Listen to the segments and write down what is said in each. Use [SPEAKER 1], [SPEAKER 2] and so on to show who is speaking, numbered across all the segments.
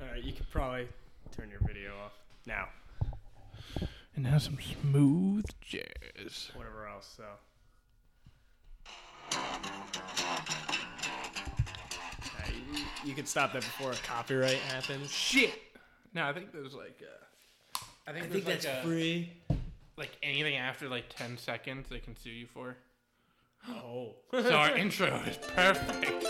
[SPEAKER 1] right, you could probably turn your video off now.
[SPEAKER 2] and have some smooth jazz.
[SPEAKER 1] Whatever else. So. Uh, you, you could stop that before a copyright happens.
[SPEAKER 2] Shit. No, I think there's like, uh, I think,
[SPEAKER 1] I think
[SPEAKER 2] there's
[SPEAKER 1] that's
[SPEAKER 2] like, a,
[SPEAKER 1] free.
[SPEAKER 2] like anything after like ten seconds they can sue you for.
[SPEAKER 1] Oh.
[SPEAKER 2] So our intro is perfect.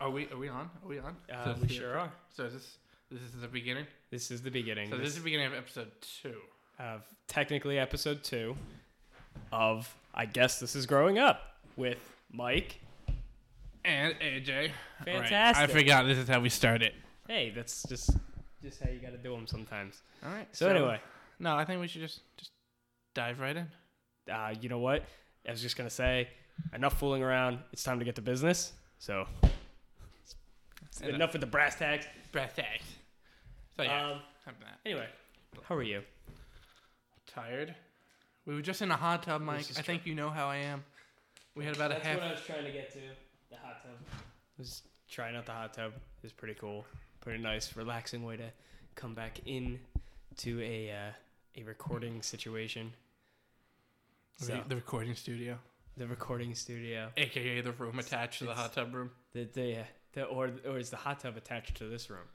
[SPEAKER 2] Are we are we on? Are we on? So
[SPEAKER 1] Uh,
[SPEAKER 2] is
[SPEAKER 1] we
[SPEAKER 2] the-
[SPEAKER 1] sure are.
[SPEAKER 2] So is this this is the beginning.
[SPEAKER 1] This is the beginning.
[SPEAKER 2] So this
[SPEAKER 1] this
[SPEAKER 2] is the beginning of episode two.
[SPEAKER 1] of technically episode two of I guess this is growing up with Mike.
[SPEAKER 2] And AJ. All right, I
[SPEAKER 1] Fantastic.
[SPEAKER 2] forgot this is how we started.
[SPEAKER 1] Hey, that's just just how you got to do them sometimes.
[SPEAKER 2] All right.
[SPEAKER 1] So, anyway,
[SPEAKER 2] no, I think we should just just dive right in.
[SPEAKER 1] uh, you know what? I was just gonna say, enough fooling around. It's time to get to business. So
[SPEAKER 2] And, uh,
[SPEAKER 1] enough with the brass tacks.
[SPEAKER 2] breath act. So Oh, yeah,
[SPEAKER 1] Um,
[SPEAKER 2] I'm not
[SPEAKER 1] anyway, how are you?
[SPEAKER 2] tired. We were just in a hot tub, Mike.
[SPEAKER 1] is
[SPEAKER 2] I think you know how I am. We had about a half.
[SPEAKER 1] I was trying to get to. The hot tub. Was trying out the hot tub. It was pretty cool. Pretty nice, relaxing way to come back in to a uh, a recording situation.
[SPEAKER 2] the-
[SPEAKER 1] So,
[SPEAKER 2] The recording studio,
[SPEAKER 1] the recording studio.
[SPEAKER 2] aka the room attached to the
[SPEAKER 1] it's-
[SPEAKER 2] hot tub room.
[SPEAKER 1] The the, uh, the or or is the hot tub attached to this room?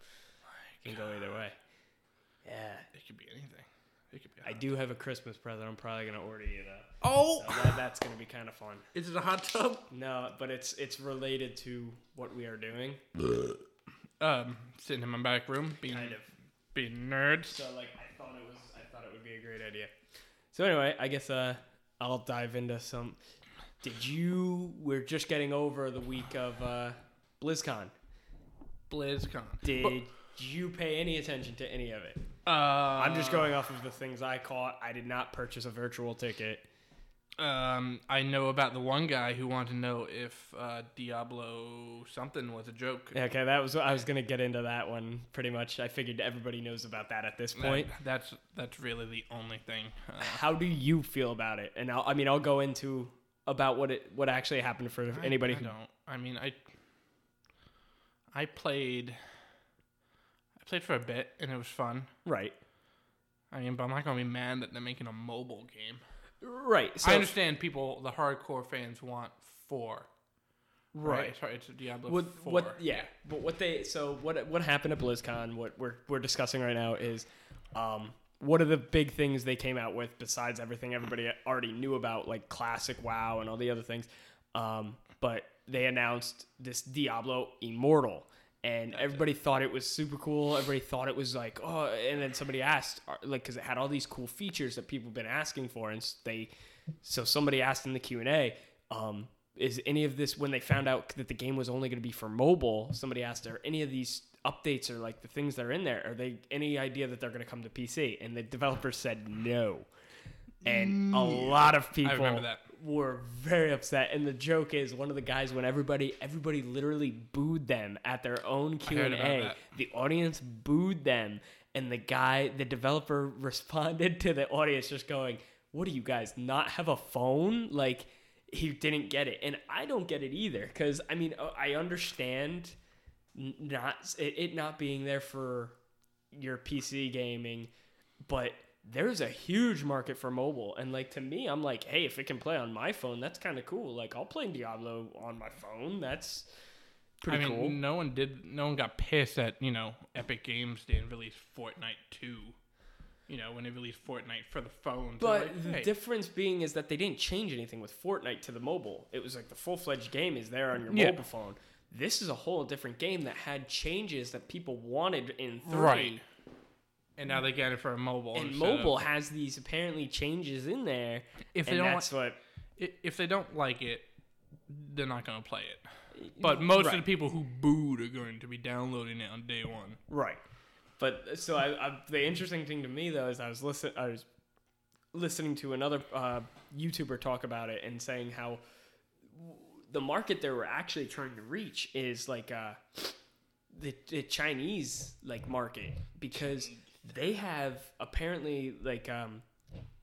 [SPEAKER 1] Can go either way. Yeah,
[SPEAKER 2] It could be anything. It could be. a
[SPEAKER 1] I
[SPEAKER 2] hot-
[SPEAKER 1] do have a Christmas present. I'm probably gonna order you though.
[SPEAKER 2] oh,
[SPEAKER 1] So that, that's gonna be kind of fun.
[SPEAKER 2] is it a hot tub?
[SPEAKER 1] No, but it's it's related to what we are doing.
[SPEAKER 2] Um, sitting in my back room, being
[SPEAKER 1] Kind of.
[SPEAKER 2] being nerds.
[SPEAKER 1] So like I thought it was I thought it would be a great idea. So anyway, I guess uh I'll dive into some Did you we're just getting over the week of uh BlizzCon.
[SPEAKER 2] BlizzCon.
[SPEAKER 1] Did you pay any attention to any of it?
[SPEAKER 2] Uh, I'm
[SPEAKER 1] I'm just going off of the things I caught. I did not purchase a virtual ticket.
[SPEAKER 2] Um, I know about the one guy who wanted to know if uh, Diablo something was a joke.
[SPEAKER 1] Okay, that was I was gonna get into that one pretty much. I figured everybody knows about that at this
[SPEAKER 2] That-
[SPEAKER 1] point.
[SPEAKER 2] that's that's really the only thing. Uh,
[SPEAKER 1] How do you feel about it? And I'll, I mean, I'll go into about what it what actually happened for
[SPEAKER 2] I-
[SPEAKER 1] anybody
[SPEAKER 2] I,
[SPEAKER 1] who
[SPEAKER 2] don't. I mean, I I played I played for a bit and it was fun.
[SPEAKER 1] right
[SPEAKER 2] I mean, but I'm not gonna be mad that they're making a mobile game.
[SPEAKER 1] right. So
[SPEAKER 2] I understand people, the hardcore fans want four.
[SPEAKER 1] right.
[SPEAKER 2] Sorry, it's Diablo
[SPEAKER 1] what,
[SPEAKER 2] four.
[SPEAKER 1] what yeah but what they so what what happened at blizzcon what we're, we're discussing right now is um what are the big things they came out with besides everything everybody already knew about like classic wow and all the other things um but they announced this diablo immortal and everybody thought it was super cool. Everybody thought it was like, oh, and then somebody asked, are- like, because it had all these cool features that people have been asking for, and s- they, so somebody asked in the Q and A, um, is any of this when they found out that the game was only going to be for mobile? Somebody asked, are any of these updates or like the things that are in there, are they any idea that they're going to come to PC? And the developer said no, and a lot of people
[SPEAKER 2] remember that.
[SPEAKER 1] were very upset. And the joke is, one of the guys when everybody everybody literally booed them at their own Q
[SPEAKER 2] heard
[SPEAKER 1] and
[SPEAKER 2] about
[SPEAKER 1] A.
[SPEAKER 2] that.
[SPEAKER 1] The audience booed them, and the guy, the developer, responded to the audience just going, "What do you guys not have a phone?" Like he didn't get it, and I don't get it either. Because I mean, uh, I understand n- not it, it not being there for your PC gaming, but there's a huge market for mobile. And like to me, I'm like, hey, if it can play on my phone, that's kind of cool. Like I'll play Diablo on my phone. That's
[SPEAKER 2] I
[SPEAKER 1] pretty
[SPEAKER 2] mean,
[SPEAKER 1] cool.
[SPEAKER 2] no one did. No one got pissed that you know Epic Games didn't release Fortnite two. You know when they released Fortnite for the phone.
[SPEAKER 1] But the difference being is that they didn't change anything with Fortnite to the mobile. It was like the full fledged game is there on your
[SPEAKER 2] Yeah.
[SPEAKER 1] mobile phone. This is a whole different game that had changes that people wanted in three.
[SPEAKER 2] Right. and now they got it for a mobile.
[SPEAKER 1] And
[SPEAKER 2] instead of-
[SPEAKER 1] mobile has these apparently changes in there.
[SPEAKER 2] If they
[SPEAKER 1] and
[SPEAKER 2] don't
[SPEAKER 1] that's what
[SPEAKER 2] i- if they don't like it, they're not gonna play it. But most of the
[SPEAKER 1] right.
[SPEAKER 2] people who booed are going to be downloading it on day one.
[SPEAKER 1] Right. But so I, I, the interesting thing to me though is I was listen I was listening to another uh, YouTuber talk about it and saying how w- the market they were actually trying to reach is like uh, the, the Chinese like market because they have apparently like um,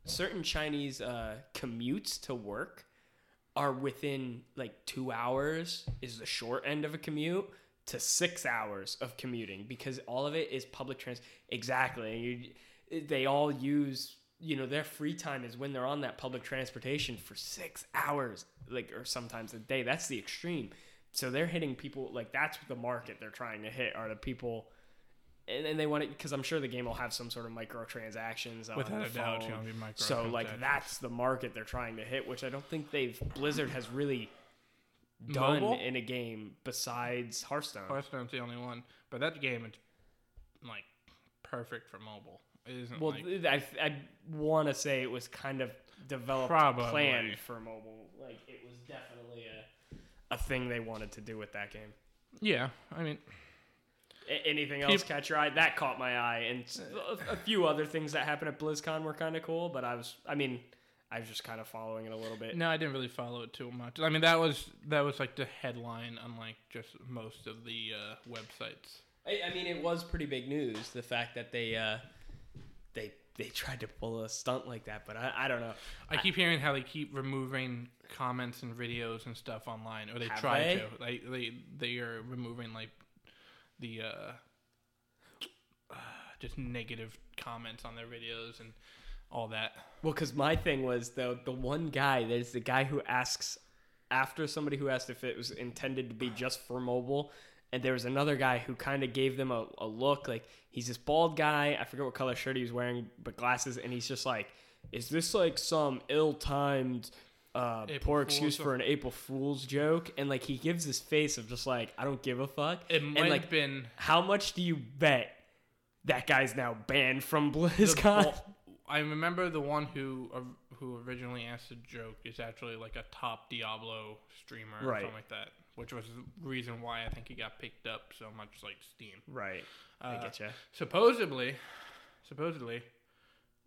[SPEAKER 1] certain Chinese uh, commutes to work are within like two hours is the short end of a commute to six hours of commuting because all of it is public trans. Exactly. You, they all use, you know, their free time is when they're on that public transportation for six hours, like, or sometimes a day. That's the extreme. So they're hitting people, like, that's the market they're trying to hit are the people. And, and they want it because I'm sure the game will have some sort of microtransactions. on
[SPEAKER 2] Without
[SPEAKER 1] the
[SPEAKER 2] a doubt, it's
[SPEAKER 1] phone.
[SPEAKER 2] gonna be micro.
[SPEAKER 1] So like that's the market they're trying to hit, which I don't think they've Blizzard has really done
[SPEAKER 2] Mobile?
[SPEAKER 1] in a game besides Hearthstone.
[SPEAKER 2] Hearthstone's the only one, but that game is like perfect for mobile. It isn't
[SPEAKER 1] Well,
[SPEAKER 2] like
[SPEAKER 1] th I I want to say it was kind of developed
[SPEAKER 2] Probably.
[SPEAKER 1] planned for mobile. Like it was definitely a a thing they wanted to do with that game.
[SPEAKER 2] yeah. I mean,
[SPEAKER 1] A- anything else catch your eye? That caught my eye, and s- a, a few other things that happened at BlizzCon were kind of cool. But I was, I mean, I was just kind of following it a little bit.
[SPEAKER 2] no, I didn't really follow it too much. I mean, that was that was like the headline, unlike just most of the uh, websites.
[SPEAKER 1] I, I mean, it was pretty big news the fact that they uh, they they tried to pull a stunt like that, but I, I don't know.
[SPEAKER 2] I keep hearing how they keep removing comments and videos and stuff online, or they
[SPEAKER 1] Have
[SPEAKER 2] try
[SPEAKER 1] they?
[SPEAKER 2] to. They they they are removing like the uh, uh, just negative comments on their videos and all that.
[SPEAKER 1] Well, because my thing was the the one guy. There's the guy who asks after somebody who asked if it was intended to be just for mobile, and there was another guy who kind of gave them a, a look. Like he's this bald guy. I forget what color shirt he was wearing, but glasses, and he's just like, "Is this like some ill-timed?" Uh,
[SPEAKER 2] April
[SPEAKER 1] poor
[SPEAKER 2] Fool's
[SPEAKER 1] excuse
[SPEAKER 2] or-
[SPEAKER 1] for an April Fool's joke, and like he gives this face of just like I don't give a fuck,
[SPEAKER 2] It
[SPEAKER 1] and
[SPEAKER 2] might
[SPEAKER 1] like
[SPEAKER 2] have been
[SPEAKER 1] how much do you bet that guy's now banned from
[SPEAKER 2] the
[SPEAKER 1] BlizzCon?
[SPEAKER 2] ball- I remember the one who uh, who originally asked the joke is actually like a top Diablo streamer or
[SPEAKER 1] Right.
[SPEAKER 2] something like that, which was the reason why I think he got picked up so much like Steam.
[SPEAKER 1] Right.
[SPEAKER 2] Uh,
[SPEAKER 1] I get you.
[SPEAKER 2] Supposedly, supposedly,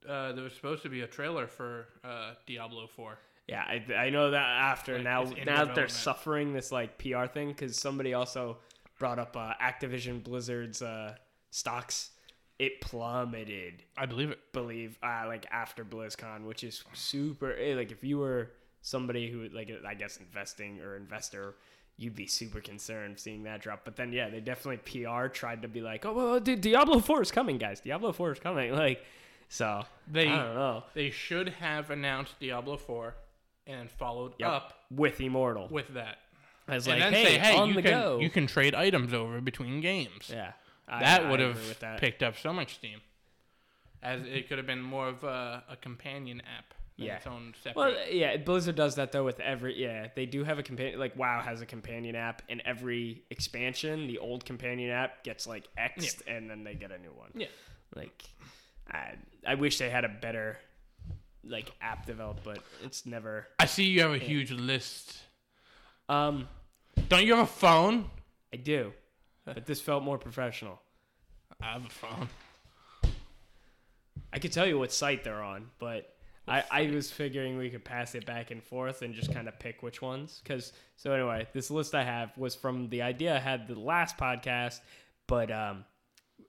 [SPEAKER 2] uh, there was supposed to be a trailer for uh, Diablo Four.
[SPEAKER 1] Yeah, I, I know that after
[SPEAKER 2] Like,
[SPEAKER 1] now
[SPEAKER 2] it's in
[SPEAKER 1] now that they're
[SPEAKER 2] development.
[SPEAKER 1] suffering this like PR thing because somebody also brought up uh, Activision Blizzard's uh, stocks. It plummeted,
[SPEAKER 2] I believe it.
[SPEAKER 1] believe uh, like after BlizzCon, which is super eh, like if you were somebody who like I guess investing or investor. You'd be super concerned seeing that drop, but then yeah, they definitely PR tried to be like, oh well, dude, Diablo Four is coming, guys. Diablo Four is coming, like, so
[SPEAKER 2] They
[SPEAKER 1] I don't know
[SPEAKER 2] they should have announced Diablo Four and followed
[SPEAKER 1] Yep.
[SPEAKER 2] up
[SPEAKER 1] with Immortal.
[SPEAKER 2] with that,
[SPEAKER 1] I was
[SPEAKER 2] and
[SPEAKER 1] like,
[SPEAKER 2] then
[SPEAKER 1] hey,
[SPEAKER 2] say, "Hey,
[SPEAKER 1] on
[SPEAKER 2] you
[SPEAKER 1] the
[SPEAKER 2] can
[SPEAKER 1] go.
[SPEAKER 2] you can trade items over between games."
[SPEAKER 1] Yeah, I-
[SPEAKER 2] that
[SPEAKER 1] I
[SPEAKER 2] would
[SPEAKER 1] agree with
[SPEAKER 2] have
[SPEAKER 1] that.
[SPEAKER 2] picked up so much steam, as it could have been more of a, a companion app than
[SPEAKER 1] Yeah.
[SPEAKER 2] its own separate.
[SPEAKER 1] Well, yeah, Blizzard does that though with every. Yeah, they do have a companion. Like WoW has a companion app, and every expansion, the old companion app gets like Xed, and then they get a new one.
[SPEAKER 2] yeah,
[SPEAKER 1] Like, I I wish they had a better like app developed, but it's never.
[SPEAKER 2] I see you have a huge list.
[SPEAKER 1] Um,
[SPEAKER 2] Don't you have a phone?
[SPEAKER 1] I do, but this felt more professional.
[SPEAKER 2] I have a phone.
[SPEAKER 1] I could tell you what site they're on, but I, I was figuring we could pass it back and forth and just kind of pick which ones. Because so anyway, this list I have was from the idea I had the last podcast, but um,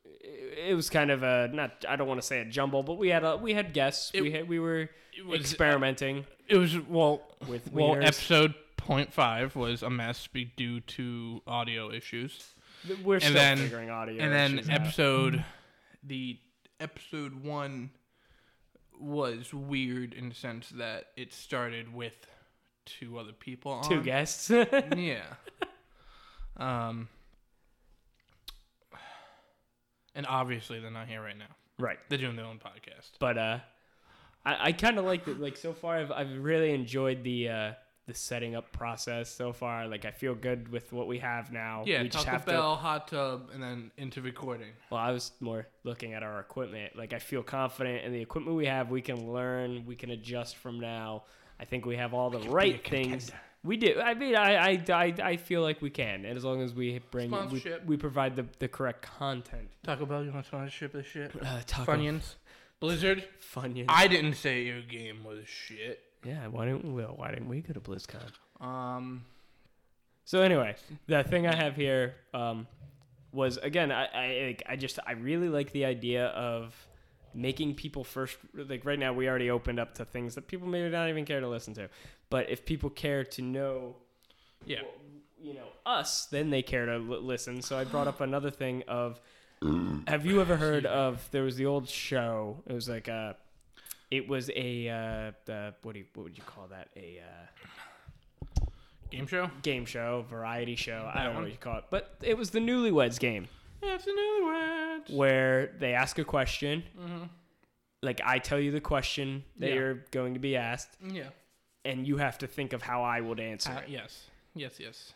[SPEAKER 1] it, it was kind of a not I don't want to say a jumble, but we had a we had guests. we had, we were
[SPEAKER 2] was-
[SPEAKER 1] experimenting
[SPEAKER 2] It was well,
[SPEAKER 1] with
[SPEAKER 2] well,
[SPEAKER 1] wieners.
[SPEAKER 2] episode point five was a mess be- due to audio issues,
[SPEAKER 1] we're still
[SPEAKER 2] then-
[SPEAKER 1] figuring audio,
[SPEAKER 2] and then
[SPEAKER 1] issues out.
[SPEAKER 2] episode the episode one was weird in the sense that it started with two other people on.
[SPEAKER 1] two guests.
[SPEAKER 2] yeah. Um. And obviously they're not here right now.
[SPEAKER 1] right.
[SPEAKER 2] They're doing their own podcast.
[SPEAKER 1] but uh i, I kind of like it like so far I've, I've really enjoyed the uh the setting up process so far like i feel good with what we have now
[SPEAKER 2] Yeah,
[SPEAKER 1] we just
[SPEAKER 2] Taco
[SPEAKER 1] have
[SPEAKER 2] Bell, hot tub, and then into recording.
[SPEAKER 1] to well i was more looking at our equipment like i feel confident in the equipment we have we can learn we can adjust from now i think we have all the right things
[SPEAKER 2] contender.
[SPEAKER 1] we do i mean I, I i i feel like we can and as long as we bring we,
[SPEAKER 2] Sponsorship.
[SPEAKER 1] we provide the, the correct content
[SPEAKER 2] Taco Bell, you want to sponsorship this shit?
[SPEAKER 1] uh taco
[SPEAKER 2] Funyuns, Blizzard.
[SPEAKER 1] Funyuns.
[SPEAKER 2] I didn't say your game was shit.
[SPEAKER 1] yeah why didn't we why didn't we go to blizzcon
[SPEAKER 2] Um,
[SPEAKER 1] So anyway, the thing I have here um, was again, I, I I just I really like the idea of making people first like right now we already opened up to things that people maybe not even care to listen to but if people care to know
[SPEAKER 2] Yeah.
[SPEAKER 1] you know us then they care to l- listen so i brought up another thing of have you ever heard of there was the old show it was like a it was a uh, uh what do you, what would you call that a uh
[SPEAKER 2] Game show?
[SPEAKER 1] game show, variety show. I don't know
[SPEAKER 2] one?
[SPEAKER 1] what you call it, but it was the Newlyweds Game
[SPEAKER 2] Yeah, it's another word.
[SPEAKER 1] where they ask a question.
[SPEAKER 2] Mm-hmm.
[SPEAKER 1] Like I tell you the question that
[SPEAKER 2] Yeah.
[SPEAKER 1] you're going to be asked,
[SPEAKER 2] Yeah.
[SPEAKER 1] and you have to think of how I would answer.
[SPEAKER 2] Uh,
[SPEAKER 1] it.
[SPEAKER 2] yes. Yes, yes.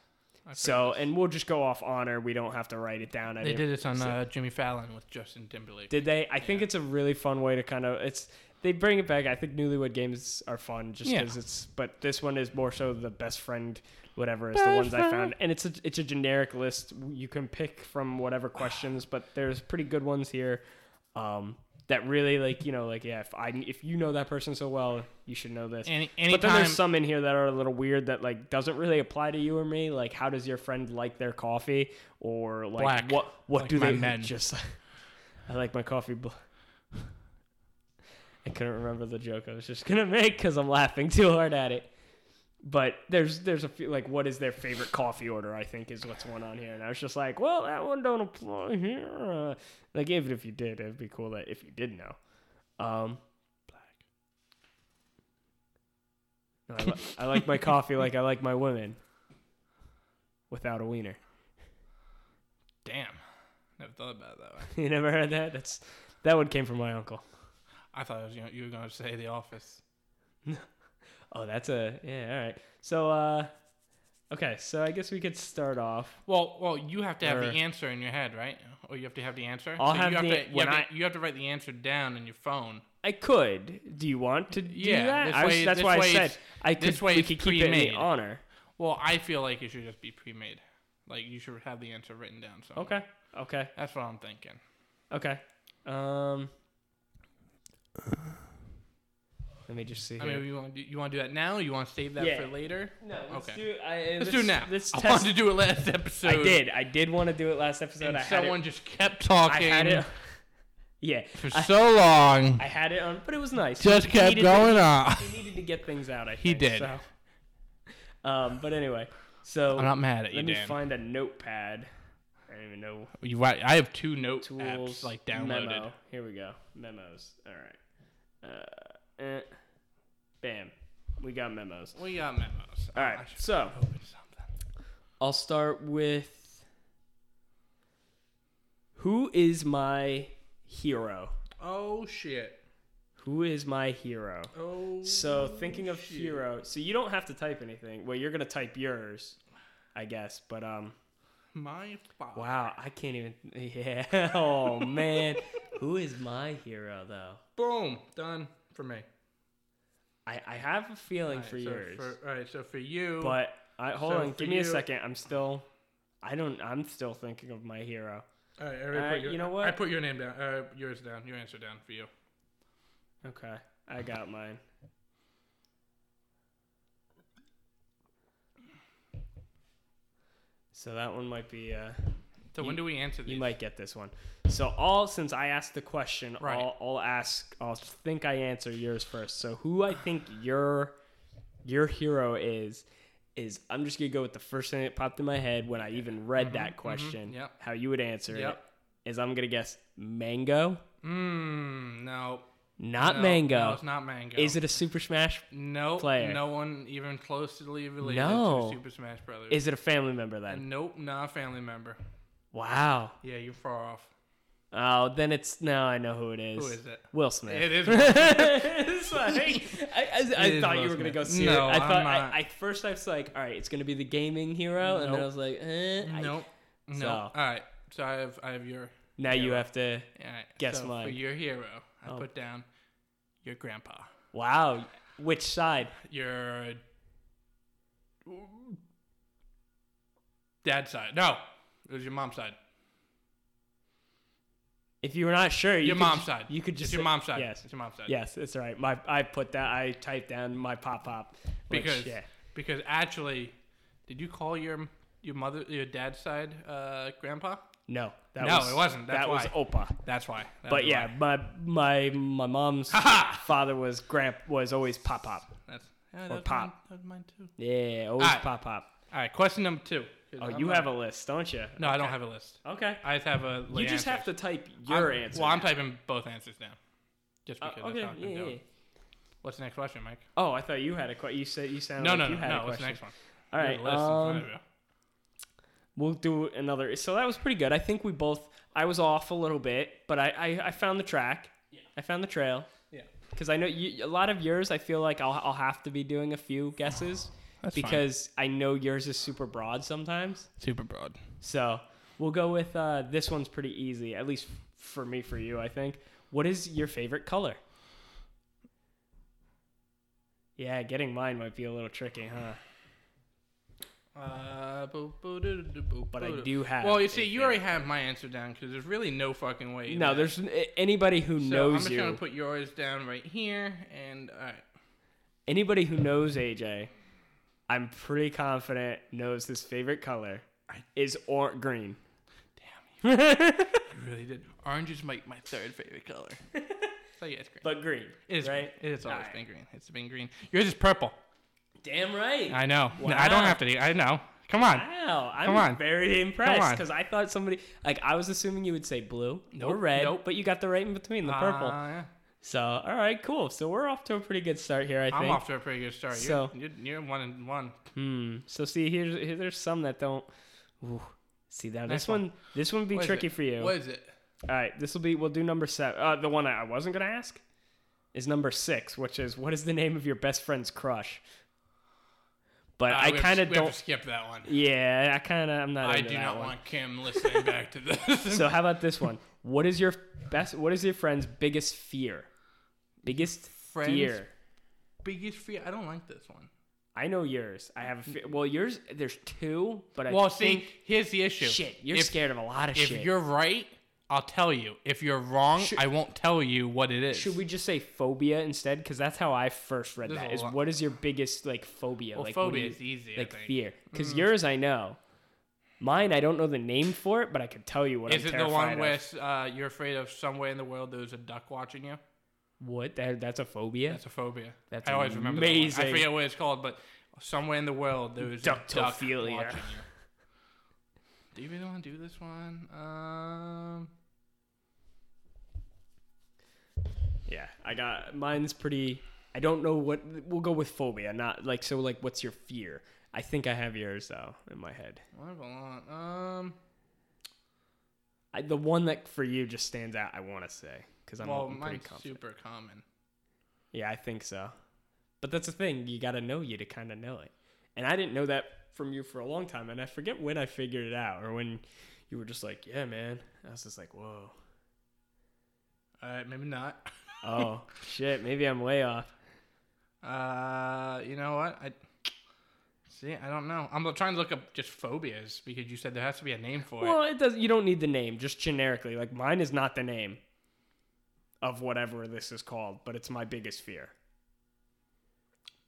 [SPEAKER 2] I've
[SPEAKER 1] So, and we'll just go off honor. We don't have to write it down. I
[SPEAKER 2] heard- they
[SPEAKER 1] didn't-
[SPEAKER 2] did this on uh, Jimmy Fallon with Justin Timberlake.
[SPEAKER 1] Did they? I think it's a really fun way to kind of it's. They bring it back. I think Newlywed Games are fun just
[SPEAKER 2] Yeah.
[SPEAKER 1] because it's. But this one is more so the best friend, whatever is the
[SPEAKER 2] Best
[SPEAKER 1] ones I found,
[SPEAKER 2] friend.
[SPEAKER 1] and it's a it's a generic list. You can pick from whatever questions, but there's pretty good ones here. Um, that really like you know like yeah if I if you know that person so well you should know this.
[SPEAKER 2] Any,
[SPEAKER 1] but then
[SPEAKER 2] anytime,
[SPEAKER 1] there's some in here that are a little weird that like doesn't really apply to you or me. Like how does your friend like their coffee or like
[SPEAKER 2] Black.
[SPEAKER 1] what what
[SPEAKER 2] Like
[SPEAKER 1] do
[SPEAKER 2] my
[SPEAKER 1] they
[SPEAKER 2] men.
[SPEAKER 1] just? I like my coffee. Bl- I couldn't remember the joke I was just gonna make because I'm laughing too hard at it. But there's there's a few like what is their favorite coffee order? I think is what's one on here, and I was just like, well, that one don't apply here. Uh, like even if you did, it'd be cool that if you did know. Um, No, I, li- I like my coffee like I like my women, without a wiener.
[SPEAKER 2] Damn. Never thought about it that way.
[SPEAKER 1] You never heard that? That's that one came from my uncle.
[SPEAKER 2] I thought it was, you, know, you were going to say The Office.
[SPEAKER 1] Oh, that's a yeah. All right. So, uh, okay. So I guess we could start off.
[SPEAKER 2] Well, well, you have to have
[SPEAKER 1] Or-
[SPEAKER 2] the answer in your head, right? Or you have to have the answer.
[SPEAKER 1] I'll
[SPEAKER 2] So
[SPEAKER 1] have
[SPEAKER 2] you
[SPEAKER 1] the-
[SPEAKER 2] to, you,
[SPEAKER 1] when
[SPEAKER 2] have
[SPEAKER 1] I-
[SPEAKER 2] to, you have to write the answer down in your phone.
[SPEAKER 1] I could. Do you want to do
[SPEAKER 2] Yeah,
[SPEAKER 1] that?
[SPEAKER 2] this
[SPEAKER 1] I was,
[SPEAKER 2] way-
[SPEAKER 1] that's
[SPEAKER 2] this
[SPEAKER 1] why I
[SPEAKER 2] way
[SPEAKER 1] said
[SPEAKER 2] it's-
[SPEAKER 1] I could.
[SPEAKER 2] this way
[SPEAKER 1] we
[SPEAKER 2] it's
[SPEAKER 1] could keep it in the
[SPEAKER 2] pre-made.
[SPEAKER 1] honor.
[SPEAKER 2] Well, I feel like it should just be pre-made. Like you should have the answer written down. So
[SPEAKER 1] Okay. Okay.
[SPEAKER 2] that's what I'm thinking.
[SPEAKER 1] Okay. Um. Let me just see.
[SPEAKER 2] I
[SPEAKER 1] here.
[SPEAKER 2] mean, you want to do, you want to do that now? Or you want to save that
[SPEAKER 1] Yeah.
[SPEAKER 2] for later?
[SPEAKER 1] no. Let's
[SPEAKER 2] okay.
[SPEAKER 1] do. I,
[SPEAKER 2] Let's do it now.
[SPEAKER 1] This
[SPEAKER 2] I
[SPEAKER 1] test.
[SPEAKER 2] wanted to do it last episode.
[SPEAKER 1] I did. I did want to do it last episode.
[SPEAKER 2] And
[SPEAKER 1] I had
[SPEAKER 2] someone just kept
[SPEAKER 1] It, I
[SPEAKER 2] talking
[SPEAKER 1] had it. Yeah.
[SPEAKER 2] for
[SPEAKER 1] I,
[SPEAKER 2] so long.
[SPEAKER 1] I had it on, but it was nice.
[SPEAKER 2] just
[SPEAKER 1] He
[SPEAKER 2] kept
[SPEAKER 1] needed to-
[SPEAKER 2] going on.
[SPEAKER 1] he needed to get things out. I
[SPEAKER 2] He
[SPEAKER 1] think,
[SPEAKER 2] did.
[SPEAKER 1] So. Um, but anyway, so
[SPEAKER 2] I'm not mad at you,
[SPEAKER 1] let me
[SPEAKER 2] Dan.
[SPEAKER 1] find a notepad. I don't even know
[SPEAKER 2] you right. I have two note
[SPEAKER 1] tools.
[SPEAKER 2] apps like downloaded.
[SPEAKER 1] Memo. Here we go. Memos. All right. Uh, eh. Bam. We got memos.
[SPEAKER 2] We got memos.
[SPEAKER 1] All right.
[SPEAKER 2] I should
[SPEAKER 1] So
[SPEAKER 2] open something.
[SPEAKER 1] I'll start with who is my hero?
[SPEAKER 2] Oh shit.
[SPEAKER 1] Who is my hero?
[SPEAKER 2] Oh.
[SPEAKER 1] So thinking of
[SPEAKER 2] shit.
[SPEAKER 1] hero, so you don't have to type anything. Well, you're gonna type yours, I guess. But um,
[SPEAKER 2] My father.
[SPEAKER 1] wow, I can't even. Yeah. Oh man, who is my hero though?
[SPEAKER 2] Boom. Done for me.
[SPEAKER 1] I I have a feeling
[SPEAKER 2] Alright,
[SPEAKER 1] for
[SPEAKER 2] so
[SPEAKER 1] yours,
[SPEAKER 2] For, all right. So for you.
[SPEAKER 1] but I hold
[SPEAKER 2] so
[SPEAKER 1] on.
[SPEAKER 2] for
[SPEAKER 1] Give me a
[SPEAKER 2] you-
[SPEAKER 1] second. I'm still. I don't. I'm still thinking of my hero.
[SPEAKER 2] all right. I already
[SPEAKER 1] Alright,
[SPEAKER 2] put your,
[SPEAKER 1] you know what?
[SPEAKER 2] I put your name down. Uh, yours down. Your answer down for you.
[SPEAKER 1] Okay, I got mine. So that one might be. Uh,
[SPEAKER 2] So when do we answer these?
[SPEAKER 1] You might get this one. So all since I asked the question,
[SPEAKER 2] Right.
[SPEAKER 1] I'll, I'll ask. I'll think I answer yours first. So who I think your your hero is is I'm just gonna go with the first thing that popped in my head when I even read that question.
[SPEAKER 2] Mm-hmm. yep.
[SPEAKER 1] How you would answer
[SPEAKER 2] Yep.
[SPEAKER 1] it is I'm gonna guess mango,
[SPEAKER 2] Mm, no.
[SPEAKER 1] not
[SPEAKER 2] no,
[SPEAKER 1] mango.
[SPEAKER 2] No, it's not mango.
[SPEAKER 1] Is it a Super Smash?
[SPEAKER 2] Nope.
[SPEAKER 1] player?
[SPEAKER 2] No one even closely related
[SPEAKER 1] No.
[SPEAKER 2] to Super Smash Brothers.
[SPEAKER 1] Is it a family member then?
[SPEAKER 2] nope. Not a family member.
[SPEAKER 1] Wow.
[SPEAKER 2] Yeah, you're far off.
[SPEAKER 1] Oh, then it's now I know who it is.
[SPEAKER 2] Who is it?
[SPEAKER 1] Will Smith.
[SPEAKER 2] It is.
[SPEAKER 1] It's like- I, I, I
[SPEAKER 2] is
[SPEAKER 1] thought
[SPEAKER 2] Will
[SPEAKER 1] you were gonna
[SPEAKER 2] Smith.
[SPEAKER 1] go serious.
[SPEAKER 2] No,
[SPEAKER 1] I thought
[SPEAKER 2] I'm
[SPEAKER 1] I,
[SPEAKER 2] not.
[SPEAKER 1] I first I was like, all right, it's gonna be the gaming hero, and then I
[SPEAKER 2] Nope.
[SPEAKER 1] was like, eh, I-
[SPEAKER 2] Nope. No.
[SPEAKER 1] So-
[SPEAKER 2] All right. So I have I have your.
[SPEAKER 1] now you have to.
[SPEAKER 2] All right.
[SPEAKER 1] Guess
[SPEAKER 2] so For
[SPEAKER 1] mine.
[SPEAKER 2] your hero, I
[SPEAKER 1] Oh.
[SPEAKER 2] put down your grandpa.
[SPEAKER 1] Wow, which side?
[SPEAKER 2] Your dad's side. No, it was your mom's side.
[SPEAKER 1] If you were not sure, you
[SPEAKER 2] your
[SPEAKER 1] could
[SPEAKER 2] mom's
[SPEAKER 1] ju-
[SPEAKER 2] side.
[SPEAKER 1] You could
[SPEAKER 2] It's
[SPEAKER 1] just
[SPEAKER 2] your
[SPEAKER 1] say-
[SPEAKER 2] mom's side.
[SPEAKER 1] Yes,
[SPEAKER 2] It's your mom's side.
[SPEAKER 1] yes, it's all right. My I put that. I typed down my pop pop. which,
[SPEAKER 2] Because
[SPEAKER 1] yeah,
[SPEAKER 2] because actually, did you call your your mother your dad's side uh, grandpa?
[SPEAKER 1] No, that
[SPEAKER 2] No,
[SPEAKER 1] was,
[SPEAKER 2] it wasn't. That's
[SPEAKER 1] that was
[SPEAKER 2] why.
[SPEAKER 1] Opa.
[SPEAKER 2] That's why. That
[SPEAKER 1] But
[SPEAKER 2] was
[SPEAKER 1] yeah,
[SPEAKER 2] why.
[SPEAKER 1] my my my mom's
[SPEAKER 2] ha!
[SPEAKER 1] father was grandp was always pop pop.
[SPEAKER 2] That's yeah, that
[SPEAKER 1] Or
[SPEAKER 2] was
[SPEAKER 1] pop.
[SPEAKER 2] Mine, that was mine too.
[SPEAKER 1] Yeah, always
[SPEAKER 2] Alright.
[SPEAKER 1] pop pop.
[SPEAKER 2] All right, question number two.
[SPEAKER 1] Oh, you have a list, don't you?
[SPEAKER 2] no. I don't have a list.
[SPEAKER 1] Okay.
[SPEAKER 2] I just have a.
[SPEAKER 1] You just have to type your answer.
[SPEAKER 2] Well, I'm typing both answers down. Just
[SPEAKER 1] Uh,
[SPEAKER 2] because that's
[SPEAKER 1] okay.
[SPEAKER 2] how I've been
[SPEAKER 1] yeah,
[SPEAKER 2] doing.
[SPEAKER 1] yeah.
[SPEAKER 2] What's the next question, Mike?
[SPEAKER 1] Oh, I thought you had a question. You said you sounded
[SPEAKER 2] No,
[SPEAKER 1] like
[SPEAKER 2] no,
[SPEAKER 1] Uh, you
[SPEAKER 2] no,
[SPEAKER 1] had
[SPEAKER 2] no.
[SPEAKER 1] a
[SPEAKER 2] What's
[SPEAKER 1] question.
[SPEAKER 2] the next one?
[SPEAKER 1] All
[SPEAKER 2] You
[SPEAKER 1] right.
[SPEAKER 2] have a list in front
[SPEAKER 1] um,
[SPEAKER 2] of you.
[SPEAKER 1] We'll do another. So that was pretty good. I think we both. I was off a little bit, but I I, I found the track.
[SPEAKER 2] Yeah.
[SPEAKER 1] I found the trail.
[SPEAKER 2] Yeah.
[SPEAKER 1] Because I know you, a lot of yours. I feel like I'll I'll have to be doing a few guesses
[SPEAKER 2] That's fine.
[SPEAKER 1] because I know yours is super broad sometimes.
[SPEAKER 2] Super broad.
[SPEAKER 1] So we'll go with uh, this one's pretty easy, at least for me. For you, I think. What is your favorite color? Yeah, getting mine might be a little tricky, huh?
[SPEAKER 2] Uh, bo- bo- do- do- do- bo-
[SPEAKER 1] But I
[SPEAKER 2] bo- do.
[SPEAKER 1] do have.
[SPEAKER 2] Well, you
[SPEAKER 1] a
[SPEAKER 2] see, you
[SPEAKER 1] favorite.
[SPEAKER 2] already have my answer down because there's really no fucking way.
[SPEAKER 1] No,
[SPEAKER 2] that-
[SPEAKER 1] there's n- anybody who
[SPEAKER 2] So I'm
[SPEAKER 1] knows
[SPEAKER 2] just
[SPEAKER 1] you.
[SPEAKER 2] gonna put yours down right here, and all right.
[SPEAKER 1] anybody who knows AJ, I'm pretty confident knows his favorite color
[SPEAKER 2] I-
[SPEAKER 1] is or green.
[SPEAKER 2] Damn,
[SPEAKER 1] but
[SPEAKER 2] you really did. Orange is my, my third favorite color. so yeah, it's green.
[SPEAKER 1] green,
[SPEAKER 2] it is
[SPEAKER 1] right?
[SPEAKER 2] Green. It's always
[SPEAKER 1] Alright.
[SPEAKER 2] been green. It's been green. Yours is purple.
[SPEAKER 1] Damn right.
[SPEAKER 2] I know. No, I don't
[SPEAKER 1] Wow.
[SPEAKER 2] have to. do- I know. Come on.
[SPEAKER 1] wow, I'm
[SPEAKER 2] Come on.
[SPEAKER 1] very impressed
[SPEAKER 2] on.
[SPEAKER 1] because I thought somebody like I was assuming you would say blue or
[SPEAKER 2] Nope,
[SPEAKER 1] red,
[SPEAKER 2] nope.
[SPEAKER 1] but you got the right in between, the purple.
[SPEAKER 2] Uh, yeah.
[SPEAKER 1] So all right, cool. So we're off to a pretty good start here, I
[SPEAKER 2] I'm
[SPEAKER 1] think.
[SPEAKER 2] off to a pretty good start.
[SPEAKER 1] So-
[SPEAKER 2] you're, you're, you're one and one.
[SPEAKER 1] Hmm. So see, here's here, there's some that don't. Ooh. See now
[SPEAKER 2] Next
[SPEAKER 1] this one, this one would be
[SPEAKER 2] What is
[SPEAKER 1] tricky
[SPEAKER 2] it?
[SPEAKER 1] for you.
[SPEAKER 2] What is it?
[SPEAKER 1] All right, this will be. We'll do number seven. Uh, the one I, I wasn't gonna ask is number six, which is what is the name of your best friend's crush? But
[SPEAKER 2] Uh,
[SPEAKER 1] I
[SPEAKER 2] we have to-
[SPEAKER 1] kind of
[SPEAKER 2] we have to
[SPEAKER 1] don't.
[SPEAKER 2] skip that one.
[SPEAKER 1] Yeah, I kind of. I'm not.
[SPEAKER 2] I
[SPEAKER 1] into
[SPEAKER 2] do
[SPEAKER 1] that
[SPEAKER 2] not
[SPEAKER 1] one.
[SPEAKER 2] want Kim listening back to this.
[SPEAKER 1] So how about this one? What is your best? What is your friend's biggest fear? Biggest
[SPEAKER 2] Friend's-
[SPEAKER 1] fear.
[SPEAKER 2] biggest fear. I don't like this one.
[SPEAKER 1] I know yours. I have a fear. Well, yours. There's two, but I
[SPEAKER 2] Well,
[SPEAKER 1] think
[SPEAKER 2] see, here's the issue.
[SPEAKER 1] shit. You're
[SPEAKER 2] if,
[SPEAKER 1] scared of a lot of
[SPEAKER 2] If
[SPEAKER 1] shit.
[SPEAKER 2] you're right, I'll tell you. If you're wrong,
[SPEAKER 1] Should-
[SPEAKER 2] I won't tell you what it is.
[SPEAKER 1] Should we just say phobia instead? Because that's how I first read
[SPEAKER 2] There's
[SPEAKER 1] that.
[SPEAKER 2] a
[SPEAKER 1] Is
[SPEAKER 2] lot-
[SPEAKER 1] what is your biggest like phobia?
[SPEAKER 2] Well,
[SPEAKER 1] like, what do
[SPEAKER 2] phobia
[SPEAKER 1] you-
[SPEAKER 2] is easy.
[SPEAKER 1] like
[SPEAKER 2] I think.
[SPEAKER 1] fear. Because
[SPEAKER 2] Mm.
[SPEAKER 1] yours, I know. Mine, I don't know the name for it, but I could tell you what
[SPEAKER 2] Is
[SPEAKER 1] I'm
[SPEAKER 2] it the
[SPEAKER 1] terrified
[SPEAKER 2] one
[SPEAKER 1] of.
[SPEAKER 2] with uh, you're afraid of somewhere in the world there's a duck watching you?
[SPEAKER 1] what? That, that's a phobia.
[SPEAKER 2] That's a phobia.
[SPEAKER 1] That's
[SPEAKER 2] I always remember. that one.
[SPEAKER 1] amazing.
[SPEAKER 2] I forget what it's called, but somewhere in the world there's a duck watching
[SPEAKER 1] Ductophilia.
[SPEAKER 2] you. Do you really want to do this one? Um,
[SPEAKER 1] yeah, I got mine's pretty. I don't know what we'll go with phobia. Not like so. Like, what's your fear? I think I have yours though in my head.
[SPEAKER 2] I have a lot. Um,
[SPEAKER 1] I, the one that for you just stands out. I want to say because I'm,
[SPEAKER 2] well,
[SPEAKER 1] I'm pretty
[SPEAKER 2] mine's
[SPEAKER 1] confident.
[SPEAKER 2] super common.
[SPEAKER 1] Yeah, I think so. But that's the thing. You got to know you to kind of know it. And I didn't know that from you for a long time. And I forget when I figured it out or when you were just like, yeah, man. I was just like, whoa.
[SPEAKER 2] All right, maybe not.
[SPEAKER 1] Oh, shit. Maybe I'm way off.
[SPEAKER 2] Uh, you know what? I see. I don't know. I'm trying to look up just phobias because you said there has to be a name for it.
[SPEAKER 1] Well, it does. You don't need the name, just generically. Like mine is not the name of whatever this is called, but it's my biggest fear.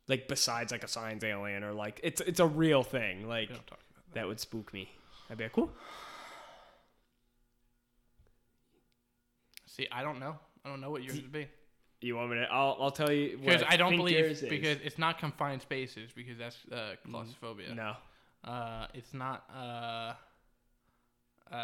[SPEAKER 1] Like besides like a science alien or like it's it's a real thing. Like
[SPEAKER 2] We don't talk about
[SPEAKER 1] that would spook me. I'd be like, cool.
[SPEAKER 2] that. See, I don't know. I don't know what yours would be
[SPEAKER 1] You want me to? I'll, I'll tell you. what
[SPEAKER 2] because I, don't
[SPEAKER 1] think
[SPEAKER 2] believe
[SPEAKER 1] yours is.
[SPEAKER 2] because it's not confined spaces because that's uh, claustrophobia.
[SPEAKER 1] no,
[SPEAKER 2] Uh, it's not. Uh, uh, I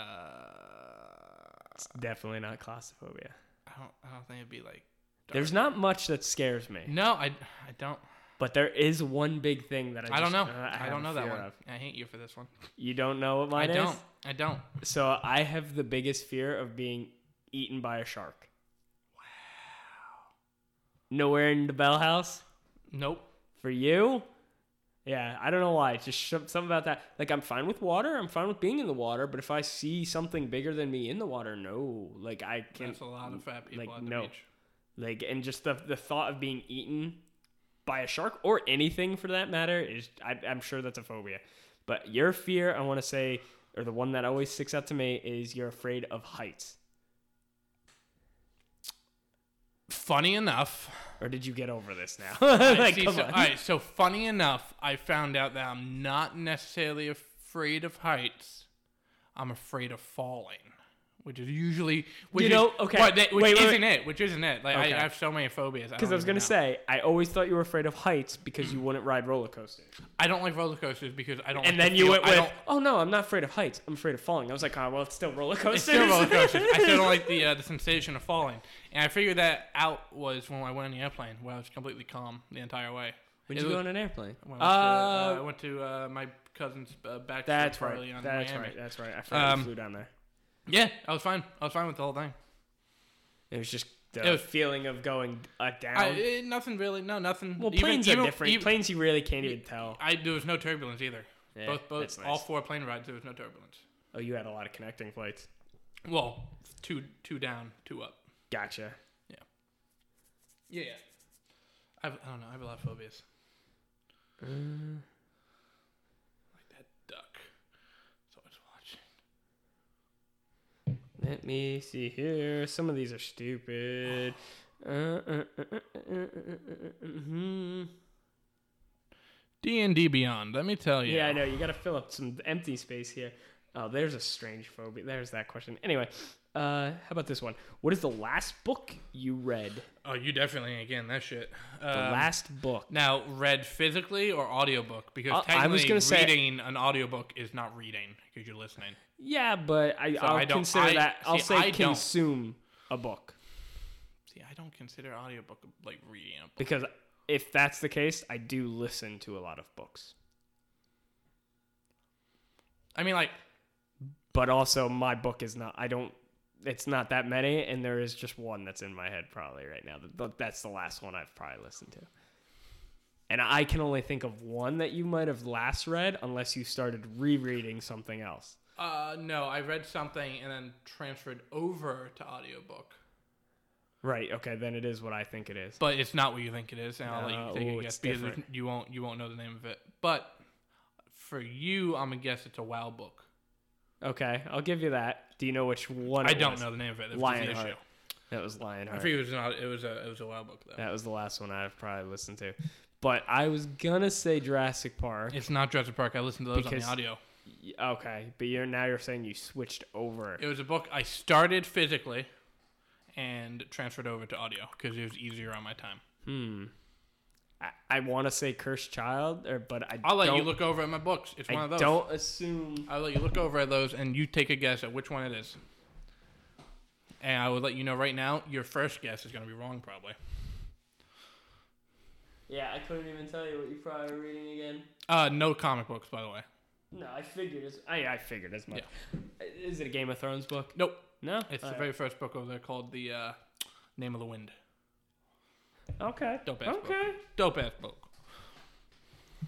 [SPEAKER 1] it's definitely not claustrophobia.
[SPEAKER 2] don't. I don't think it'd be like. dark.
[SPEAKER 1] There's not much that scares me,
[SPEAKER 2] no. I. I don't.
[SPEAKER 1] but there is one big thing that I,
[SPEAKER 2] I don't know.
[SPEAKER 1] just- uh,
[SPEAKER 2] I,
[SPEAKER 1] have
[SPEAKER 2] don't
[SPEAKER 1] a
[SPEAKER 2] know that
[SPEAKER 1] fear
[SPEAKER 2] one.
[SPEAKER 1] of.
[SPEAKER 2] I hate you for this one.
[SPEAKER 1] You don't know what mine
[SPEAKER 2] I
[SPEAKER 1] is.
[SPEAKER 2] don't. I don't.
[SPEAKER 1] So I have the biggest fear of being eaten by a shark. Wow. Nowhere in the Bell House
[SPEAKER 2] Nope.
[SPEAKER 1] for you. Yeah, I don't know why. It's just sh- something about that. Like I'm fine with water. I'm fine with being in the water. But if I see something bigger than me in the water, no. Like I can't.
[SPEAKER 2] That's a lot of fat people
[SPEAKER 1] like,
[SPEAKER 2] at the
[SPEAKER 1] no.
[SPEAKER 2] beach.
[SPEAKER 1] Like and just the the thought of being eaten by a shark or anything for that matter is I, I'm sure that's a phobia. But your fear, I want to say, or the one that always sticks out to me is you're afraid of heights.
[SPEAKER 2] Funny enough,
[SPEAKER 1] Or did you get over this now?
[SPEAKER 2] I
[SPEAKER 1] like,
[SPEAKER 2] see,
[SPEAKER 1] come
[SPEAKER 2] so,
[SPEAKER 1] on.
[SPEAKER 2] all right. So funny enough, I found out that I'm not necessarily afraid of heights. I'm afraid of falling, which is usually which
[SPEAKER 1] You
[SPEAKER 2] is-
[SPEAKER 1] know, okay.
[SPEAKER 2] what that- which
[SPEAKER 1] Wait, wait,
[SPEAKER 2] isn't it, which isn't it. Like
[SPEAKER 1] Okay.
[SPEAKER 2] I, I have so many phobias.
[SPEAKER 1] Because I was gonna
[SPEAKER 2] to
[SPEAKER 1] say, I always thought you were afraid of heights because you wouldn't ride roller coasters.
[SPEAKER 2] I don't like roller coasters because Oh, I don't. like
[SPEAKER 1] And
[SPEAKER 2] the
[SPEAKER 1] then you
[SPEAKER 2] feel-
[SPEAKER 1] went
[SPEAKER 2] I
[SPEAKER 1] with,
[SPEAKER 2] don't-
[SPEAKER 1] "Oh no, I'm not afraid of heights. I'm afraid of falling." I was like, "Oh well, it's still roller coasters."
[SPEAKER 2] It's still roller coasters. I still don't like the uh, the sensation of falling. And I figured that out was when I went on the airplane, where I was completely calm the entire way.
[SPEAKER 1] When
[SPEAKER 2] It
[SPEAKER 1] you
[SPEAKER 2] was-
[SPEAKER 1] go on an airplane,
[SPEAKER 2] when
[SPEAKER 1] uh,
[SPEAKER 2] I went to, uh, I went to uh, my cousin's uh, bachelor
[SPEAKER 1] that's
[SPEAKER 2] party
[SPEAKER 1] right.
[SPEAKER 2] on
[SPEAKER 1] That's
[SPEAKER 2] Miami.
[SPEAKER 1] right. That's right. I forgot
[SPEAKER 2] Um,
[SPEAKER 1] you flew down there.
[SPEAKER 2] Yeah, I was fine. I was fine with the whole thing.
[SPEAKER 1] It was just the
[SPEAKER 2] it was-
[SPEAKER 1] feeling of going uh, down.
[SPEAKER 2] I, eh, nothing really. No, nothing.
[SPEAKER 1] well,
[SPEAKER 2] Even-
[SPEAKER 1] planes
[SPEAKER 2] even-
[SPEAKER 1] are different.
[SPEAKER 2] even-
[SPEAKER 1] planes, you really can't even tell.
[SPEAKER 2] I there was no turbulence either.
[SPEAKER 1] Yeah,
[SPEAKER 2] both both
[SPEAKER 1] that's nice.
[SPEAKER 2] all four plane rides there was no turbulence.
[SPEAKER 1] Oh, you had a lot of connecting flights.
[SPEAKER 2] Well, two two down, two up.
[SPEAKER 1] Gotcha.
[SPEAKER 2] Yeah. I've, I don't know. I have a lot of phobias.
[SPEAKER 1] Uh.
[SPEAKER 2] Like that duck. So I was watching.
[SPEAKER 1] Let me see here. Some of these are stupid. Uh, uh, uh, uh, uh, uh, uh, mhm.
[SPEAKER 2] D and D Beyond. Let me tell you.
[SPEAKER 1] Yeah, I know. You got to fill up some empty space here. Oh, there's a strange phobia. There's that question. Anyway, uh, how about this one? What is the last book you read?
[SPEAKER 2] Oh, you definitely ain't getting that shit.
[SPEAKER 1] The
[SPEAKER 2] Um,
[SPEAKER 1] last book.
[SPEAKER 2] now, read physically or audiobook? Because
[SPEAKER 1] Uh,
[SPEAKER 2] technically,
[SPEAKER 1] I was gonna say-
[SPEAKER 2] reading an audiobook is not reading because you're listening.
[SPEAKER 1] Yeah, but I, I'll
[SPEAKER 2] I don't-
[SPEAKER 1] consider
[SPEAKER 2] I-
[SPEAKER 1] that. I'll
[SPEAKER 2] see,
[SPEAKER 1] say
[SPEAKER 2] I don't.
[SPEAKER 1] consume a book
[SPEAKER 2] See, I don't consider audiobook like reading a book.
[SPEAKER 1] because if that's the case, I do listen to a lot of books.
[SPEAKER 2] I mean, like,
[SPEAKER 1] But also, my book is not. I don't. It's not that many, and there is just one that's in my head probably right now. Th- th- That's the last one I've probably listened to. And I can only think of one that you might have last read, unless you started rereading something else.
[SPEAKER 2] uh, no, I read something and then transferred over to audiobook.
[SPEAKER 1] Right? Okay, then it is what I think it is.
[SPEAKER 2] But it's not what you think it is, and
[SPEAKER 1] No,
[SPEAKER 2] I'll let you take
[SPEAKER 1] ooh,
[SPEAKER 2] a guess
[SPEAKER 1] it's
[SPEAKER 2] because
[SPEAKER 1] different.
[SPEAKER 2] you won't you won't know the name of it. But for you, I'm gonna guess it's a WoW book.
[SPEAKER 1] Okay, I'll give you that. Do you know which one?
[SPEAKER 2] I
[SPEAKER 1] it
[SPEAKER 2] don't
[SPEAKER 1] was?
[SPEAKER 2] know the name of it. That was the
[SPEAKER 1] Lionheart.
[SPEAKER 2] issue.
[SPEAKER 1] That was Lionheart.
[SPEAKER 2] I figured it was not. It was a it was a WoW book though.
[SPEAKER 1] That was the last one I've probably listened to. But I was gonna say Jurassic Park.
[SPEAKER 2] It's not Jurassic Park. I listened to those
[SPEAKER 1] Because-
[SPEAKER 2] on the audio.
[SPEAKER 1] Y- Okay, but you're now you're saying you switched over.
[SPEAKER 2] It was a book I started physically, and transferred over to audio because it was easier on my time.
[SPEAKER 1] Hmm. I, I want to say Cursed Child, or but I
[SPEAKER 2] I'll let
[SPEAKER 1] don't,
[SPEAKER 2] you look over at my books. It's one
[SPEAKER 1] I
[SPEAKER 2] of those.
[SPEAKER 1] don't assume.
[SPEAKER 2] I'll let you look over at those, and you take a guess at which one it is. And I will let you know right now. Your first guess is gonna be wrong probably.
[SPEAKER 1] Yeah, I couldn't even tell you what you probably were reading again.
[SPEAKER 2] Uh, no comic books, by the way.
[SPEAKER 1] No, I figured as I, I figured as much.
[SPEAKER 2] much.
[SPEAKER 1] Is it a Game of Thrones book?
[SPEAKER 2] Nope.
[SPEAKER 1] No,
[SPEAKER 2] It's the very first book over there called The uh, Name of the Wind.
[SPEAKER 1] okay.
[SPEAKER 2] Dope ass book.
[SPEAKER 1] Okay.
[SPEAKER 2] Dope ass book.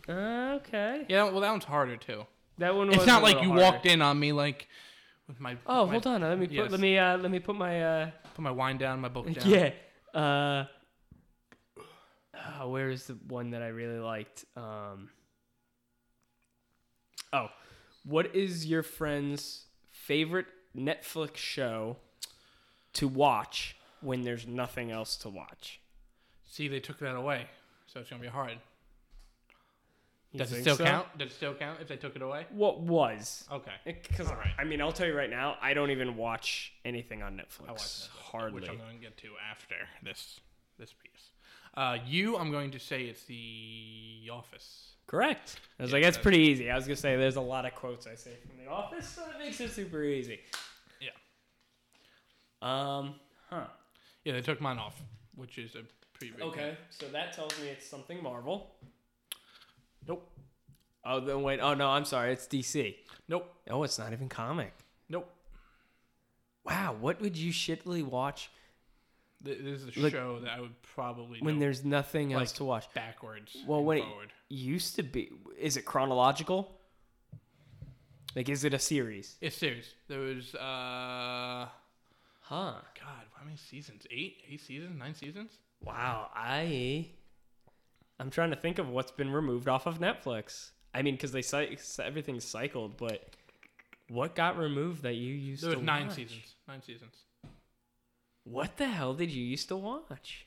[SPEAKER 1] Okay.
[SPEAKER 2] Yeah, well, that one's harder too.
[SPEAKER 1] That one.
[SPEAKER 2] It's
[SPEAKER 1] was
[SPEAKER 2] not
[SPEAKER 1] a
[SPEAKER 2] like
[SPEAKER 1] little
[SPEAKER 2] you
[SPEAKER 1] harder.
[SPEAKER 2] walked in on me like with my
[SPEAKER 1] Oh,
[SPEAKER 2] my,
[SPEAKER 1] hold on. Let me put,
[SPEAKER 2] Yes.
[SPEAKER 1] let me uh, let me put my uh,
[SPEAKER 2] put my wine down, my book down.
[SPEAKER 1] Yeah. Uh, oh, where is the one that I really liked? Um, oh, what is your friend's favorite Netflix show to watch when there's nothing else to watch?
[SPEAKER 2] See, they took that away, so it's gonna be hard.
[SPEAKER 1] You
[SPEAKER 2] Does it
[SPEAKER 1] think
[SPEAKER 2] still
[SPEAKER 1] so?
[SPEAKER 2] count? Does it still count if they took it away?
[SPEAKER 1] What was?
[SPEAKER 2] Okay.
[SPEAKER 1] Because
[SPEAKER 2] All right.
[SPEAKER 1] I mean, I'll tell you right now, I don't even watch anything on Netflix.
[SPEAKER 2] I watch Netflix,
[SPEAKER 1] hardly.
[SPEAKER 2] Which I'm going to get to after this this piece. Uh, you, I'm going to say it's The Office.
[SPEAKER 1] Correct. I was
[SPEAKER 2] Yeah,
[SPEAKER 1] like, that's
[SPEAKER 2] that's-
[SPEAKER 1] pretty easy. I was gonna say there's a lot of quotes I say from The Office, so it makes it super easy.
[SPEAKER 2] Yeah.
[SPEAKER 1] Um. Huh.
[SPEAKER 2] Yeah, they took mine off, which is a pretty big
[SPEAKER 1] Okay. So that tells me it's something Marvel.
[SPEAKER 2] Nope.
[SPEAKER 1] Oh, then wait. Oh no, I'm sorry. It's DC.
[SPEAKER 2] Nope.
[SPEAKER 1] Oh, it's not even comic.
[SPEAKER 2] Nope.
[SPEAKER 1] Wow. What would you shittily watch
[SPEAKER 2] Th- This is a
[SPEAKER 1] Like-
[SPEAKER 2] show that I would probably
[SPEAKER 1] when
[SPEAKER 2] know
[SPEAKER 1] there's nothing else
[SPEAKER 2] Like-
[SPEAKER 1] to watch?
[SPEAKER 2] backwards.
[SPEAKER 1] Well,
[SPEAKER 2] and
[SPEAKER 1] when it
[SPEAKER 2] forward.
[SPEAKER 1] used to be, is it chronological? Like, is it a series?
[SPEAKER 2] It's serious. There was uh,
[SPEAKER 1] Huh.
[SPEAKER 2] God, how many seasons? Eight, eight seasons, nine seasons.
[SPEAKER 1] Wow, I I'm trying to think of what's been removed off of Netflix. I mean, because they cy- everything's cycled, but what got removed that you used
[SPEAKER 2] There
[SPEAKER 1] to
[SPEAKER 2] was nine
[SPEAKER 1] watch?
[SPEAKER 2] seasons. Nine seasons.
[SPEAKER 1] What the hell did you used to watch?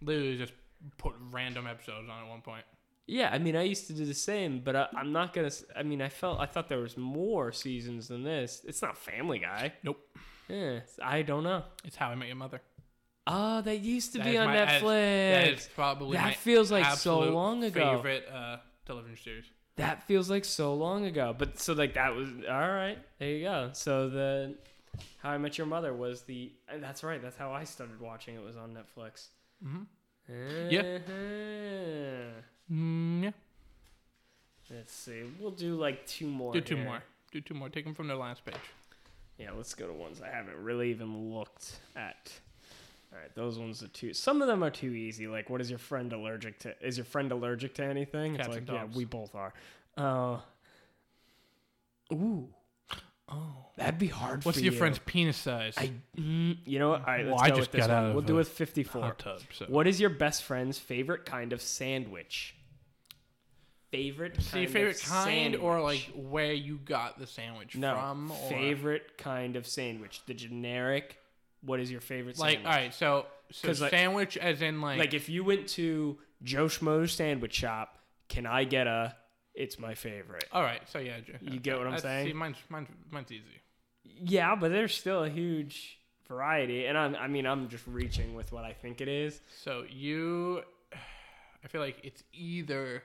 [SPEAKER 2] Literally just put random episodes on at one point.
[SPEAKER 1] Yeah, I mean, I used to do the same, but I, I'm not gonna. s- I mean, I felt I thought there was more seasons than this. It's not Family Guy.
[SPEAKER 2] Nope.
[SPEAKER 1] Yeah, I don't know.
[SPEAKER 2] It's How I Met Your Mother.
[SPEAKER 1] Oh, that used to
[SPEAKER 2] That
[SPEAKER 1] be
[SPEAKER 2] is
[SPEAKER 1] on
[SPEAKER 2] my- that is-
[SPEAKER 1] Netflix.
[SPEAKER 2] That is probably
[SPEAKER 1] That
[SPEAKER 2] my
[SPEAKER 1] feels like so
[SPEAKER 2] absolute
[SPEAKER 1] long ago.
[SPEAKER 2] Favorite uh, television series.
[SPEAKER 1] That feels like so long ago. But so like that was all right. There you go. So the How I Met Your Mother was the and that's right. That's how I started watching. It was on Netflix.
[SPEAKER 2] Mhm.
[SPEAKER 1] Yeah.
[SPEAKER 2] Mm, yeah.
[SPEAKER 1] Uh-huh. Let's see. We'll do like two more.
[SPEAKER 2] Do two
[SPEAKER 1] here.
[SPEAKER 2] more. Do two more. Take them from their last page.
[SPEAKER 1] Yeah, let's go to ones I haven't really even looked at. All right, those ones are too. Some of them are too easy. Like, what is your friend allergic to? Is your friend allergic to anything?
[SPEAKER 2] Cats
[SPEAKER 1] it's like,
[SPEAKER 2] and dogs.
[SPEAKER 1] yeah, we both are. Uh, ooh,
[SPEAKER 2] Oh.
[SPEAKER 1] that'd be hard.
[SPEAKER 2] What's
[SPEAKER 1] for
[SPEAKER 2] your
[SPEAKER 1] you.
[SPEAKER 2] friend's penis size?
[SPEAKER 1] I, mm, you know what? All right, let's
[SPEAKER 2] Well, I
[SPEAKER 1] go with
[SPEAKER 2] just
[SPEAKER 1] this
[SPEAKER 2] got out
[SPEAKER 1] one.
[SPEAKER 2] of
[SPEAKER 1] We'll do
[SPEAKER 2] a
[SPEAKER 1] with 54.
[SPEAKER 2] hot tub. So.
[SPEAKER 1] What is your best friend's favorite kind of sandwich? Favorite
[SPEAKER 2] So your
[SPEAKER 1] kind
[SPEAKER 2] favorite
[SPEAKER 1] of
[SPEAKER 2] kind, or like
[SPEAKER 1] sandwich.
[SPEAKER 2] where you got the sandwich
[SPEAKER 1] no,
[SPEAKER 2] from? Or,
[SPEAKER 1] favorite kind of sandwich. The generic. What is your favorite
[SPEAKER 2] Like,
[SPEAKER 1] sandwich?
[SPEAKER 2] all right, so so
[SPEAKER 1] 'Cause, like-
[SPEAKER 2] sandwich as in like,
[SPEAKER 1] Like if you went to Joe Schmo's sandwich shop, can I get a? It's my favorite.
[SPEAKER 2] all right, so yeah, Joe,
[SPEAKER 1] You get what I'm
[SPEAKER 2] that's- See,
[SPEAKER 1] saying?
[SPEAKER 2] mine's, mine's mine's easy.
[SPEAKER 1] Yeah, but there's still a huge variety, and I'm, I mean I'm just reaching with what I think it is.
[SPEAKER 2] So you, I feel like it's either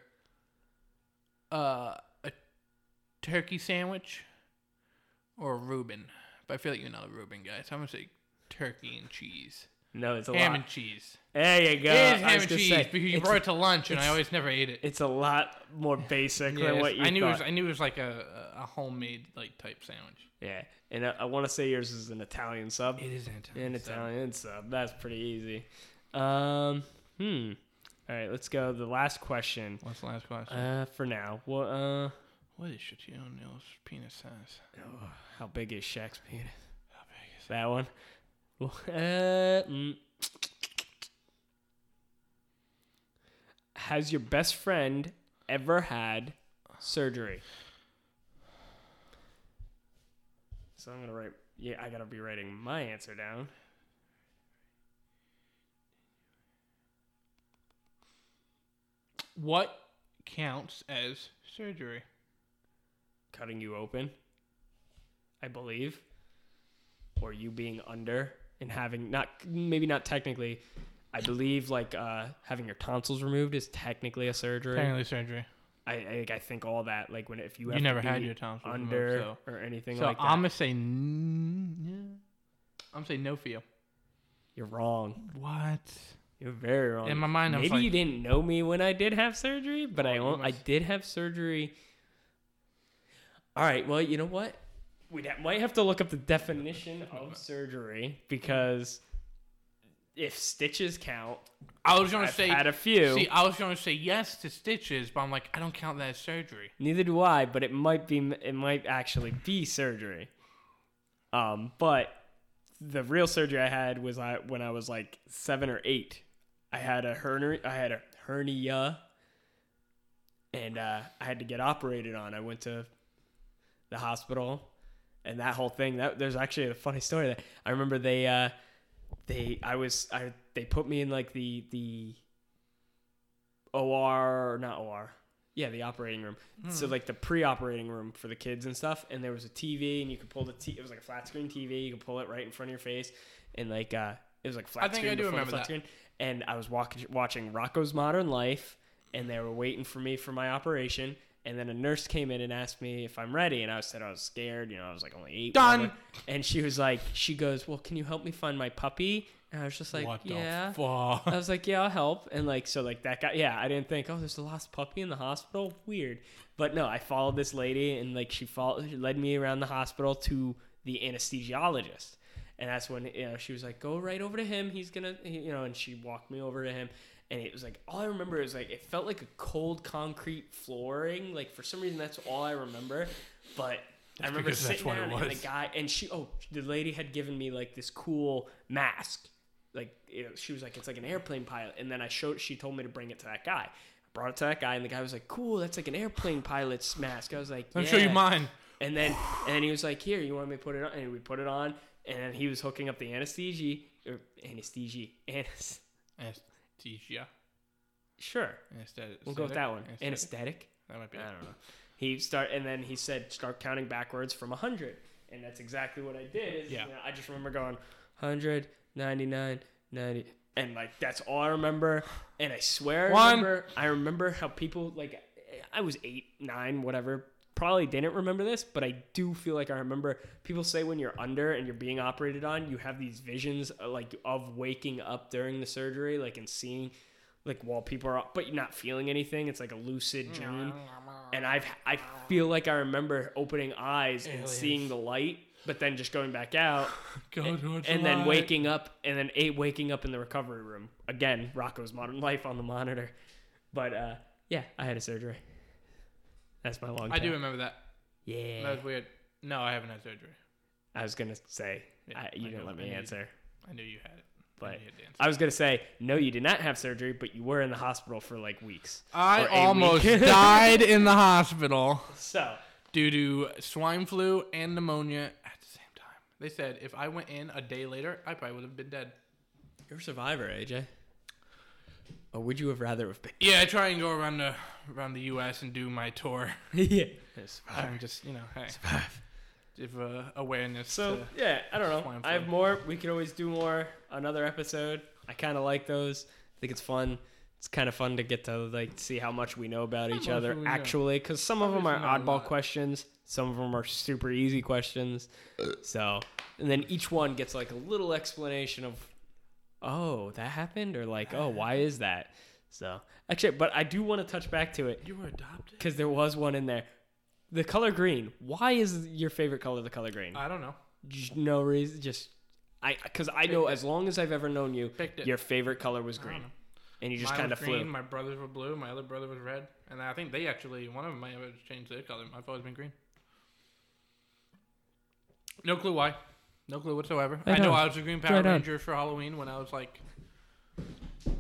[SPEAKER 2] uh, a turkey sandwich or a Reuben, but I feel like you're not a Reuben guy, so I'm gonna say turkey and cheese,
[SPEAKER 1] No, it's a
[SPEAKER 2] ham
[SPEAKER 1] lot.
[SPEAKER 2] and cheese.
[SPEAKER 1] there you go.
[SPEAKER 2] it is
[SPEAKER 1] I
[SPEAKER 2] ham
[SPEAKER 1] was
[SPEAKER 2] and
[SPEAKER 1] gonna
[SPEAKER 2] cheese
[SPEAKER 1] say,
[SPEAKER 2] because you
[SPEAKER 1] it's,
[SPEAKER 2] brought it to lunch, and I
[SPEAKER 1] it's-
[SPEAKER 2] always never ate it.
[SPEAKER 1] it's a lot more basic
[SPEAKER 2] Yeah,
[SPEAKER 1] than
[SPEAKER 2] it's-
[SPEAKER 1] what you
[SPEAKER 2] I knew
[SPEAKER 1] thought.
[SPEAKER 2] it was. I knew it was like a, a a homemade like type sandwich.
[SPEAKER 1] yeah, and I, I want to say yours is an Italian sub.
[SPEAKER 2] It is an
[SPEAKER 1] An Italian sub. That's pretty easy. Um, hmm. All right, let's go. The last question.
[SPEAKER 2] What's the last question?
[SPEAKER 1] Uh, for now, well, uh,
[SPEAKER 2] what is Shaquille O'Neal's penis size?
[SPEAKER 1] oh, how big is Shaq's penis?
[SPEAKER 2] How big is
[SPEAKER 1] That one. Well, Uh, mm. Has your best friend ever had surgery? So I'm gonna write. Yeah, I gotta be writing my answer down.
[SPEAKER 2] it? What counts as surgery?
[SPEAKER 1] Cutting you open, I believe, or you being under and having not maybe not technically. I believe like uh, having your tonsils removed is technically a surgery.
[SPEAKER 2] Apparently, surgery.
[SPEAKER 1] I I, think I think all that like when if you
[SPEAKER 2] You
[SPEAKER 1] have to
[SPEAKER 2] never had
[SPEAKER 1] be
[SPEAKER 2] your tonsils removed,
[SPEAKER 1] under
[SPEAKER 2] so-
[SPEAKER 1] or anything
[SPEAKER 2] So
[SPEAKER 1] like that.
[SPEAKER 2] I'm gonna say, n- yeah. I'm gonna say no for you.
[SPEAKER 1] You're wrong.
[SPEAKER 2] What?
[SPEAKER 1] You're very wrong.
[SPEAKER 2] In my mind, I was
[SPEAKER 1] maybe you
[SPEAKER 2] like- Oh,
[SPEAKER 1] didn't know me when I did have surgery, but I
[SPEAKER 2] you
[SPEAKER 1] on- I
[SPEAKER 2] must-
[SPEAKER 1] did have surgery. All right. Well, you know what? We ha- might have to look up the definition of surgery because if stitches count,
[SPEAKER 2] I was gonna
[SPEAKER 1] I've
[SPEAKER 2] say.
[SPEAKER 1] had a few.
[SPEAKER 2] See, I was gonna say yes to stitches, but I'm like, I don't count that as surgery.
[SPEAKER 1] Neither do I, but it might be it might actually be surgery. Um, but the real surgery I had was I when I was like seven or eight. I had a hernia. I had a hernia, and uh, I had to get operated on. I went to the hospital, and that whole thing. That there's actually a funny story there. I remember they uh, they I was I they put me in like the the OR not OR. Yeah, the operating room. So
[SPEAKER 2] Hmm.
[SPEAKER 1] like the pre-operating room for the kids and stuff, and there was a TV, and you could pull the t- it was like a flat screen TV. You could pull it right in front of your face, and like uh, it was like flat.
[SPEAKER 2] I think
[SPEAKER 1] screen
[SPEAKER 2] I do
[SPEAKER 1] before the
[SPEAKER 2] remember
[SPEAKER 1] flat
[SPEAKER 2] that.
[SPEAKER 1] Screen. And I was walking, watching Rocco's Modern Life, and they were waiting for me for my operation. And then a nurse came in and asked me if I'm ready, and I said I was scared. You know, I was like only eight.
[SPEAKER 2] Done.
[SPEAKER 1] whatever. And she was like, she goes, "Well, can you help me find my puppy?" And I was just like,
[SPEAKER 2] what the
[SPEAKER 1] "Yeah."
[SPEAKER 2] fuck?
[SPEAKER 1] I was like, yeah, I'll help. And like, so like that guy, yeah, I didn't think, oh, there's a lost puppy in the hospital. Weird. But no, I followed this lady and like she followed, she led me around the hospital to the anesthesiologist. And that's when, you know, she was like, go right over to him. He's going to, you know, and she walked me over to him. And it was like, all I remember is like, it felt like a cold concrete flooring. Like for some reason, that's all I remember. But I remember
[SPEAKER 2] because that's
[SPEAKER 1] sitting
[SPEAKER 2] what it
[SPEAKER 1] down and the
[SPEAKER 2] was.
[SPEAKER 1] guy, and she, oh, the lady had given me like this cool mask like you know, she was like it's like an airplane pilot and then i showed she told me to bring it to that guy I brought it to that guy and the guy was like cool that's like an airplane pilot's mask i was like
[SPEAKER 2] Let me show you
[SPEAKER 1] "Yeah."
[SPEAKER 2] mine.
[SPEAKER 1] and then and then he was like here you want me to put it on and we put it on and then he was hooking up the anesthesia or anesthesia anes-
[SPEAKER 2] Anesthesia.
[SPEAKER 1] Sure,
[SPEAKER 2] Anesthetic.
[SPEAKER 1] we'll go with that one. Anesthetic.
[SPEAKER 2] Anesthetic? That might be.
[SPEAKER 1] I don't know. He start and then he said start counting backwards from hundred, and that's exactly what I did. Is,
[SPEAKER 2] Yeah.
[SPEAKER 1] you know, I just remember going 100, 99, 90, and like that's all I remember. And I swear, I
[SPEAKER 2] One.
[SPEAKER 1] remember, I remember how people like I was eight, nine, whatever. Probably didn't remember this, but I do feel like I remember people say when you're under and you're being operated on, you have these visions uh, like of waking up during the surgery, like and seeing like while people are but you're not feeling anything. It's like a
[SPEAKER 2] Mm.
[SPEAKER 1] lucid dream and I've I feel like I remember opening eyes and
[SPEAKER 2] Aliens.
[SPEAKER 1] seeing the light, but then just going back out
[SPEAKER 2] Go
[SPEAKER 1] and,
[SPEAKER 2] towards
[SPEAKER 1] and
[SPEAKER 2] the
[SPEAKER 1] then
[SPEAKER 2] light.
[SPEAKER 1] waking up and then eight waking up in the recovery room again. Rocco's Modern Life on the monitor, but uh, yeah, I had a surgery. That's my long.
[SPEAKER 2] I do
[SPEAKER 1] tale.
[SPEAKER 2] remember that.
[SPEAKER 1] Yeah,
[SPEAKER 2] That was weird. No, I haven't had surgery.
[SPEAKER 1] I was gonna say
[SPEAKER 2] Yeah,
[SPEAKER 1] I, you
[SPEAKER 2] I
[SPEAKER 1] didn't
[SPEAKER 2] know,
[SPEAKER 1] let
[SPEAKER 2] I
[SPEAKER 1] me
[SPEAKER 2] knew-
[SPEAKER 1] answer,
[SPEAKER 2] I knew you had it.
[SPEAKER 1] but.
[SPEAKER 2] you had the answer.
[SPEAKER 1] I was gonna say no, you did not have surgery, but you were in the hospital for like weeks.
[SPEAKER 2] I
[SPEAKER 1] or a
[SPEAKER 2] almost
[SPEAKER 1] week.
[SPEAKER 2] died in the hospital
[SPEAKER 1] So
[SPEAKER 2] due to swine flu and pneumonia at the same time. They said if I went in a day later, I probably would have been dead.
[SPEAKER 1] you're a survivor, AJ. Or would you have rather have been?
[SPEAKER 2] Yeah, I try and go around the around the U.S. and do my tour.
[SPEAKER 1] yeah.
[SPEAKER 2] I'm just you know, hey, give uh, awareness.
[SPEAKER 1] So
[SPEAKER 2] to-
[SPEAKER 1] yeah, I don't know.
[SPEAKER 2] swine
[SPEAKER 1] I have
[SPEAKER 2] flu.
[SPEAKER 1] more. We could always do more. Another episode. I kind of like those. I think it's fun. It's kind of fun to get to like see how much we know about each
[SPEAKER 2] much
[SPEAKER 1] other
[SPEAKER 2] do we know?
[SPEAKER 1] actually, because some of them are
[SPEAKER 2] Obviously not a
[SPEAKER 1] oddball
[SPEAKER 2] lot.
[SPEAKER 1] questions, some of them are super easy questions. So, and then each one gets like a little explanation of, oh, that happened, or like, oh, why is that? So actually, but I do want to touch back to it
[SPEAKER 2] you were adopted.
[SPEAKER 1] because there was one in there. The color green. Why is your favorite color the color green?
[SPEAKER 2] I don't know.
[SPEAKER 1] J- no reason just i because i know as long as i've ever known you
[SPEAKER 2] Picked it.
[SPEAKER 1] your favorite color was
[SPEAKER 2] I don't
[SPEAKER 1] green
[SPEAKER 2] know.
[SPEAKER 1] and you just
[SPEAKER 2] Mine
[SPEAKER 1] kind of
[SPEAKER 2] was green.
[SPEAKER 1] flew
[SPEAKER 2] My brothers were blue. My other brother was red. And I think they actually one of them might have changed their color. I've always been green. No clue why. No clue whatsoever.
[SPEAKER 1] Right
[SPEAKER 2] I know
[SPEAKER 1] on.
[SPEAKER 2] I was a green Power
[SPEAKER 1] Right on.
[SPEAKER 2] Ranger for Halloween when I was like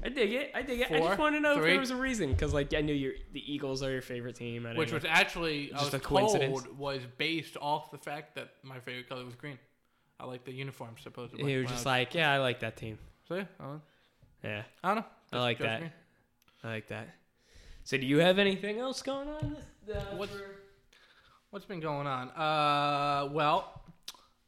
[SPEAKER 1] i dig it i dig it i
[SPEAKER 2] Four,
[SPEAKER 1] just want to know if
[SPEAKER 2] three.
[SPEAKER 1] there was a reason because like i knew your the eagles are your favorite team I didn't
[SPEAKER 2] which
[SPEAKER 1] know.
[SPEAKER 2] was actually I
[SPEAKER 1] Just
[SPEAKER 2] was
[SPEAKER 1] a coincidence.
[SPEAKER 2] told was based off the fact that my favorite color was green. I like the uniform supposedly.
[SPEAKER 1] you were
[SPEAKER 2] when I
[SPEAKER 1] just
[SPEAKER 2] was-
[SPEAKER 1] like yeah i like that team
[SPEAKER 2] so yeah, I don't-
[SPEAKER 1] yeah
[SPEAKER 2] I don't know.
[SPEAKER 1] I like
[SPEAKER 2] Just
[SPEAKER 1] that.
[SPEAKER 2] green.
[SPEAKER 1] i like that so do you have anything else going on this, uh,
[SPEAKER 2] What's-
[SPEAKER 1] for-
[SPEAKER 2] What's been going on? Uh, well,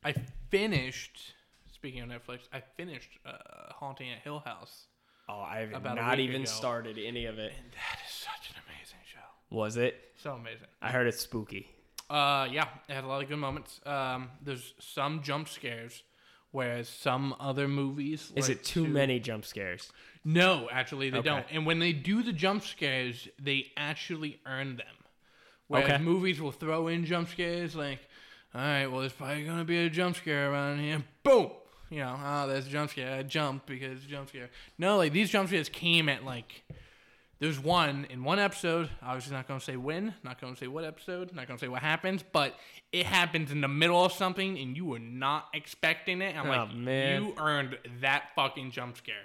[SPEAKER 2] I finished. Speaking of Netflix, I finished uh, Haunting at Hill House.
[SPEAKER 1] oh i've
[SPEAKER 2] About a
[SPEAKER 1] not
[SPEAKER 2] week
[SPEAKER 1] even
[SPEAKER 2] ago.
[SPEAKER 1] started any of it
[SPEAKER 2] And that is such an amazing show.
[SPEAKER 1] was it
[SPEAKER 2] So amazing.
[SPEAKER 1] i heard it's spooky
[SPEAKER 2] Uh, yeah, it had a lot of good moments. Um, there's some jump scares, whereas some other movies.
[SPEAKER 1] is
[SPEAKER 2] like
[SPEAKER 1] it too
[SPEAKER 2] to-
[SPEAKER 1] many jump scares
[SPEAKER 2] No, actually, they
[SPEAKER 1] Okay.
[SPEAKER 2] don't. And when they do the jump scares, they actually earn them. Whereas
[SPEAKER 1] Okay.
[SPEAKER 2] movies will throw in jump scares, like, all right, well, there's probably going to be a jump scare around here. Boom! You know, oh, there's a jump scare. I jump because it's a jump scare. No, like, these jump scares came at, like, there's one in one episode. Obviously, not going to say when, not going to say what episode, not going to say what happens, but it happens in the middle of something and you were not expecting it. I'm
[SPEAKER 1] Oh,
[SPEAKER 2] like,
[SPEAKER 1] man.
[SPEAKER 2] you earned that fucking jump scare.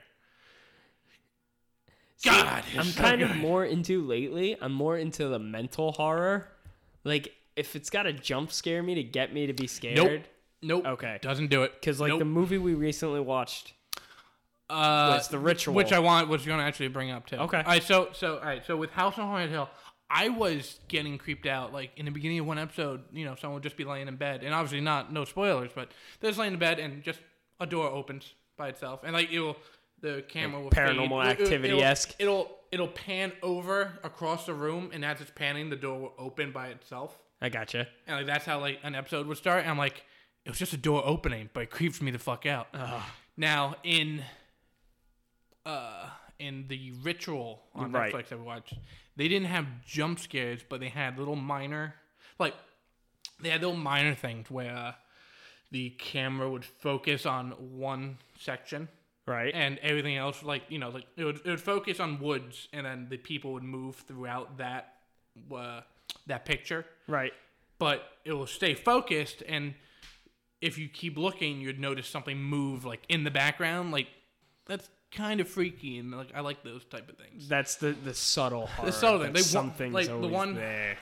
[SPEAKER 1] See,
[SPEAKER 2] God,
[SPEAKER 1] I'm
[SPEAKER 2] it's so
[SPEAKER 1] kind of
[SPEAKER 2] good.
[SPEAKER 1] more into lately. I'm more into the mental horror. Like if it's got to jump scare me to get me to be scared.
[SPEAKER 2] Nope. Nope.
[SPEAKER 1] Okay.
[SPEAKER 2] Doesn't do it.
[SPEAKER 1] Cuz like
[SPEAKER 2] nope.
[SPEAKER 1] the movie we recently watched
[SPEAKER 2] uh,
[SPEAKER 1] was The Ritual.
[SPEAKER 2] which I want was going to actually bring up too.
[SPEAKER 1] Okay.
[SPEAKER 2] All right. So so all right. So with House on Haunted Hill, I was getting creeped out. Like in the beginning of one episode, you know, someone would just be laying in bed, and obviously not no spoilers, but they're just laying in bed, and just a door opens by itself, and like it'll the camera will
[SPEAKER 1] Paranormal
[SPEAKER 2] fade. It- it-
[SPEAKER 1] Activity-esque.
[SPEAKER 2] It'll, it'll it'll pan over across the room, and as it's panning, the door will open by itself.
[SPEAKER 1] I gotcha.
[SPEAKER 2] And like that's how like an episode would start. And I'm like, it was just a door opening, but it creeps me the fuck out. Now in uh in the ritual on
[SPEAKER 1] Right.
[SPEAKER 2] Netflix I watched, they didn't have jump scares, but they had little minor like they had little minor things where uh, the camera would focus on one section
[SPEAKER 1] Right?
[SPEAKER 2] and everything else like you know like it would, it would focus on woods and then the people would move throughout that uh, that picture
[SPEAKER 1] right.
[SPEAKER 2] but it will stay focused and if you keep looking you'd notice something move like in the background like that's kind of freaky and like i like those type of things
[SPEAKER 1] That's the the subtle horror.
[SPEAKER 2] subtle thing.
[SPEAKER 1] that
[SPEAKER 2] They wa-
[SPEAKER 1] something's
[SPEAKER 2] like, the
[SPEAKER 1] always
[SPEAKER 2] one-
[SPEAKER 1] there.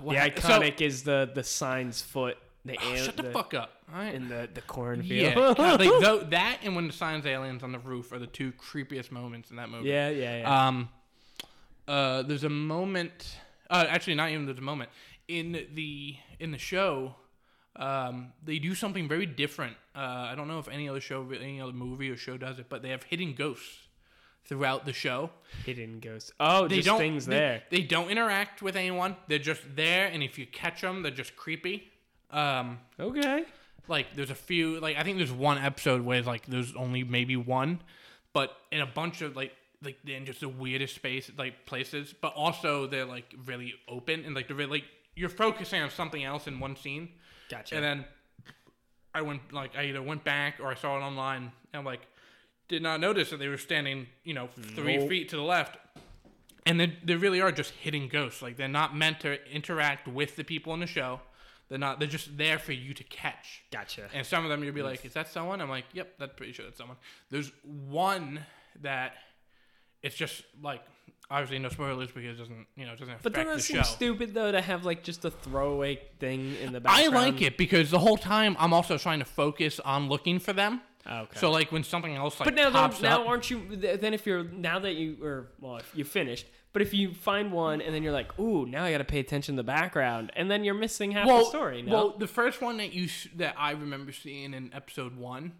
[SPEAKER 2] What
[SPEAKER 1] The
[SPEAKER 2] hap- so-
[SPEAKER 1] iconic is the the sign's foot the
[SPEAKER 2] Oh,
[SPEAKER 1] al-
[SPEAKER 2] shut the, fuck up. All right.
[SPEAKER 1] in the the cornfield.
[SPEAKER 2] Yeah, God, like tho- that and when the signs aliens on the roof are the two creepiest moments in that movie.
[SPEAKER 1] yeah, yeah, yeah.
[SPEAKER 2] Um, uh, there's a moment. Uh, actually, not even there's a moment in the in the show. Um, they do something very different. Uh, I don't know if any other show, any other movie or show does it, but they have hidden ghosts throughout the show.
[SPEAKER 1] Hidden ghosts. Oh,
[SPEAKER 2] They
[SPEAKER 1] just
[SPEAKER 2] don't
[SPEAKER 1] things
[SPEAKER 2] they,
[SPEAKER 1] there.
[SPEAKER 2] They don't interact with anyone. They're just there, and if you catch them, they're just creepy. Um,
[SPEAKER 1] Okay.
[SPEAKER 2] like there's a few like I think there's one episode where like there's only maybe one, but in a bunch of like like they're in just the weirdest space like places, but also they're like really open and like they're really, like you're focusing on something else in one scene,
[SPEAKER 1] Gotcha.
[SPEAKER 2] and then I went like I either went back or I saw it online and like did not notice that they were standing you know three
[SPEAKER 1] Nope.
[SPEAKER 2] feet to the left. And they, they really are just hidden ghosts. Like they're not meant to interact with the people in the show. They're not. They're just there for you to catch.
[SPEAKER 1] gotcha.
[SPEAKER 2] And some of them you'll be like, is that someone? I'm like, yep, that's pretty sure that's someone. There's one that it's just like obviously no spoilers because it doesn't you know it doesn't affect
[SPEAKER 1] But doesn't
[SPEAKER 2] the
[SPEAKER 1] that
[SPEAKER 2] show.
[SPEAKER 1] seem stupid though to have like just a throwaway thing in the
[SPEAKER 2] I
[SPEAKER 1] background?
[SPEAKER 2] like it because the whole time I'm also trying to focus on looking for them.
[SPEAKER 1] Oh, Okay.
[SPEAKER 2] So like when something else like
[SPEAKER 1] but now,
[SPEAKER 2] pops
[SPEAKER 1] though, now
[SPEAKER 2] up,
[SPEAKER 1] aren't you? th- Then if you're now that you or well, if you finished. But if you find one and then you're like, ooh, now I got to pay attention to the background, and then you're missing half
[SPEAKER 2] well,
[SPEAKER 1] the story. No?
[SPEAKER 2] well, the first one that you s that I remember seeing in episode one,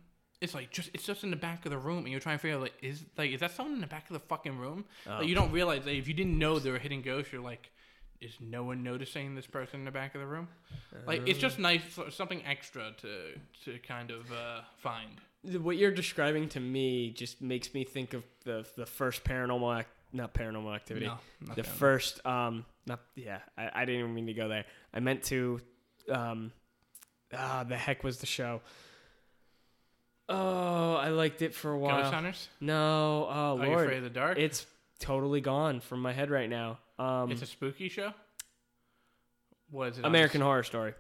[SPEAKER 2] it's like just it's just in the back of the room, and you're trying to figure out like is like is that someone in the back of the fucking room?
[SPEAKER 1] Oh.
[SPEAKER 2] Like, you don't realize that if you didn't know they were hidden ghosts, you're like, is no one noticing this person in the back of the room? Like it's
[SPEAKER 1] Uh.
[SPEAKER 2] just nice so- something extra to to kind of uh, find.
[SPEAKER 1] Th- what you're describing to me just makes me think of the the first paranormal act, not paranormal activity.
[SPEAKER 2] No, not
[SPEAKER 1] the
[SPEAKER 2] paranormal.
[SPEAKER 1] first um not yeah, I, I didn't even mean to go there. I meant to um ah the heck was the show. Oh, I liked it for a while.
[SPEAKER 2] Ghost hunters?
[SPEAKER 1] No, oh
[SPEAKER 2] Are you
[SPEAKER 1] lord.
[SPEAKER 2] afraid of the dark?
[SPEAKER 1] It's totally gone from my head right now. Um
[SPEAKER 2] it's a spooky show. Was it on
[SPEAKER 1] American Horror Story.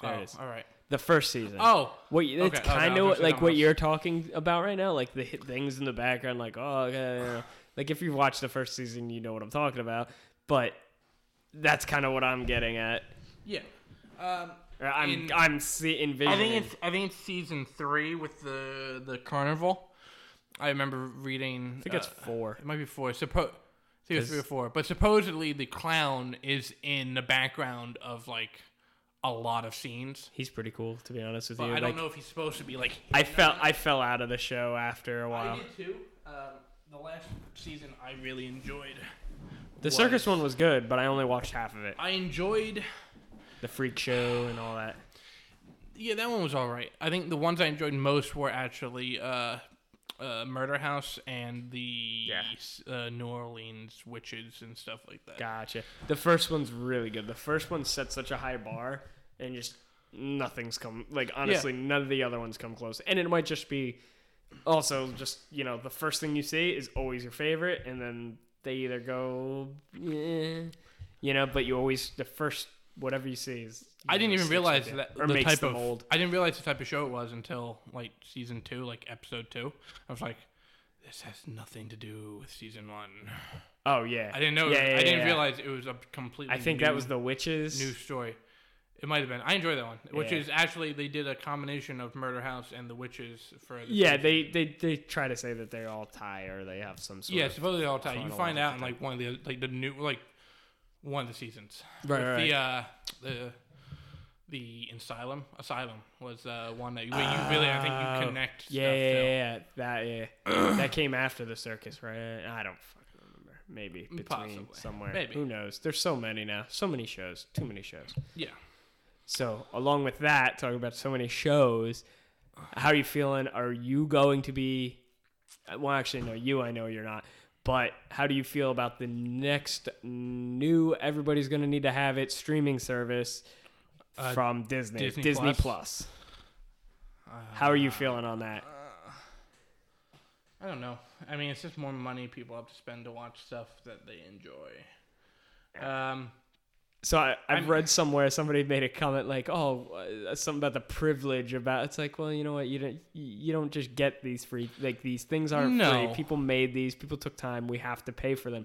[SPEAKER 2] the-
[SPEAKER 1] There
[SPEAKER 2] oh,
[SPEAKER 1] it is.
[SPEAKER 2] All right.
[SPEAKER 1] The first season.
[SPEAKER 2] Oh,
[SPEAKER 1] What you, it's
[SPEAKER 2] Okay, oh, no,
[SPEAKER 1] kind
[SPEAKER 2] I
[SPEAKER 1] of
[SPEAKER 2] was gonna say
[SPEAKER 1] like
[SPEAKER 2] something
[SPEAKER 1] what
[SPEAKER 2] else.
[SPEAKER 1] you're talking about right now, like the hit things in the background, like oh, okay, you know. like if you watch the first season, you know what I'm talking about. But that's kind of what I'm getting at.
[SPEAKER 2] yeah. Um,
[SPEAKER 1] Or I'm
[SPEAKER 2] In-
[SPEAKER 1] I'm see,
[SPEAKER 2] I
[SPEAKER 1] envisioning.
[SPEAKER 2] think it's I think it's season three with the the carnival. I remember reading. uh, I
[SPEAKER 1] think it's four.
[SPEAKER 2] It might be four. Suppo- I think it's three or
[SPEAKER 1] 'Cause-
[SPEAKER 2] four. But supposedly the clown is in the background of like a lot of scenes.
[SPEAKER 1] He's pretty cool, to be honest with
[SPEAKER 2] But
[SPEAKER 1] you.
[SPEAKER 2] I
[SPEAKER 1] like,
[SPEAKER 2] don't know if he's supposed to be like.
[SPEAKER 1] I fell I fell out of the show after a
[SPEAKER 2] I
[SPEAKER 1] while.
[SPEAKER 2] did too. Um, the last season I really enjoyed.
[SPEAKER 1] The circus one was good, but I only watched half of it.
[SPEAKER 2] I enjoyed.
[SPEAKER 1] The freak show and all that.
[SPEAKER 2] Yeah, that one was all right. I think the ones I enjoyed most were actually uh, uh, Murder House and the uh, New Orleans witches and stuff like that.
[SPEAKER 1] Gotcha. The first one's really good. The first one set such a high bar, and just nothing's come. Like honestly, none of the other ones come close. And it might just be, also just you know, the first thing you see is always your favorite, and then they either go, eh, you know, but you always the first whatever you see is.
[SPEAKER 2] I didn't even
[SPEAKER 1] usually
[SPEAKER 2] realize
[SPEAKER 1] sticks with
[SPEAKER 2] that
[SPEAKER 1] it, or
[SPEAKER 2] the
[SPEAKER 1] makes
[SPEAKER 2] type
[SPEAKER 1] the
[SPEAKER 2] of
[SPEAKER 1] mold.
[SPEAKER 2] I didn't realize the type of show it was until like season two, like episode two. I was like, this has nothing to do with season one.
[SPEAKER 1] Oh yeah,
[SPEAKER 2] I didn't know.
[SPEAKER 1] Yeah, yeah,
[SPEAKER 2] I didn't
[SPEAKER 1] yeah.
[SPEAKER 2] realize it was a completely.
[SPEAKER 1] I think
[SPEAKER 2] new,
[SPEAKER 1] that was the witches.
[SPEAKER 2] new story. It might have been. I enjoy that one, which
[SPEAKER 1] Yeah.
[SPEAKER 2] is actually they did a combination of Murder House and the witches for. The
[SPEAKER 1] yeah, they, they they try to say that they all tie or they have some sort.
[SPEAKER 2] Yeah,
[SPEAKER 1] of...
[SPEAKER 2] supposedly all time. You find
[SPEAKER 1] chronological
[SPEAKER 2] out in like one of the like the new like one of the seasons.
[SPEAKER 1] Right,
[SPEAKER 2] With
[SPEAKER 1] right,
[SPEAKER 2] The uh the the asylum asylum was uh one that where you really I think
[SPEAKER 1] Oh,
[SPEAKER 2] you connect. stuff
[SPEAKER 1] Yeah, yeah,
[SPEAKER 2] to.
[SPEAKER 1] yeah, yeah, that yeah, that came after the circus, right? I don't fucking remember. Maybe between
[SPEAKER 2] Mm, Possibly.
[SPEAKER 1] somewhere.
[SPEAKER 2] Maybe.
[SPEAKER 1] Who knows? There's so many now. So many shows. Too many shows.
[SPEAKER 2] yeah.
[SPEAKER 1] So along with that, talking about so many shows, how are you feeling? Are you going to be? Well, actually, no. You, I know you're not. But how do you feel about the next new? Everybody's going to need to have it streaming service
[SPEAKER 2] Uh,
[SPEAKER 1] from Disney.
[SPEAKER 2] Disney
[SPEAKER 1] Disney,
[SPEAKER 2] Plus?
[SPEAKER 1] Plus.
[SPEAKER 2] Uh,
[SPEAKER 1] How are you feeling on that?
[SPEAKER 2] I don't know. I mean, it's just more money people have to spend to watch stuff that they enjoy. Um,
[SPEAKER 1] So I, I've read somewhere somebody made a comment like, "Oh, uh, something about the privilege about." It's like, well, you know what? You don't you don't just get these free like these things aren't
[SPEAKER 2] No.
[SPEAKER 1] free. People made these. People took time. We have to pay for them.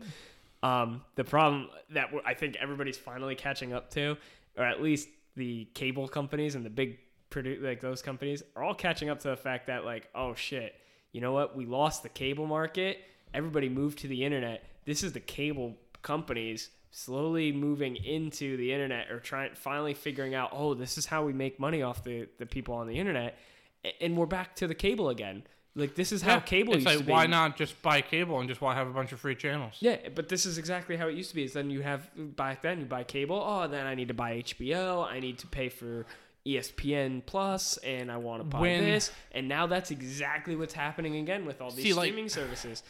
[SPEAKER 1] Um, the problem that we're- I think everybody's finally catching up to, or at least the cable companies and the big produ- like those companies are all catching up to the fact that like oh shit you know what we lost the cable market everybody moved to the internet this is the cable companies slowly moving into the internet or trying finally figuring out oh this is how we make money off the, the people on the internet A- and we're back to the cable again like this is how
[SPEAKER 2] Yeah,
[SPEAKER 1] cable
[SPEAKER 2] It's
[SPEAKER 1] used
[SPEAKER 2] like
[SPEAKER 1] to be
[SPEAKER 2] why not just buy cable and just want to have a bunch of free channels?
[SPEAKER 1] yeah, but this is exactly how it used to be. Is then you have back then you buy cable. Oh, then I need to buy HBO. I need to pay for E ESPN Plus, and I want to buy
[SPEAKER 2] When-
[SPEAKER 1] this. And now that's exactly what's happening again with all these
[SPEAKER 2] See, like-
[SPEAKER 1] streaming services.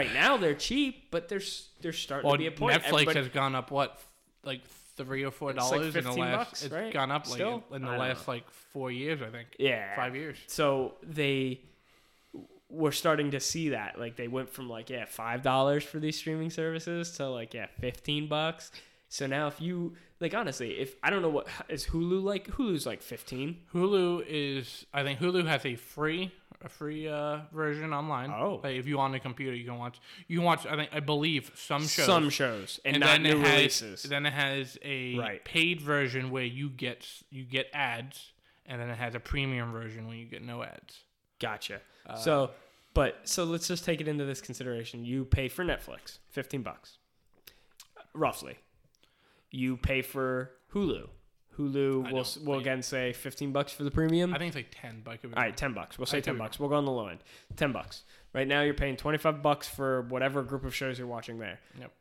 [SPEAKER 1] Right now they're cheap, but they're s- they're starting
[SPEAKER 2] Well,
[SPEAKER 1] to be a point.
[SPEAKER 2] Netflix
[SPEAKER 1] Everybody-
[SPEAKER 2] has gone up what, f- like three or four
[SPEAKER 1] like
[SPEAKER 2] dollars in the
[SPEAKER 1] 15
[SPEAKER 2] last.
[SPEAKER 1] bucks,
[SPEAKER 2] It's
[SPEAKER 1] right?
[SPEAKER 2] gone up like
[SPEAKER 1] Still?
[SPEAKER 2] in the
[SPEAKER 1] I don't
[SPEAKER 2] last like four years, I think.
[SPEAKER 1] yeah,
[SPEAKER 2] Five years.
[SPEAKER 1] So they were starting to see that. Like they went from like, yeah, five dollars for these streaming services to like, yeah, fifteen bucks. So now if you like honestly, if I don't know what is Hulu like Hulu's like fifteen.
[SPEAKER 2] Hulu is I think Hulu has a free a free uh, version online.
[SPEAKER 1] Oh.
[SPEAKER 2] Like, if you on the computer, you can watch you can watch I think I believe some shows.
[SPEAKER 1] Some shows and,
[SPEAKER 2] and
[SPEAKER 1] not
[SPEAKER 2] then
[SPEAKER 1] new
[SPEAKER 2] it has
[SPEAKER 1] releases.
[SPEAKER 2] then it has a
[SPEAKER 1] Right.
[SPEAKER 2] paid version where you get s- you get ads, and then it has a premium version where you get no ads.
[SPEAKER 1] Gotcha.
[SPEAKER 2] Uh,
[SPEAKER 1] so, but so let's just take it into this consideration. You pay for Netflix, fifteen bucks, roughly. You pay for Hulu. Hulu
[SPEAKER 2] I
[SPEAKER 1] will
[SPEAKER 2] don't
[SPEAKER 1] will
[SPEAKER 2] think-
[SPEAKER 1] again say fifteen bucks for the premium.
[SPEAKER 2] I think it's like ten, but I could be
[SPEAKER 1] All
[SPEAKER 2] wrong.
[SPEAKER 1] right, ten bucks. We'll say
[SPEAKER 2] I
[SPEAKER 1] ten
[SPEAKER 2] do.
[SPEAKER 1] bucks. We'll go on the low end. Ten bucks. Right now, you're paying twenty five bucks for whatever group of shows you're watching there.
[SPEAKER 2] Yep.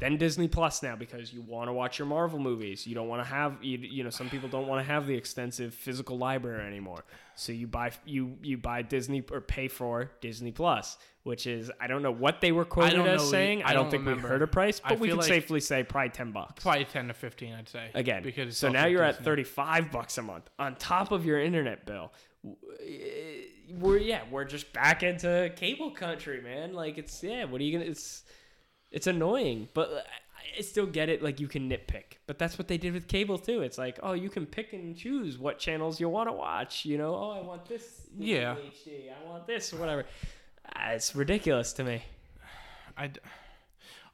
[SPEAKER 1] Then Disney Plus now because you want to watch your Marvel movies. You don't want to have you, you know some people don't want to have the extensive physical library anymore. So you buy you you buy Disney or pay for Disney Plus, which is I don't know what they were quoted
[SPEAKER 2] don't
[SPEAKER 1] as
[SPEAKER 2] know.
[SPEAKER 1] saying. I,
[SPEAKER 2] I
[SPEAKER 1] don't,
[SPEAKER 2] don't
[SPEAKER 1] think
[SPEAKER 2] remember.
[SPEAKER 1] we heard a price,
[SPEAKER 2] I
[SPEAKER 1] but we
[SPEAKER 2] feel
[SPEAKER 1] can
[SPEAKER 2] like-
[SPEAKER 1] safely say probably ten bucks
[SPEAKER 2] Probably ten to fifteen, I'd say.
[SPEAKER 1] again
[SPEAKER 2] because it's
[SPEAKER 1] so
[SPEAKER 2] also
[SPEAKER 1] now you're at
[SPEAKER 2] Disney.
[SPEAKER 1] 35 bucks a month on top of your internet bill W- we're yeah we're just back into cable country man like it's yeah what are you gonna it's it's annoying but uh, I- i still get it like you can nitpick but that's what they did with cable too it's like oh you can pick and choose what channels you want to watch you know oh i want this in
[SPEAKER 2] Yeah.
[SPEAKER 1] hd i want this or whatever Ah, it's ridiculous to me
[SPEAKER 2] I d-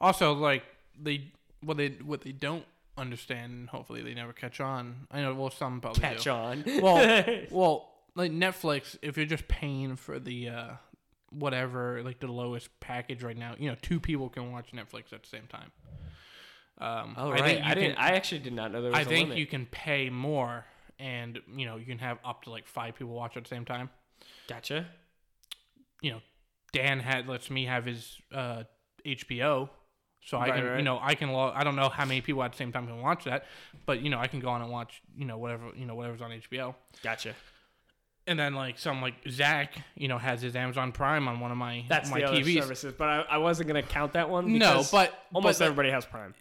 [SPEAKER 2] also like they what they what they don't understand. and Hopefully, they never catch on. I know. Well, some probably
[SPEAKER 1] catch
[SPEAKER 2] do.
[SPEAKER 1] on
[SPEAKER 2] Well, well, like Netflix, if you're just paying for the uh, whatever, like the lowest package right now, you know, two people can watch Netflix at the same time. Um,
[SPEAKER 1] oh
[SPEAKER 2] I
[SPEAKER 1] right i,
[SPEAKER 2] think you
[SPEAKER 1] didn't
[SPEAKER 2] Can,
[SPEAKER 1] i actually did not know there was
[SPEAKER 2] I
[SPEAKER 1] a
[SPEAKER 2] think
[SPEAKER 1] limit.
[SPEAKER 2] you can pay more, and you know, you can have up to like five people watch at the same time.
[SPEAKER 1] gotcha
[SPEAKER 2] you know, Dan had lets me have his uh, HBO, so I
[SPEAKER 1] Right,
[SPEAKER 2] can
[SPEAKER 1] right.
[SPEAKER 2] you know I can log. I don't know how many people at the same time can watch that, but you know I can go on and watch you know whatever you know whatever's on HBO.
[SPEAKER 1] gotcha
[SPEAKER 2] And then like some like Zach you know has his Amazon Prime on one of my
[SPEAKER 1] That's
[SPEAKER 2] my
[SPEAKER 1] the other
[SPEAKER 2] TVs.
[SPEAKER 1] services, but I, I wasn't gonna count that one.
[SPEAKER 2] No,
[SPEAKER 1] because
[SPEAKER 2] but
[SPEAKER 1] almost
[SPEAKER 2] but,
[SPEAKER 1] everybody has Prime.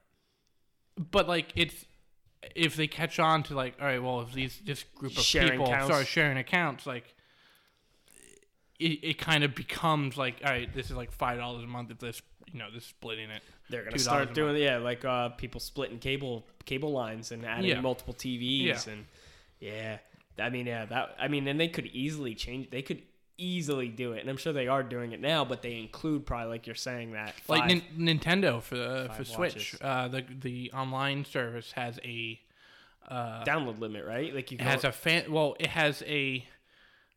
[SPEAKER 2] but like it's if they catch on to like all right well if these this group of
[SPEAKER 1] Sharing
[SPEAKER 2] people
[SPEAKER 1] accounts.
[SPEAKER 2] start sharing accounts like it, it kind of becomes like all right this is like five dollars a month if this you know this splitting it
[SPEAKER 1] They're gonna
[SPEAKER 2] $2 a
[SPEAKER 1] start
[SPEAKER 2] month.
[SPEAKER 1] doing yeah, like uh, people splitting cable cable lines and adding
[SPEAKER 2] Yeah.
[SPEAKER 1] multiple TVs
[SPEAKER 2] Yeah.
[SPEAKER 1] and yeah. I mean yeah that I mean and they could easily change. They could easily do it, and I'm sure they are doing it now. But they include probably like you're saying that
[SPEAKER 2] like
[SPEAKER 1] five-
[SPEAKER 2] nin- Nintendo for uh, for
[SPEAKER 1] Five
[SPEAKER 2] Switch,
[SPEAKER 1] watches.
[SPEAKER 2] uh, the the online service has a uh,
[SPEAKER 1] download limit, right? Like you
[SPEAKER 2] it
[SPEAKER 1] can
[SPEAKER 2] has a fan. Well, it has a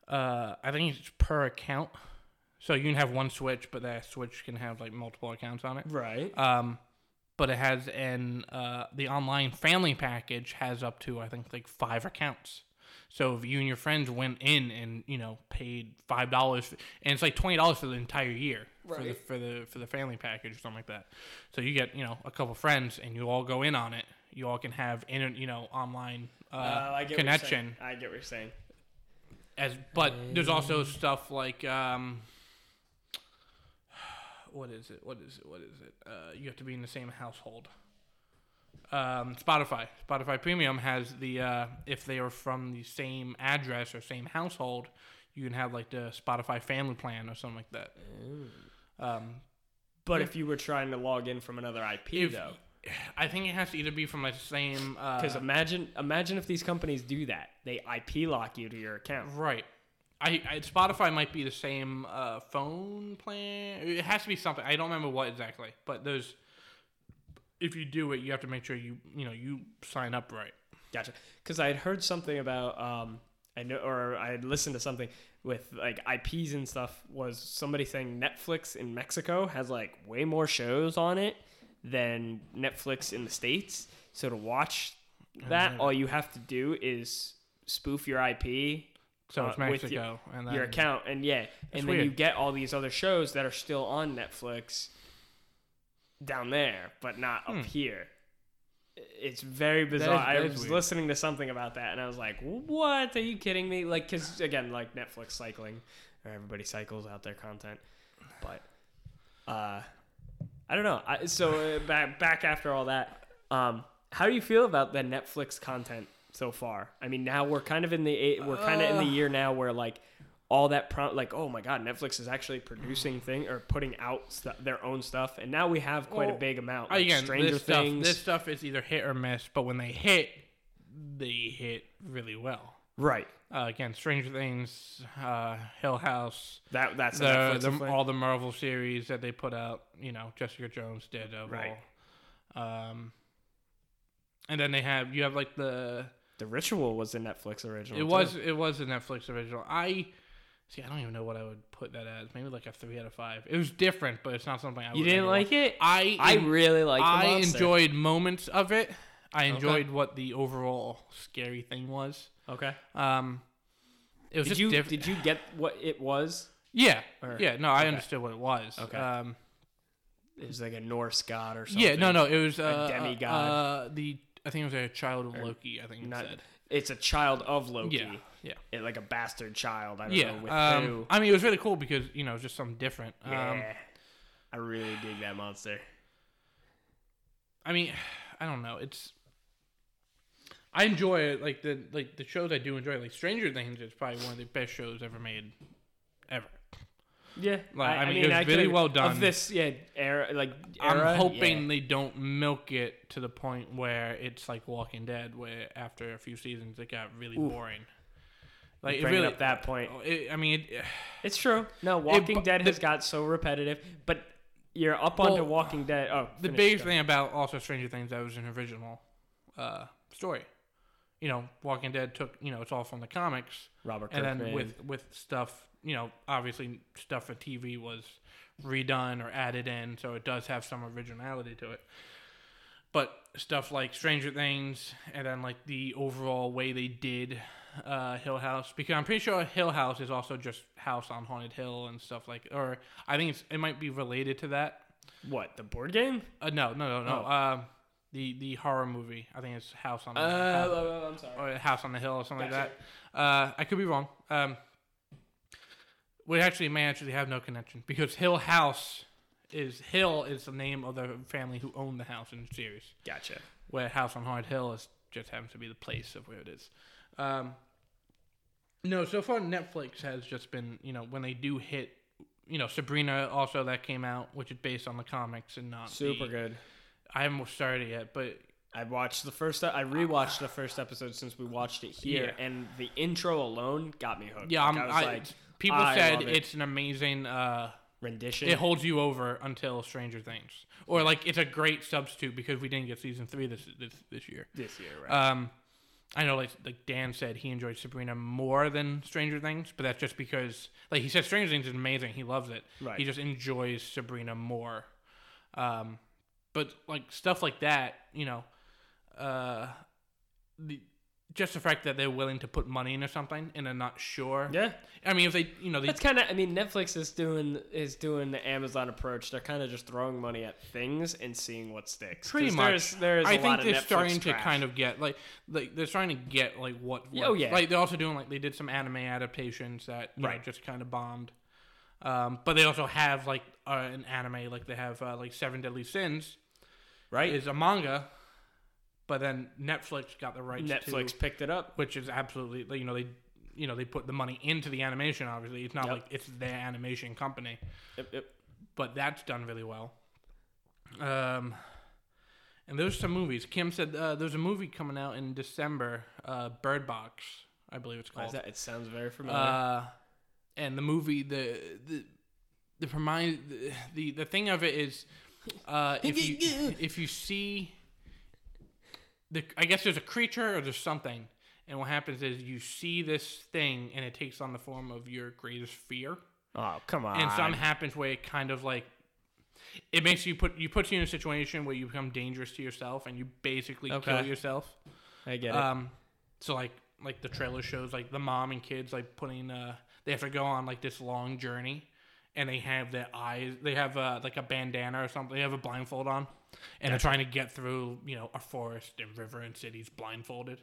[SPEAKER 2] uh, I think it's per account, so you can have one Switch, but that Switch can have like multiple accounts on it.
[SPEAKER 1] right.
[SPEAKER 2] Um, but it has an uh, the online family package has up to I think like five accounts. So if you and your friends went in and you know paid five dollars, and it's like twenty dollars for the entire year for the
[SPEAKER 1] Right.
[SPEAKER 2] for the for the family package or something like that. So you get you know a couple friends and you all go in on it. You all can have inter, you know online uh,
[SPEAKER 1] Uh, I get
[SPEAKER 2] connection.
[SPEAKER 1] What you're saying. I get what you're saying.
[SPEAKER 2] As but there's also stuff like um, what is it? What is it? What is it? Uh, you have to be in the same household. Um, Spotify, Spotify Premium has the uh, if they are from the same address or same household, you can have like the Spotify Family Plan or something like that. Um,
[SPEAKER 1] But
[SPEAKER 2] Yeah.
[SPEAKER 1] if you were trying to log in from another IP
[SPEAKER 2] if,
[SPEAKER 1] though,
[SPEAKER 2] I think it has to either be from the same uh,
[SPEAKER 1] Because imagine, imagine if these companies do that. They IP lock you to your account.
[SPEAKER 2] Right. I, I Spotify might be the same uh, phone plan. It has to be something. I don't remember what exactly, but there's. If you do it, you have to make sure you you know you sign up right.
[SPEAKER 1] Gotcha. Because I had heard something about um, I know, or I had listened to something with like IPs and stuff. Was somebody saying Netflix in Mexico has like way more shows on it than Netflix in the states? So to watch that, all you have to do is spoof your IP,
[SPEAKER 2] So
[SPEAKER 1] Uh,
[SPEAKER 2] it's
[SPEAKER 1] with
[SPEAKER 2] Mexico,
[SPEAKER 1] your-
[SPEAKER 2] and then
[SPEAKER 1] your account, and yeah, and then
[SPEAKER 2] weird.
[SPEAKER 1] you get all these other shows that are still on Netflix down there, but not
[SPEAKER 2] Hmm.
[SPEAKER 1] up here. It's very bizarre.
[SPEAKER 2] that
[SPEAKER 1] I
[SPEAKER 2] is
[SPEAKER 1] was
[SPEAKER 2] weird.
[SPEAKER 1] listening to something about that, and I was like, "What? Are you kidding me?" Like, because again, like Netflix cycling, or everybody cycles out their content, but uh, I don't know. I, so uh, back back after all that, um, how do you feel about the Netflix content so far? I mean, now we're kind of in the eight- we're kind of in the year now where like all that prompt like oh my god netflix is actually producing thing or putting out stu- their own stuff and now we have quite
[SPEAKER 2] Well,
[SPEAKER 1] a big amount like
[SPEAKER 2] Oh, Again,
[SPEAKER 1] stranger
[SPEAKER 2] this
[SPEAKER 1] things
[SPEAKER 2] stuff, this stuff is either hit or miss, but when they hit, they hit really well.
[SPEAKER 1] right
[SPEAKER 2] Uh, again, Stranger Things, uh, Hill House,
[SPEAKER 1] that that's a
[SPEAKER 2] the,
[SPEAKER 1] Netflix
[SPEAKER 2] the,
[SPEAKER 1] thing.
[SPEAKER 2] all the Marvel series that they put out. You know, Jessica Jones, Daredevil.
[SPEAKER 1] Right.
[SPEAKER 2] Um, and then they have you have like the
[SPEAKER 1] the ritual was a netflix original
[SPEAKER 2] it
[SPEAKER 1] too.
[SPEAKER 2] was it was a Netflix original. I see. I don't even know what I would put that as. Maybe like a three out of five. It was different, but it's not something I.
[SPEAKER 1] you
[SPEAKER 2] would
[SPEAKER 1] didn't
[SPEAKER 2] ever watch.
[SPEAKER 1] like it
[SPEAKER 2] I
[SPEAKER 1] i
[SPEAKER 2] en-
[SPEAKER 1] really like
[SPEAKER 2] I enjoyed moments of it. I
[SPEAKER 1] Okay.
[SPEAKER 2] enjoyed what the overall scary thing was.
[SPEAKER 1] okay
[SPEAKER 2] Um, it was
[SPEAKER 1] did
[SPEAKER 2] just
[SPEAKER 1] you
[SPEAKER 2] diff-
[SPEAKER 1] did you get what it was
[SPEAKER 2] yeah
[SPEAKER 1] or-
[SPEAKER 2] yeah no I
[SPEAKER 1] okay.
[SPEAKER 2] understood what it was.
[SPEAKER 1] Okay.
[SPEAKER 2] Um,
[SPEAKER 1] it was like a norse god or something
[SPEAKER 2] yeah no no it was uh,
[SPEAKER 1] demigod.
[SPEAKER 2] Uh, the I think it was a child of Loki. I think it
[SPEAKER 1] not-
[SPEAKER 2] said.
[SPEAKER 1] it's a child of loki
[SPEAKER 2] Yeah yeah
[SPEAKER 1] It- like a bastard child i don't know with
[SPEAKER 2] yeah. Um,
[SPEAKER 1] who
[SPEAKER 2] I mean it was really cool because you know it was just something different. Um,
[SPEAKER 1] yeah i really dig that monster
[SPEAKER 2] I mean, I don't know. It's I enjoy it. Like the like the shows I do enjoy. Like Stranger Things is probably one of the best shows ever made, ever.
[SPEAKER 1] Yeah,
[SPEAKER 2] Like, I mean, it was really
[SPEAKER 1] could-
[SPEAKER 2] well
[SPEAKER 1] Of
[SPEAKER 2] done.
[SPEAKER 1] this, yeah, era, like era,
[SPEAKER 2] I'm hoping
[SPEAKER 1] yeah.
[SPEAKER 2] they don't milk it to the point where it's like Walking Dead, where after a few seasons it got really
[SPEAKER 1] Oof.
[SPEAKER 2] boring. Like it
[SPEAKER 1] bringing
[SPEAKER 2] really.
[SPEAKER 1] up that point.
[SPEAKER 2] it, I mean, it,
[SPEAKER 1] It's true. No, Walking
[SPEAKER 2] bu-
[SPEAKER 1] Dead
[SPEAKER 2] the-
[SPEAKER 1] has got so repetitive, but you're up onto
[SPEAKER 2] Well,
[SPEAKER 1] Walking Dead. Oh,
[SPEAKER 2] the
[SPEAKER 1] finish,
[SPEAKER 2] biggest
[SPEAKER 1] go.
[SPEAKER 2] thing about also Stranger Things that was an original uh, story. You know, Walking Dead took you know it's all from the comics.
[SPEAKER 1] Robert
[SPEAKER 2] and
[SPEAKER 1] Kirkman.
[SPEAKER 2] then with with stuff you know obviously stuff for tv was redone or added in so it does have some originality to it but stuff like stranger things and then like the overall way they did uh, hill house because i'm pretty sure hill house is also just house on haunted hill and stuff like or i think it's, it might be related to that
[SPEAKER 1] what the board game?
[SPEAKER 2] uh, no no no no
[SPEAKER 1] Oh.
[SPEAKER 2] um, the the horror movie i think it's house on
[SPEAKER 1] Uh,
[SPEAKER 2] House-
[SPEAKER 1] I'm sorry.
[SPEAKER 2] or House on the Hill or something
[SPEAKER 1] Oh. Gotcha.
[SPEAKER 2] like that. Uh, I could be wrong. Um, we actually may actually have no connection because Hill House is Hill is the name of the family who owned the house in the series.
[SPEAKER 1] Gotcha.
[SPEAKER 2] Where House on Hard Hill is just happens to be the place of where it is. Um, no, so far Netflix has just been you know when they do hit. You know, Sabrina also that came out, which is based on the comics and not the-
[SPEAKER 1] Super good.
[SPEAKER 2] I haven't started it yet, but
[SPEAKER 1] I watched the first. e, I rewatched the first episode since we watched it here,
[SPEAKER 2] Yeah.
[SPEAKER 1] and the intro alone got me hooked.
[SPEAKER 2] yeah,
[SPEAKER 1] Like,
[SPEAKER 2] I'm,
[SPEAKER 1] I was
[SPEAKER 2] I,
[SPEAKER 1] like
[SPEAKER 2] people
[SPEAKER 1] I
[SPEAKER 2] said
[SPEAKER 1] love it.
[SPEAKER 2] it's an amazing uh,
[SPEAKER 1] rendition.
[SPEAKER 2] it holds you over until Stranger Things, or like it's a great substitute because we didn't get season three this this this year.
[SPEAKER 1] this year, right?
[SPEAKER 2] Um, I know like like Dan said he enjoyed Sabrina more than Stranger Things, but that's just because like he said Stranger Things is amazing, he loves it.
[SPEAKER 1] Right.
[SPEAKER 2] He just enjoys Sabrina more. Um, but like stuff like that, you know, uh, the just the fact that they're willing to put money into something and they're not sure.
[SPEAKER 1] yeah.
[SPEAKER 2] I mean, if they you know they
[SPEAKER 1] That's kind of. I mean, Netflix is doing is doing the Amazon approach. They're kind of just throwing money at things and seeing what sticks.
[SPEAKER 2] Pretty
[SPEAKER 1] 'Cause
[SPEAKER 2] much.
[SPEAKER 1] There's, there is a
[SPEAKER 2] I think
[SPEAKER 1] lot of
[SPEAKER 2] they're
[SPEAKER 1] Netflix
[SPEAKER 2] starting to
[SPEAKER 1] trash.
[SPEAKER 2] kind of get like like they're starting to get like what.
[SPEAKER 1] Yeah, oh,
[SPEAKER 2] works.
[SPEAKER 1] yeah.
[SPEAKER 2] Like they're also doing like they did some anime adaptations that you know,
[SPEAKER 1] Right.
[SPEAKER 2] just kind of bombed. Um, but they also have like uh, an anime like they have uh, like Seven Deadly Sins
[SPEAKER 1] right.
[SPEAKER 2] is a manga, but then Netflix got the rights.
[SPEAKER 1] Netflix
[SPEAKER 2] to,
[SPEAKER 1] picked it up.
[SPEAKER 2] which is absolutely like, you know they you know they put the money into the animation. Obviously, it's not
[SPEAKER 1] Yep.
[SPEAKER 2] like it's their animation company
[SPEAKER 1] Yep, yep.
[SPEAKER 2] but that's done really well. Um, and there's some movies. Kim said uh, there's a movie coming out in December, uh, Bird Box, I believe it's
[SPEAKER 1] Why is
[SPEAKER 2] called.
[SPEAKER 1] Oh, that? It sounds very familiar.
[SPEAKER 2] Oh. Uh, and the movie, the the the premise, the the, the thing of it is, uh, if you if you see the I guess there's a creature or there's something, and what happens is you see this thing and it takes on the form of your greatest fear,
[SPEAKER 1] Oh, come on.
[SPEAKER 2] and some happens where it kind of like it makes you put you puts you in a situation where you become dangerous to yourself and you basically kill
[SPEAKER 1] Okay.
[SPEAKER 2] yourself.
[SPEAKER 1] I get it.
[SPEAKER 2] Um, so like like the trailer shows like the mom and kids like putting uh they have to go on like this long journey, and they have their eyes they have uh like a bandana or something they have a blindfold on, and they're trying to get through you know a forest and river and cities blindfolded.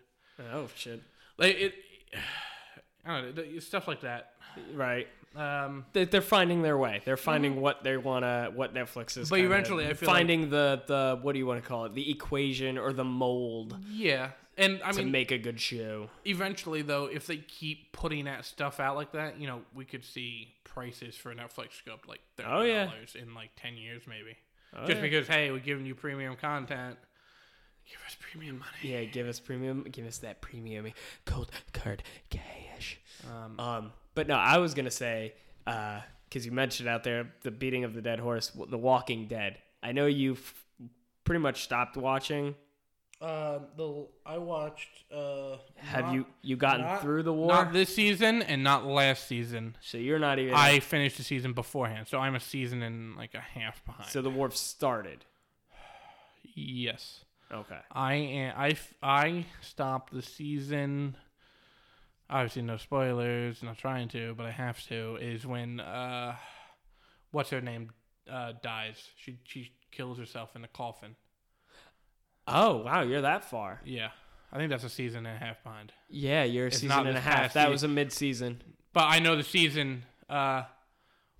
[SPEAKER 1] oh shit.
[SPEAKER 2] Like it, I don't know th- stuff like that.
[SPEAKER 1] Right.
[SPEAKER 2] Um,
[SPEAKER 1] They- They're finding their way. They're finding what they wanna, what Netflix is.
[SPEAKER 2] Mm-hmm. But
[SPEAKER 1] kinda-
[SPEAKER 2] eventually, I feel like-
[SPEAKER 1] finding the the what do you want to call it? The equation or the mold
[SPEAKER 2] yeah, and I
[SPEAKER 1] to
[SPEAKER 2] mean
[SPEAKER 1] make a good show.
[SPEAKER 2] eventually though if they keep putting that stuff out like that you know we could see prices for netflix go up like $30
[SPEAKER 1] Oh, yeah.
[SPEAKER 2] in like 10 years maybe
[SPEAKER 1] Oh,
[SPEAKER 2] just
[SPEAKER 1] yeah.
[SPEAKER 2] because hey we're giving you premium content give us premium money
[SPEAKER 1] Yeah, give us premium. Give us that premium cold card cash.
[SPEAKER 2] um,
[SPEAKER 1] Um, but no, I was gonna say because you mentioned out there the beating of the dead horse, w- The Walking Dead. I know you've pretty much stopped watching.
[SPEAKER 2] Um, the i watched uh
[SPEAKER 1] Have you you gotten
[SPEAKER 2] not-
[SPEAKER 1] through the war?
[SPEAKER 2] not this season and not last season
[SPEAKER 1] so you're not even.
[SPEAKER 2] i finished the season beforehand so i'm a season and like a half behind
[SPEAKER 1] so the war started.
[SPEAKER 2] yes
[SPEAKER 1] Okay.
[SPEAKER 2] I am, I f- I stopped the season. Obviously, no spoilers. Not trying to, but I have to. Is when uh, what's her name uh dies. She she kills herself in a coffin.
[SPEAKER 1] Oh wow, you're that far.
[SPEAKER 2] Yeah, I think that's a season and a half behind.
[SPEAKER 1] Yeah, you're a
[SPEAKER 2] It's
[SPEAKER 1] season
[SPEAKER 2] not
[SPEAKER 1] and a
[SPEAKER 2] this
[SPEAKER 1] half.
[SPEAKER 2] past
[SPEAKER 1] That
[SPEAKER 2] season.
[SPEAKER 1] was a mid-season.
[SPEAKER 2] But I know the season. Uh,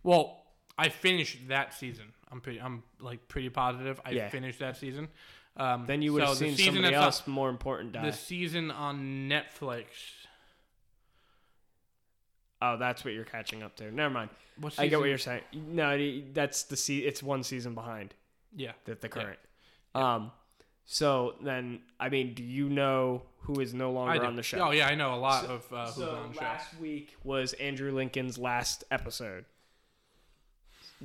[SPEAKER 2] well, I finished that season. I'm pretty. I'm like pretty positive. I
[SPEAKER 1] Yeah.
[SPEAKER 2] finished that season. Um,
[SPEAKER 1] Then you would have
[SPEAKER 2] so the
[SPEAKER 1] seen
[SPEAKER 2] season
[SPEAKER 1] somebody
[SPEAKER 2] that's
[SPEAKER 1] else
[SPEAKER 2] up-
[SPEAKER 1] more important die.
[SPEAKER 2] The season on Netflix.
[SPEAKER 1] oh, that's what you're catching up to. Never mind.
[SPEAKER 2] What
[SPEAKER 1] I get what
[SPEAKER 2] season-
[SPEAKER 1] you're saying. No, that's the se- It's one season behind.
[SPEAKER 2] Yeah.
[SPEAKER 1] the, the
[SPEAKER 2] Yeah.
[SPEAKER 1] current. Um, so then, I mean, do you know who is no
[SPEAKER 2] I
[SPEAKER 1] longer
[SPEAKER 2] do.
[SPEAKER 1] on the show?
[SPEAKER 2] Oh yeah, I know a lot of uh, who's
[SPEAKER 1] so
[SPEAKER 2] on the show.
[SPEAKER 1] last week was Andrew Lincoln's last episode.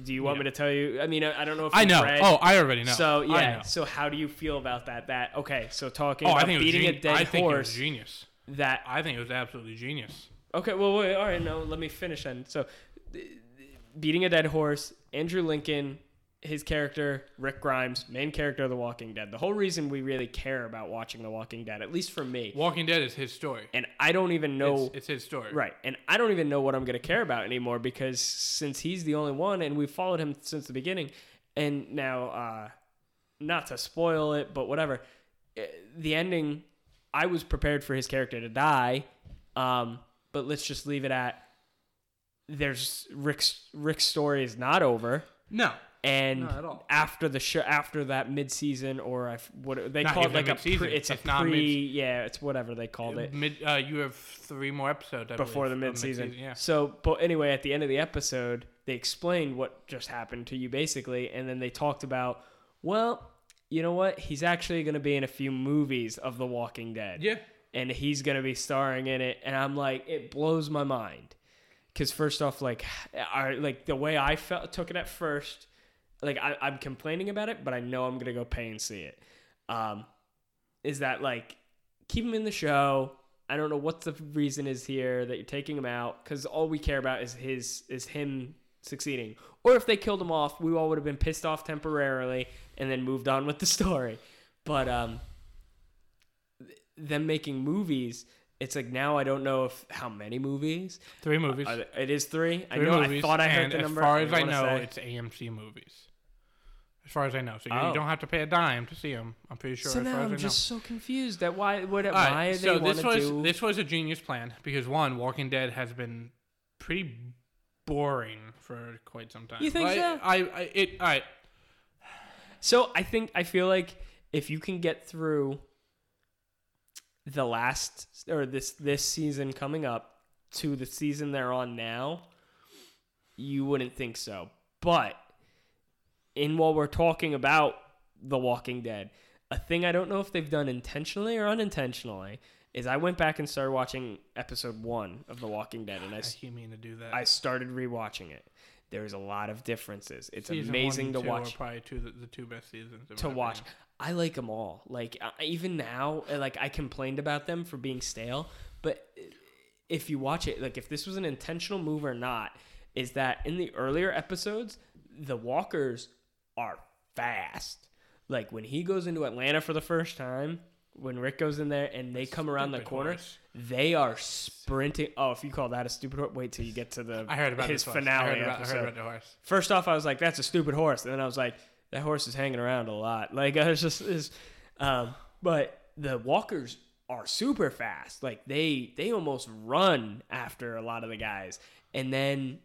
[SPEAKER 1] Do you want me
[SPEAKER 2] Yeah.
[SPEAKER 1] to tell you? I mean, I, I don't know if
[SPEAKER 2] I
[SPEAKER 1] you
[SPEAKER 2] know.
[SPEAKER 1] Read.
[SPEAKER 2] Oh, I already know.
[SPEAKER 1] so
[SPEAKER 2] I
[SPEAKER 1] yeah.
[SPEAKER 2] know.
[SPEAKER 1] So how do you feel about that? That okay? So talking
[SPEAKER 2] Oh, I
[SPEAKER 1] about
[SPEAKER 2] think
[SPEAKER 1] beating
[SPEAKER 2] it was
[SPEAKER 1] a
[SPEAKER 2] geni-
[SPEAKER 1] dead
[SPEAKER 2] I think it was
[SPEAKER 1] horse.
[SPEAKER 2] genius.
[SPEAKER 1] that
[SPEAKER 2] I think it was absolutely genius.
[SPEAKER 1] Okay, well, wait, all right, no, let me finish then. So, th- th- beating a dead horse, Andrew Lincoln, his character, Rick Grimes, main character of The Walking Dead. The whole reason we really care about watching The Walking Dead, at least for me,
[SPEAKER 2] Walking Dead is his story.
[SPEAKER 1] and I don't even know.
[SPEAKER 2] It's, it's his story.
[SPEAKER 1] Right, and I don't even know what I'm going to care about anymore because since he's the only one, and we've followed him since the beginning, and now, uh, not to spoil it, but whatever, eh, the ending, I was prepared for his character to die, um, but let's just leave it at there's Rick's Rick's story is not over,
[SPEAKER 2] No.
[SPEAKER 1] and
[SPEAKER 2] Not at all.
[SPEAKER 1] after the show, after that mid-season or I f what they
[SPEAKER 2] Not
[SPEAKER 1] call it
[SPEAKER 2] even
[SPEAKER 1] like a
[SPEAKER 2] mid-season.
[SPEAKER 1] pre, it's a
[SPEAKER 2] It's not
[SPEAKER 1] pre,
[SPEAKER 2] mid-
[SPEAKER 1] yeah, it's whatever they called it
[SPEAKER 2] Mid, uh, you have three more episodes I
[SPEAKER 1] before the
[SPEAKER 2] believe, of
[SPEAKER 1] midseason.
[SPEAKER 2] Yeah.
[SPEAKER 1] So, but anyway, at the end of the episode, they explained what just happened to you basically, and then they talked about, well, you know what? He's actually going to be in a few movies of The Walking Dead,
[SPEAKER 2] Yeah.
[SPEAKER 1] and he's going to be starring in it. And I'm like, it blows my mind because first off, like, I, like the way I felt took it at first, like I, I'm complaining about it, but I know I'm gonna go pay and see it. Um, is that like keep him in the show? I don't know what the reason is here that you're taking him out because all we care about is his is him succeeding. Or if they killed him off, we all would have been pissed off temporarily and then moved on with the story. But um, th- them making movies. It's like now I don't know if how many movies.
[SPEAKER 2] Three movies.
[SPEAKER 1] Are there- It is three. I
[SPEAKER 2] three
[SPEAKER 1] know.
[SPEAKER 2] movies.
[SPEAKER 1] I thought I heard
[SPEAKER 2] and
[SPEAKER 1] the number.
[SPEAKER 2] As far
[SPEAKER 1] I
[SPEAKER 2] as I
[SPEAKER 1] wanna
[SPEAKER 2] know,
[SPEAKER 1] say-
[SPEAKER 2] it's AMC movies. As far as I know, so you,
[SPEAKER 1] Oh.
[SPEAKER 2] you don't have to pay a dime to see them. I'm pretty sure.
[SPEAKER 1] So
[SPEAKER 2] as far
[SPEAKER 1] now
[SPEAKER 2] as I
[SPEAKER 1] I'm
[SPEAKER 2] know.
[SPEAKER 1] just so confused at why what
[SPEAKER 2] All right,
[SPEAKER 1] why
[SPEAKER 2] so
[SPEAKER 1] they want
[SPEAKER 2] this
[SPEAKER 1] to
[SPEAKER 2] was
[SPEAKER 1] do.
[SPEAKER 2] this was a genius plan because one, Walking Dead has been pretty boring for quite some time.
[SPEAKER 1] You think
[SPEAKER 2] Like,
[SPEAKER 1] so?
[SPEAKER 2] I, I it all right.
[SPEAKER 1] So I think I feel like if you can get through the last or this this season coming up to the season they're on now, you wouldn't think so. But in while we're talking about The Walking Dead, a thing I don't know if they've done intentionally or unintentionally is I went back and started watching episode one of The Walking Dead, and I
[SPEAKER 2] I hate mean to do that.
[SPEAKER 1] I started rewatching it. There's a lot of differences. It's
[SPEAKER 2] Season one
[SPEAKER 1] amazing
[SPEAKER 2] and
[SPEAKER 1] to
[SPEAKER 2] two are
[SPEAKER 1] watch
[SPEAKER 2] probably two the, the two best seasons. in
[SPEAKER 1] to
[SPEAKER 2] my
[SPEAKER 1] watch.
[SPEAKER 2] opinion.
[SPEAKER 1] I like them all. Like I- even now, uh, like I complained about them for being stale, but uh, if you watch it, like if this was an intentional move or not, is that in the earlier episodes, the walkers are fast. Like when he goes into Atlanta for the first time, when Rick goes in there and they come around the
[SPEAKER 2] Stupid
[SPEAKER 1] corner,
[SPEAKER 2] horse.
[SPEAKER 1] they are sprinting. Oh, if you call that a stupid horse, wait till you get to the
[SPEAKER 2] I heard about
[SPEAKER 1] his
[SPEAKER 2] this horse.
[SPEAKER 1] finale
[SPEAKER 2] I heard about, I
[SPEAKER 1] episode
[SPEAKER 2] heard about the horse.
[SPEAKER 1] first off, I was like, "That's a stupid horse," and then I was like, "That horse is hanging around a lot." Like I was just is, um, but the walkers are super fast. Like they they almost run after a lot of the guys, and then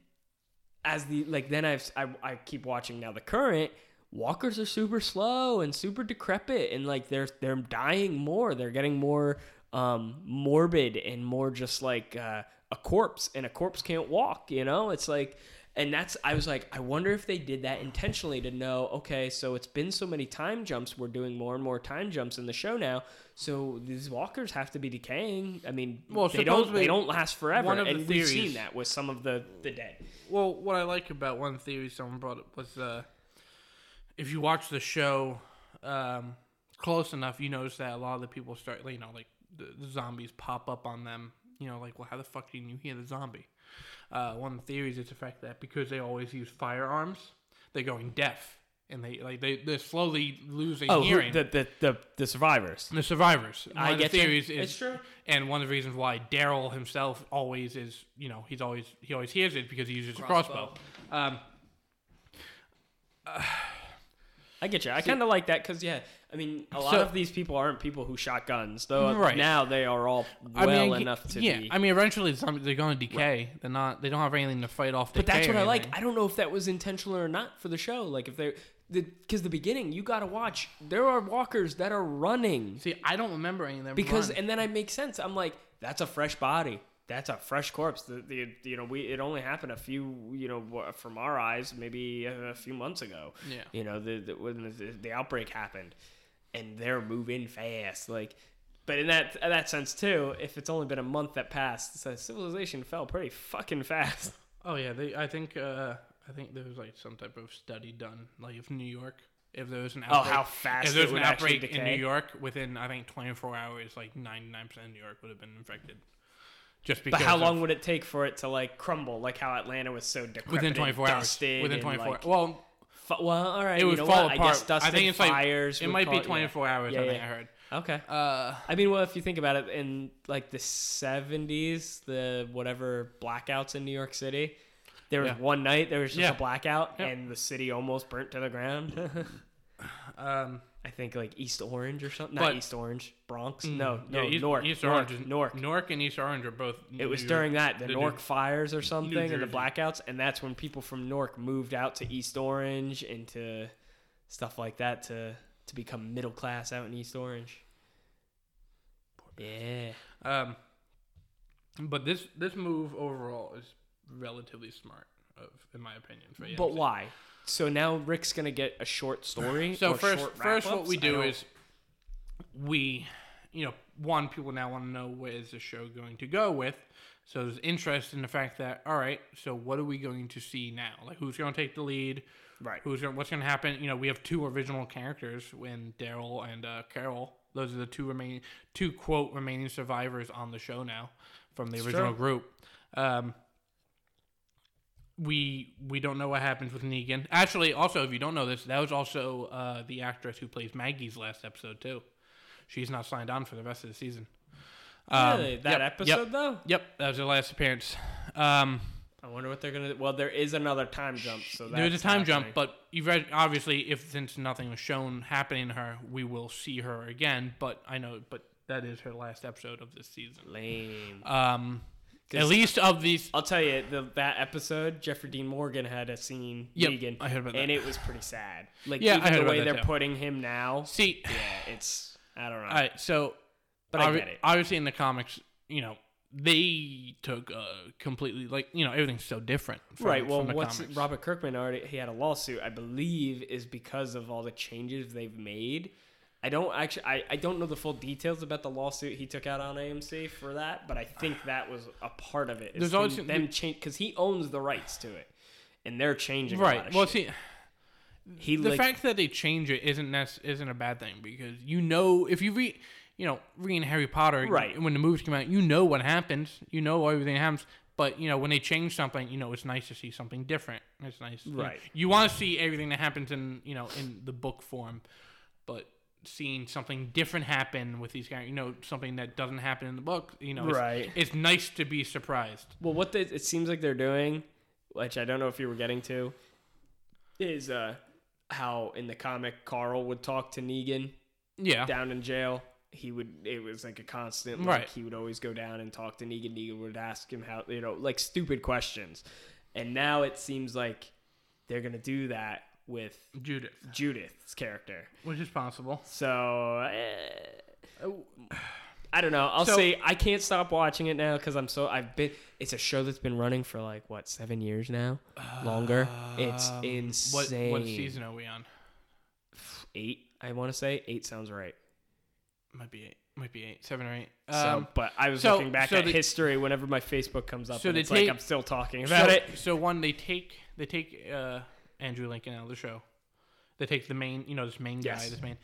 [SPEAKER 1] as the like then I've I, I keep watching now the current walkers are super slow and super decrepit and like they're they're dying more they're getting more um morbid and more just like uh, a corpse and a corpse can't walk you know it's like and that's I was like I wonder if they did that intentionally to know okay so it's been so many time jumps we're doing more and more time jumps in the show now so these walkers have to be decaying I mean
[SPEAKER 2] Well,
[SPEAKER 1] they don't they
[SPEAKER 2] supposedly
[SPEAKER 1] don't last forever
[SPEAKER 2] one of the
[SPEAKER 1] and we've
[SPEAKER 2] theories-
[SPEAKER 1] seen that with some of the the dead
[SPEAKER 2] Well, what I like about one theory someone brought up was uh, if you watch the show um, close enough, you notice that a lot of the people start, you know, like the, the zombies pop up on them. You know, like, well, how the fuck did you hear the zombie? Uh, one of the theories is the fact that because they always use firearms, they're going deaf and they like they they're slowly losing
[SPEAKER 1] Oh, who,
[SPEAKER 2] hearing.
[SPEAKER 1] the, the the the survivors.
[SPEAKER 2] the survivors. One
[SPEAKER 1] I
[SPEAKER 2] of the
[SPEAKER 1] get you.
[SPEAKER 2] theories is
[SPEAKER 1] It's true.
[SPEAKER 2] and one of the reasons why Daryl himself always is, you know, he's always he always hears it because he uses a
[SPEAKER 1] Crossbow.
[SPEAKER 2] crossbow. Um,
[SPEAKER 1] I get you. I kind of like that because yeah, I mean, a lot
[SPEAKER 2] So-
[SPEAKER 1] of these people aren't people who shot guns, though. uh,
[SPEAKER 2] Right.
[SPEAKER 1] Now they are all
[SPEAKER 2] I
[SPEAKER 1] well
[SPEAKER 2] mean, I ge-
[SPEAKER 1] enough to
[SPEAKER 2] yeah.
[SPEAKER 1] be.
[SPEAKER 2] I mean, eventually some, they're going to decay. They're not. They don't have anything to fight off.
[SPEAKER 1] but that's what I like. I don't know if that was intentional or not for the show. Like if they, because the, beginning you got to watch. There are walkers that are running
[SPEAKER 2] See, I don't remember any of them
[SPEAKER 1] because,
[SPEAKER 2] running.
[SPEAKER 1] and then I make sense. I'm like, that's a fresh body. That's a fresh corpse. The, the you know we it only happened a few you know wha- from our eyes maybe a, a few months ago.
[SPEAKER 2] Yeah.
[SPEAKER 1] You know the, the when the, the outbreak happened, and they're moving fast. Like, but in that in that sense too, if it's only been a month that passed, so civilization fell pretty fucking fast.
[SPEAKER 2] oh yeah, they. I think. Uh, I think there was like some type of study done, like if New York, if there was an
[SPEAKER 1] Oh,
[SPEAKER 2] outbreak,
[SPEAKER 1] how fast
[SPEAKER 2] if there was
[SPEAKER 1] it
[SPEAKER 2] an
[SPEAKER 1] would actually
[SPEAKER 2] outbreak in New
[SPEAKER 1] decay.
[SPEAKER 2] York within, I think, 24 hours, like 99 percent of New York would have been infected. Just because.
[SPEAKER 1] But how
[SPEAKER 2] of-
[SPEAKER 1] long would it take for it to like crumble? Like how Atlanta was so decrepit,
[SPEAKER 2] Within
[SPEAKER 1] and
[SPEAKER 2] 24 hours.
[SPEAKER 1] dusted
[SPEAKER 2] Within
[SPEAKER 1] and,
[SPEAKER 2] 24.
[SPEAKER 1] like,
[SPEAKER 2] well,
[SPEAKER 1] fu- well, all right,
[SPEAKER 2] it
[SPEAKER 1] you
[SPEAKER 2] would
[SPEAKER 1] know
[SPEAKER 2] fall
[SPEAKER 1] what? I
[SPEAKER 2] apart.
[SPEAKER 1] guess dusted
[SPEAKER 2] I think it's like-
[SPEAKER 1] fires.
[SPEAKER 2] it
[SPEAKER 1] would
[SPEAKER 2] might be
[SPEAKER 1] call yeah.
[SPEAKER 2] 24 hours.
[SPEAKER 1] Yeah,
[SPEAKER 2] I think
[SPEAKER 1] yeah.
[SPEAKER 2] I heard.
[SPEAKER 1] Okay.
[SPEAKER 2] Uh,
[SPEAKER 1] I mean, well, if you think about it, in like the seventies, the whatever blackouts in New York City, there was
[SPEAKER 2] Yeah.
[SPEAKER 1] one night there was just
[SPEAKER 2] Yeah.
[SPEAKER 1] a blackout
[SPEAKER 2] Yeah.
[SPEAKER 1] and the city almost burnt to the ground.
[SPEAKER 2] um,
[SPEAKER 1] I think like East Orange or something.
[SPEAKER 2] But- Mm.
[SPEAKER 1] Not East Orange, Bronx. no, no,
[SPEAKER 2] yeah, East,
[SPEAKER 1] Newark,
[SPEAKER 2] East
[SPEAKER 1] Newark,
[SPEAKER 2] Orange, is-
[SPEAKER 1] Newark.
[SPEAKER 2] Newark, and East Orange are both.
[SPEAKER 1] It was
[SPEAKER 2] New-
[SPEAKER 1] during that the,
[SPEAKER 2] the New-
[SPEAKER 1] Newark fires or something and the
[SPEAKER 2] Jersey.
[SPEAKER 1] blackouts, and that's when people from Newark moved out to East Orange and to stuff like that to to become middle class out in East Orange. Yeah.
[SPEAKER 2] Um, but this this move overall is relatively smart, of in my opinion. For AMC.
[SPEAKER 1] But why? So now Rick's gonna get a short story.
[SPEAKER 2] so
[SPEAKER 1] or
[SPEAKER 2] first,
[SPEAKER 1] short
[SPEAKER 2] first what
[SPEAKER 1] wrap-ups?
[SPEAKER 2] we
[SPEAKER 1] I
[SPEAKER 2] do
[SPEAKER 1] don't-
[SPEAKER 2] is we, you know, one people now want to know where is the show going to go with. So there's interest in the fact that all right, so what are we going to see now? Like who's going to take the lead?
[SPEAKER 1] right.
[SPEAKER 2] who's gonna, what's going to happen. You know, we have two original characters when Daryl and uh, Carol. Those are the two remaining, two quote remaining survivors on the show now from the original
[SPEAKER 1] true.
[SPEAKER 2] group. Um, we we don't know what happens with Negan. Actually, also if you don't know this, that was also uh, the actress who plays Maggie's last episode too. She's not signed on for the rest of the season. Um,
[SPEAKER 1] Really? that
[SPEAKER 2] yep,
[SPEAKER 1] episode
[SPEAKER 2] Yep,
[SPEAKER 1] though.
[SPEAKER 2] yep, that was her last appearance. Um,
[SPEAKER 1] I wonder what they're gonna. Well, there is another time jump. So that's
[SPEAKER 2] there was a time jump,
[SPEAKER 1] happening.
[SPEAKER 2] but you read obviously if since nothing was shown happening to her, we will see her again. But I know, but that is her last episode of this season.
[SPEAKER 1] lame.
[SPEAKER 2] Um, at
[SPEAKER 1] 'Cause-
[SPEAKER 2] least of these.
[SPEAKER 1] I'll tell you, the, that episode, Jeffrey Dean Morgan had a scene
[SPEAKER 2] Yep,
[SPEAKER 1] Negan,
[SPEAKER 2] I heard about
[SPEAKER 1] and
[SPEAKER 2] that.
[SPEAKER 1] it was pretty sad. Like
[SPEAKER 2] Yeah, I
[SPEAKER 1] even
[SPEAKER 2] heard
[SPEAKER 1] the
[SPEAKER 2] about
[SPEAKER 1] way
[SPEAKER 2] that
[SPEAKER 1] they're
[SPEAKER 2] too.
[SPEAKER 1] putting him now.
[SPEAKER 2] See,
[SPEAKER 1] Yeah, it's I don't know.
[SPEAKER 2] all right, so
[SPEAKER 1] But I
[SPEAKER 2] obvi-
[SPEAKER 1] get it.
[SPEAKER 2] Obviously, in the comics, you know, they took uh, completely like you know everything's so different. From,
[SPEAKER 1] right. Well,
[SPEAKER 2] from the
[SPEAKER 1] what's
[SPEAKER 2] comics.
[SPEAKER 1] Robert Kirkman already? He had a lawsuit, I believe, is because of all the changes they've made. I don't actually. I, I don't know the full details about the lawsuit he took out on AMC for that, but I think that was a part of it. is
[SPEAKER 2] There's
[SPEAKER 1] them,
[SPEAKER 2] always-
[SPEAKER 1] them change because he owns the rights to it, and they're changing a lot
[SPEAKER 2] right.
[SPEAKER 1] of
[SPEAKER 2] Well,
[SPEAKER 1] shit.
[SPEAKER 2] see,
[SPEAKER 1] he
[SPEAKER 2] the
[SPEAKER 1] like
[SPEAKER 2] fact that they change it isn't nec- isn't a bad thing because you know if you read you know reading Harry Potter
[SPEAKER 1] Right.
[SPEAKER 2] when the movies come out you know what happens you know everything that happens but you know when they change something you know it's nice to see something different it's nice you know,
[SPEAKER 1] Right.
[SPEAKER 2] you want to see everything that happens in you know in the book form but seeing something different happen with these guys you know something that doesn't happen in the book you know it's,
[SPEAKER 1] Right.
[SPEAKER 2] it's nice to be surprised
[SPEAKER 1] Well, what they, it seems like they're doing, which I don't know if you were getting to, is uh, how in the comic Carl would talk to Negan
[SPEAKER 2] yeah
[SPEAKER 1] down in jail. He would. It was like a constant. Like,
[SPEAKER 2] Right.
[SPEAKER 1] He would always go down and talk to Negan. Negan would ask him how you know like stupid questions, and now it seems like they're gonna do that with
[SPEAKER 2] Judith
[SPEAKER 1] Judith's character.
[SPEAKER 2] which is possible
[SPEAKER 1] So. eh, I don't know. I'll
[SPEAKER 2] So-
[SPEAKER 1] say I can't stop watching it now because I'm so I've been. It's a show that's been running for like what seven years now, longer. it's
[SPEAKER 2] Um, what
[SPEAKER 1] insane.
[SPEAKER 2] what season are we on
[SPEAKER 1] Eight, I want to say eight sounds right.
[SPEAKER 2] might be eight, might be eight, seven or eight.
[SPEAKER 1] So,
[SPEAKER 2] Um,
[SPEAKER 1] but I was
[SPEAKER 2] so-
[SPEAKER 1] looking back
[SPEAKER 2] so
[SPEAKER 1] at
[SPEAKER 2] the-
[SPEAKER 1] history whenever my Facebook comes up,
[SPEAKER 2] So
[SPEAKER 1] and
[SPEAKER 2] they
[SPEAKER 1] it's
[SPEAKER 2] take-
[SPEAKER 1] like I'm still talking about
[SPEAKER 2] so,
[SPEAKER 1] it.
[SPEAKER 2] So one, they take they take uh, Andrew Lincoln out of the show. They take the main, you know, this main guy,
[SPEAKER 1] Yes.
[SPEAKER 2] this main.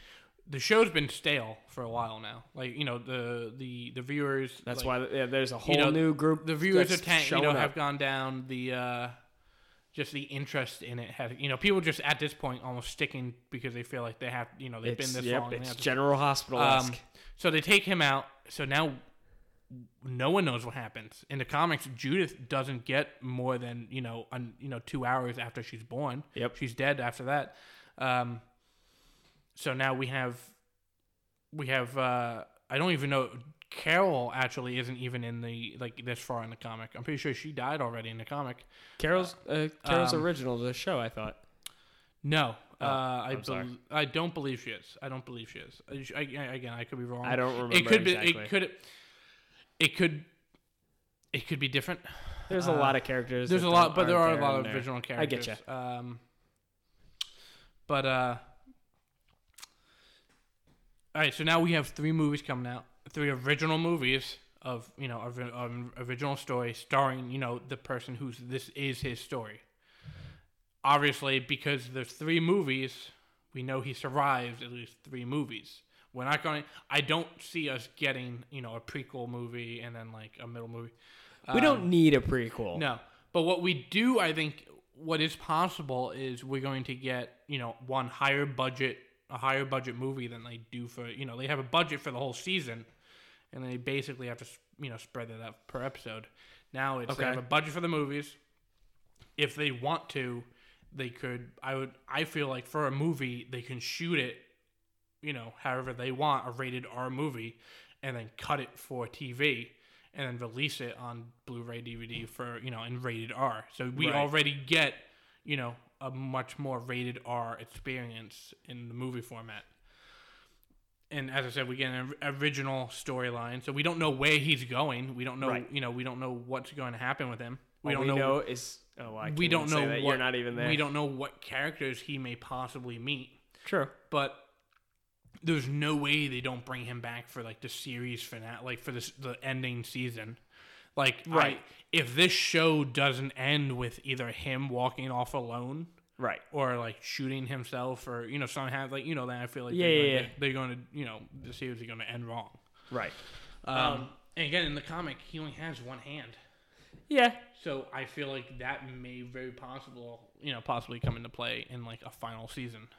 [SPEAKER 2] The show's been stale for a while now. Like you know, the the the viewers.
[SPEAKER 1] That's
[SPEAKER 2] like,
[SPEAKER 1] why yeah, there's a whole
[SPEAKER 2] know,
[SPEAKER 1] new group.
[SPEAKER 2] the viewers are
[SPEAKER 1] that's
[SPEAKER 2] tank, you
[SPEAKER 1] showing
[SPEAKER 2] know,
[SPEAKER 1] up.
[SPEAKER 2] have gone down. The uh, just the interest in it has, you know, people just at this point almost sticking because they feel like they have, you know, they've
[SPEAKER 1] it's,
[SPEAKER 2] been this
[SPEAKER 1] yep,
[SPEAKER 2] long. and they
[SPEAKER 1] It's
[SPEAKER 2] have to
[SPEAKER 1] General Hospital
[SPEAKER 2] Um, so they take him out. So now no one knows what happens in the comics. Judith doesn't get more than you know, un, you know, two hours after she's born.
[SPEAKER 1] Yep.
[SPEAKER 2] she's dead after that. Um, so now we have, we have. Uh, I don't even know. Carol actually isn't even in the like this far in the comic. I'm pretty sure she died already in the comic.
[SPEAKER 1] Carol's uh, Carol's
[SPEAKER 2] um,
[SPEAKER 1] original to the show. I thought.
[SPEAKER 2] No, uh, I
[SPEAKER 1] Oh, I'm sorry.
[SPEAKER 2] bel I don't believe she is. I don't believe she is. I- sh- I, I- again, I could be wrong.
[SPEAKER 1] I don't remember
[SPEAKER 2] um, It could be.
[SPEAKER 1] exactly.
[SPEAKER 2] It could. It could. It could be different.
[SPEAKER 1] There's a
[SPEAKER 2] uh,
[SPEAKER 1] lot of characters.
[SPEAKER 2] There's
[SPEAKER 1] that
[SPEAKER 2] a lot,
[SPEAKER 1] don't-
[SPEAKER 2] but there are
[SPEAKER 1] aren't
[SPEAKER 2] a lot
[SPEAKER 1] in
[SPEAKER 2] of
[SPEAKER 1] there.
[SPEAKER 2] original
[SPEAKER 1] I
[SPEAKER 2] characters.
[SPEAKER 1] get
[SPEAKER 2] Um, but uh, all right. So now we have three movies coming out. Three original movies of you know of, of original story starring you know the person who's this is his story. Obviously, because there's three movies, we know he survives at least three movies. We're not going. I don't see us getting you know a prequel movie and then like a middle movie.
[SPEAKER 1] We don't need a prequel.
[SPEAKER 2] um, No. But what we do, I think, what is possible is we're going to get, you know, one higher budget, a higher budget movie than they do for, you know, they have a budget for the whole season and they basically have to, s- you know, spread that out per episode. Now it's they
[SPEAKER 1] Okay.
[SPEAKER 2] have a budget for the movies. If they want to, they could, I would, I feel like for a movie, they can shoot it, you know, however they want, a rated R movie, and then cut it for TV and then release it on Blu-ray DVD for you know in rated R. So we
[SPEAKER 1] Right.
[SPEAKER 2] already get you know a much more rated R experience in the movie format. And as I said, we get an or- original storyline, so we don't know where he's going. We don't know
[SPEAKER 1] Right.
[SPEAKER 2] you know we don't know what's going to happen with him. We
[SPEAKER 1] All
[SPEAKER 2] don't know.
[SPEAKER 1] is oh, I
[SPEAKER 2] we
[SPEAKER 1] can't
[SPEAKER 2] don't
[SPEAKER 1] even say
[SPEAKER 2] know
[SPEAKER 1] that.
[SPEAKER 2] what
[SPEAKER 1] you're not even there.
[SPEAKER 2] We don't know what characters he may possibly meet
[SPEAKER 1] True.
[SPEAKER 2] but there's no way they don't bring him back for like the series finale, like for this the ending season. Like, right,
[SPEAKER 1] Right.
[SPEAKER 2] if this show doesn't end with either him walking off alone
[SPEAKER 1] Right.
[SPEAKER 2] or like shooting himself or you know somehow like you know then I feel like
[SPEAKER 1] Yeah,
[SPEAKER 2] they're,
[SPEAKER 1] yeah,
[SPEAKER 2] gonna,
[SPEAKER 1] yeah.
[SPEAKER 2] they're going to you know the series is going to end wrong.
[SPEAKER 1] Right.
[SPEAKER 2] Um, and again in the comic he only has one hand.
[SPEAKER 1] Yeah.
[SPEAKER 2] So I feel like that may very possible, you know, possibly come into play in like a final season.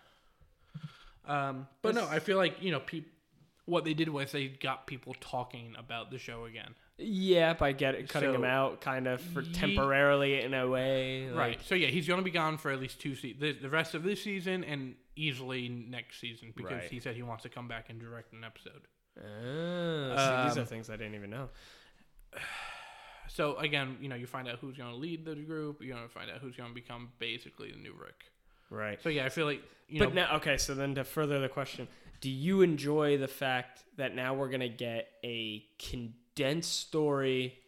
[SPEAKER 2] Um, but no, I feel like you know, peop what they did was they got people talking about the show again,
[SPEAKER 1] Yeah, by get cutting
[SPEAKER 2] So-
[SPEAKER 1] him out kind of for
[SPEAKER 2] Ye-
[SPEAKER 1] temporarily in a way. like-
[SPEAKER 2] right? So yeah, he's going to be gone for at least two se- the, the rest of this season and easily next season because
[SPEAKER 1] Right.
[SPEAKER 2] he said he wants to come back and direct an episode.
[SPEAKER 1] Oh, see, these
[SPEAKER 2] Um,
[SPEAKER 1] are things I didn't even know.
[SPEAKER 2] So again, you know, you find out who's going to lead the group. You're going to find out who's going to become basically the new Rick.
[SPEAKER 1] Right.
[SPEAKER 2] So yeah, I feel like you know,
[SPEAKER 1] but now, okay, so then to further the question, do you enjoy the fact that now we're going to get a condensed story,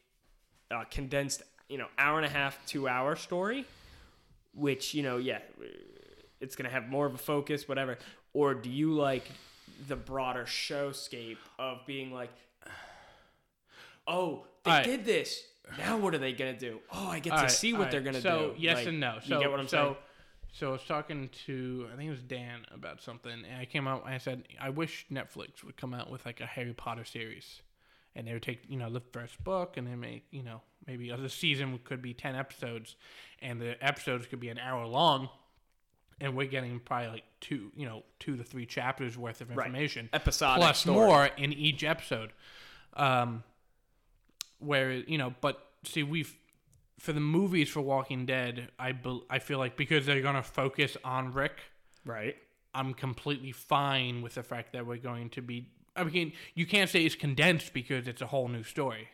[SPEAKER 1] uh, condensed, you know, hour and a half, two hour story, which, you know, yeah, it's going to have more of a focus, whatever. Or do you like the broader showscape of being like, oh, they
[SPEAKER 2] Alright.
[SPEAKER 1] did this. Now what are they gonna do? Oh, I get
[SPEAKER 2] All
[SPEAKER 1] to
[SPEAKER 2] right,
[SPEAKER 1] see
[SPEAKER 2] all
[SPEAKER 1] what
[SPEAKER 2] right.
[SPEAKER 1] they're gonna
[SPEAKER 2] so,
[SPEAKER 1] do.
[SPEAKER 2] yes
[SPEAKER 1] Like,
[SPEAKER 2] and no.
[SPEAKER 1] you
[SPEAKER 2] So,
[SPEAKER 1] get what I'm
[SPEAKER 2] so,
[SPEAKER 1] saying?
[SPEAKER 2] So I was talking to I think it was Dan about something, and I came out and I said I wish Netflix would come out with like a Harry Potter series, and they would take you know the first book and then make you know maybe other season could be ten episodes, and the episodes could be an hour long, and we're getting probably like two you know two to three chapters worth of information
[SPEAKER 1] Episodic
[SPEAKER 2] plus
[SPEAKER 1] story.
[SPEAKER 2] more in each episode. Um, where you know, but see, we've for the movies for Walking Dead, I bel I feel like because they're gonna focus on Rick,
[SPEAKER 1] Right.
[SPEAKER 2] I'm completely fine with the fact that we're going to be. I mean, you can't say it's condensed because it's a whole new story.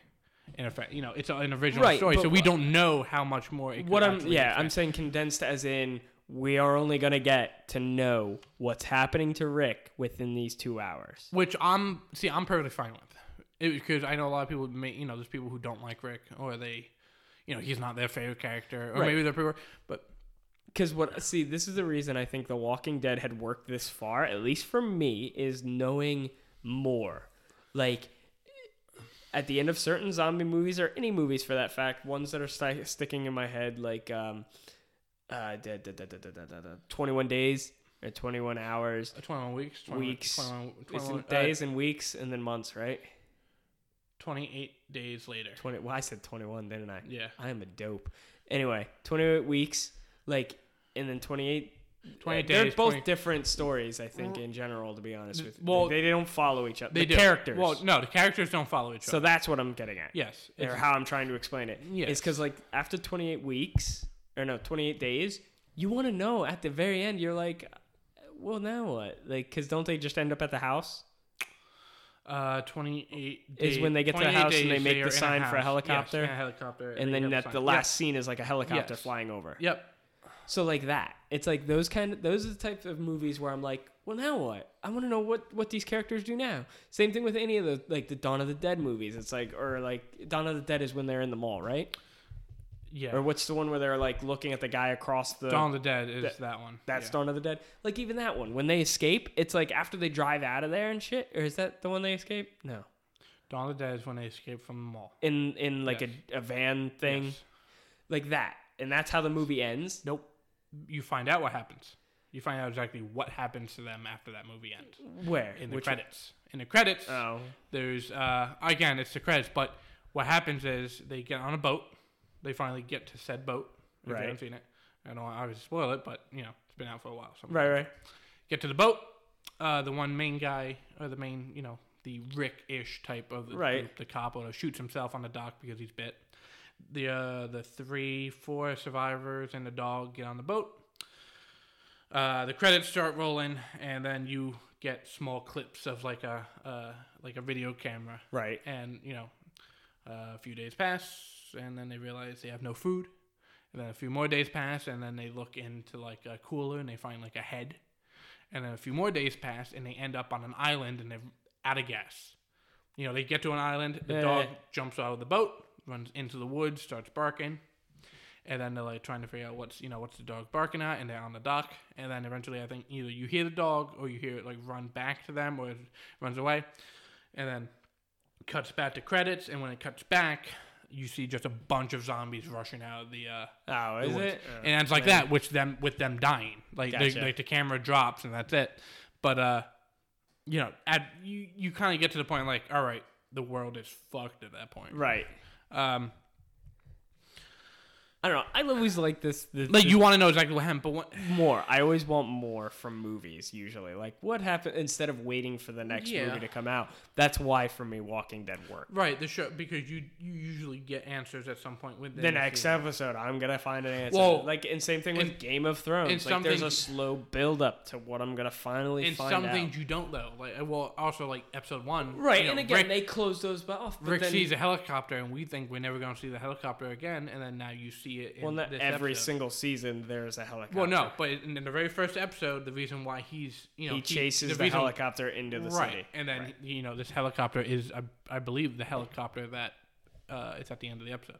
[SPEAKER 2] In effect, you know, it's an original
[SPEAKER 1] Right,
[SPEAKER 2] story,
[SPEAKER 1] but
[SPEAKER 2] so we
[SPEAKER 1] what-
[SPEAKER 2] don't know how much more. It could
[SPEAKER 1] What I'm
[SPEAKER 2] actually
[SPEAKER 1] yeah,
[SPEAKER 2] affect.
[SPEAKER 1] I'm saying condensed as in we are only gonna get to know what's happening to Rick within these two hours.
[SPEAKER 2] which I'm see, I'm perfectly fine with, It- because I know a lot of people. May, you know, there's people who don't like Rick, or they, you know, he's not their favorite character, or
[SPEAKER 1] Right.
[SPEAKER 2] maybe they're people. But
[SPEAKER 1] Because what see, this is the reason I think The Walking Dead had worked this far, at least for me, is knowing more. Like at the end of certain zombie movies or any movies for that fact, ones that are sti- sticking in my head, like um, uh, da, da, da, da, da, da, da, da, 21 days or 21 hours,
[SPEAKER 2] uh, 21 weeks, 21,
[SPEAKER 1] Weeks.
[SPEAKER 2] 21,
[SPEAKER 1] it's
[SPEAKER 2] 21,
[SPEAKER 1] in
[SPEAKER 2] uh,
[SPEAKER 1] days and weeks and then months, right?
[SPEAKER 2] 28 days later.
[SPEAKER 1] 20. Well, I said 21, didn't I?
[SPEAKER 2] Yeah,
[SPEAKER 1] I am a dope. Anyway, 28 weeks, like, and then 28.
[SPEAKER 2] 28
[SPEAKER 1] They're
[SPEAKER 2] days,
[SPEAKER 1] both
[SPEAKER 2] 20
[SPEAKER 1] different stories, I think, in general, to be honest with you.
[SPEAKER 2] Well,
[SPEAKER 1] they, they don't follow each other.
[SPEAKER 2] they
[SPEAKER 1] the
[SPEAKER 2] do.
[SPEAKER 1] characters.
[SPEAKER 2] Well, no, the characters don't follow each other.
[SPEAKER 1] so that's what I'm getting at.
[SPEAKER 2] yes,
[SPEAKER 1] Or
[SPEAKER 2] it's-
[SPEAKER 1] how I'm trying to explain it.
[SPEAKER 2] Yes.
[SPEAKER 1] It's because, like, after 28 weeks, or no, 28 days, you want to know at the very end, you're like, well, now what? Like, because don't they just end up at the house?
[SPEAKER 2] uh, 28
[SPEAKER 1] Is
[SPEAKER 2] day-
[SPEAKER 1] when they get to the
[SPEAKER 2] 28
[SPEAKER 1] house and they
[SPEAKER 2] days
[SPEAKER 1] make
[SPEAKER 2] they
[SPEAKER 1] the
[SPEAKER 2] are in
[SPEAKER 1] sign for a
[SPEAKER 2] house. Yes,
[SPEAKER 1] helicopter.
[SPEAKER 2] in a helicopter,
[SPEAKER 1] And
[SPEAKER 2] they
[SPEAKER 1] then
[SPEAKER 2] have a
[SPEAKER 1] at the
[SPEAKER 2] sign.
[SPEAKER 1] last scene is like a helicopter
[SPEAKER 2] Yes.
[SPEAKER 1] flying over.
[SPEAKER 2] Yep. yep.
[SPEAKER 1] So like that. It's like those kind of those are the type of movies where I'm like, well now what? I want to know what what these characters do now. Same thing with any of the like the Dawn of the Dead movies. It's like or like Dawn of the Dead is when they're in the mall, right?
[SPEAKER 2] Yeah.
[SPEAKER 1] Or what's the one where they're like looking at the guy across the
[SPEAKER 2] Dawn of the Dead is
[SPEAKER 1] that-
[SPEAKER 2] that one.
[SPEAKER 1] that's
[SPEAKER 2] yeah.
[SPEAKER 1] Dawn of the Dead. Like even that one when they escape, it's like after they drive out of there and shit. Or is that the one they escape? No.
[SPEAKER 2] Dawn of the Dead is when they escape from the mall.
[SPEAKER 1] In in like
[SPEAKER 2] Yes.
[SPEAKER 1] a, a van thing
[SPEAKER 2] Yes.
[SPEAKER 1] like that. And that's how the movie ends.
[SPEAKER 2] Nope. You find out what happens. You find out exactly what happens to them after that movie ends.
[SPEAKER 1] Where?
[SPEAKER 2] In the
[SPEAKER 1] Which-
[SPEAKER 2] credits. In the credits,
[SPEAKER 1] Oh.
[SPEAKER 2] there's uh, again, it's the credits. But what happens is they get on a boat. They finally get to said boat. If
[SPEAKER 1] Right.
[SPEAKER 2] You haven't seen it. I don't want to obviously spoil it, but you know it's been out for a while. So
[SPEAKER 1] Right, right.
[SPEAKER 2] Get to the boat. Uh, the one main guy, or the main, you know, the Rick-ish type of the,
[SPEAKER 1] Right.
[SPEAKER 2] the, cop, or shoots himself on the dock because he's bit. The uh, the three, four survivors and the dog get on the boat. Uh, the credits start rolling, and then you get small clips of like a uh, like a video camera,
[SPEAKER 1] Right.
[SPEAKER 2] and you know, a few days pass, and then they realize they have no food. And then a few more days pass, and then they look into like a cooler and they find like a head. And then a few more days pass, and they end up on an island and they're out of gas. You know, they get to an island, the
[SPEAKER 1] Yeah,
[SPEAKER 2] dog
[SPEAKER 1] yeah, yeah.
[SPEAKER 2] jumps out of the boat, runs into the woods, starts barking. And then they're like trying to figure out what's you know what's the dog barking at, and they're on the dock. And then eventually, I think either you hear the dog or you hear it like run back to them, or it runs away. And then cuts back to credits, and when it cuts back, you see just a bunch of zombies rushing out of the. Uh,
[SPEAKER 1] Oh,
[SPEAKER 2] the
[SPEAKER 1] is
[SPEAKER 2] woods.
[SPEAKER 1] it?
[SPEAKER 2] and it's like that, which them with them dying, like they-
[SPEAKER 1] Gotcha.
[SPEAKER 2] like the camera drops and that's it. But uh, you know, at you you kind of get to the point like, all right, the world is fucked at that point.
[SPEAKER 1] Right.
[SPEAKER 2] Um,
[SPEAKER 1] I don't know. I always like this. The,
[SPEAKER 2] like you want to know exactly what happened, but what,
[SPEAKER 1] more. I always want more from movies. Usually, like what happened instead of waiting for the next
[SPEAKER 2] Yeah.
[SPEAKER 1] movie to come out. That's why for me, Walking Dead worked.
[SPEAKER 2] right the show because you you usually get answers at some point with
[SPEAKER 1] The next episode, I'm gonna find an answer.
[SPEAKER 2] Well,
[SPEAKER 1] like and same thing with
[SPEAKER 2] and-
[SPEAKER 1] Game of Thrones.
[SPEAKER 2] and
[SPEAKER 1] Like there's a
[SPEAKER 2] something-
[SPEAKER 1] slow build up to what I'm gonna finally
[SPEAKER 2] and
[SPEAKER 1] find
[SPEAKER 2] some
[SPEAKER 1] out.
[SPEAKER 2] things you don't though. Like well, also like episode one,
[SPEAKER 1] right,
[SPEAKER 2] you know,
[SPEAKER 1] and again
[SPEAKER 2] Rick-
[SPEAKER 1] they close those off. But
[SPEAKER 2] Rick
[SPEAKER 1] then,
[SPEAKER 2] sees a helicopter, and we think we're never going to see the helicopter again, and then now you see it. In
[SPEAKER 1] well, not
[SPEAKER 2] this
[SPEAKER 1] every
[SPEAKER 2] episode.
[SPEAKER 1] single season there's a helicopter.
[SPEAKER 2] Well, no, but in in the very first episode, the reason why he's you know
[SPEAKER 1] he chases the,
[SPEAKER 2] reason-
[SPEAKER 1] helicopter into the
[SPEAKER 2] right,
[SPEAKER 1] city.
[SPEAKER 2] and then you know this helicopter is I, I believe the helicopter that uh, it's at the end of the episode.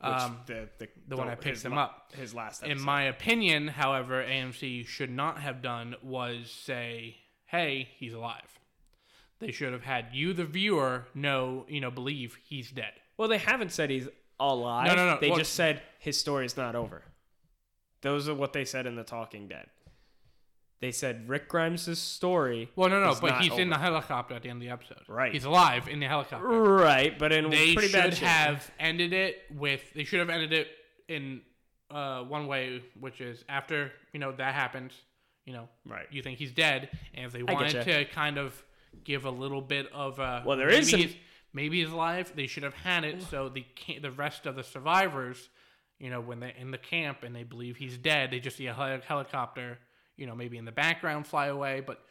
[SPEAKER 1] Which
[SPEAKER 2] Um,
[SPEAKER 1] the, the,
[SPEAKER 2] the one that picks
[SPEAKER 1] his
[SPEAKER 2] them
[SPEAKER 1] la-
[SPEAKER 2] up.
[SPEAKER 1] His last episode.
[SPEAKER 2] in my opinion, however, AMC should not have done was say, "Hey, he's alive." They should have had you, the viewer, know you know believe he's dead.
[SPEAKER 1] Well, they haven't said he's alive.
[SPEAKER 2] No, no, no.
[SPEAKER 1] They
[SPEAKER 2] Well-
[SPEAKER 1] just said his story's not over. Those are what they said in The Talking Dead. They said Rick Grimes' story.
[SPEAKER 2] Well, no, no,
[SPEAKER 1] It's
[SPEAKER 2] but
[SPEAKER 1] not
[SPEAKER 2] he's in
[SPEAKER 1] over.
[SPEAKER 2] the helicopter at the end of the episode.
[SPEAKER 1] Right.
[SPEAKER 2] He's alive in the helicopter.
[SPEAKER 1] Right, but in
[SPEAKER 2] They
[SPEAKER 1] pretty
[SPEAKER 2] should
[SPEAKER 1] bad shape.
[SPEAKER 2] have ended it with. They should have ended it in uh, one way, which is after you know that happened. You know,
[SPEAKER 1] Right.
[SPEAKER 2] You think he's dead, and if they wanted
[SPEAKER 1] getcha.
[SPEAKER 2] to kind of give a little bit of uh,
[SPEAKER 1] Well, there
[SPEAKER 2] maybe
[SPEAKER 1] is some-
[SPEAKER 2] he's, maybe he's alive. They should have had it so the ca- the rest of the survivors, you know, when they're in the camp and they believe he's dead, they just see a heli- helicopter, you know, maybe in the background fly away, but.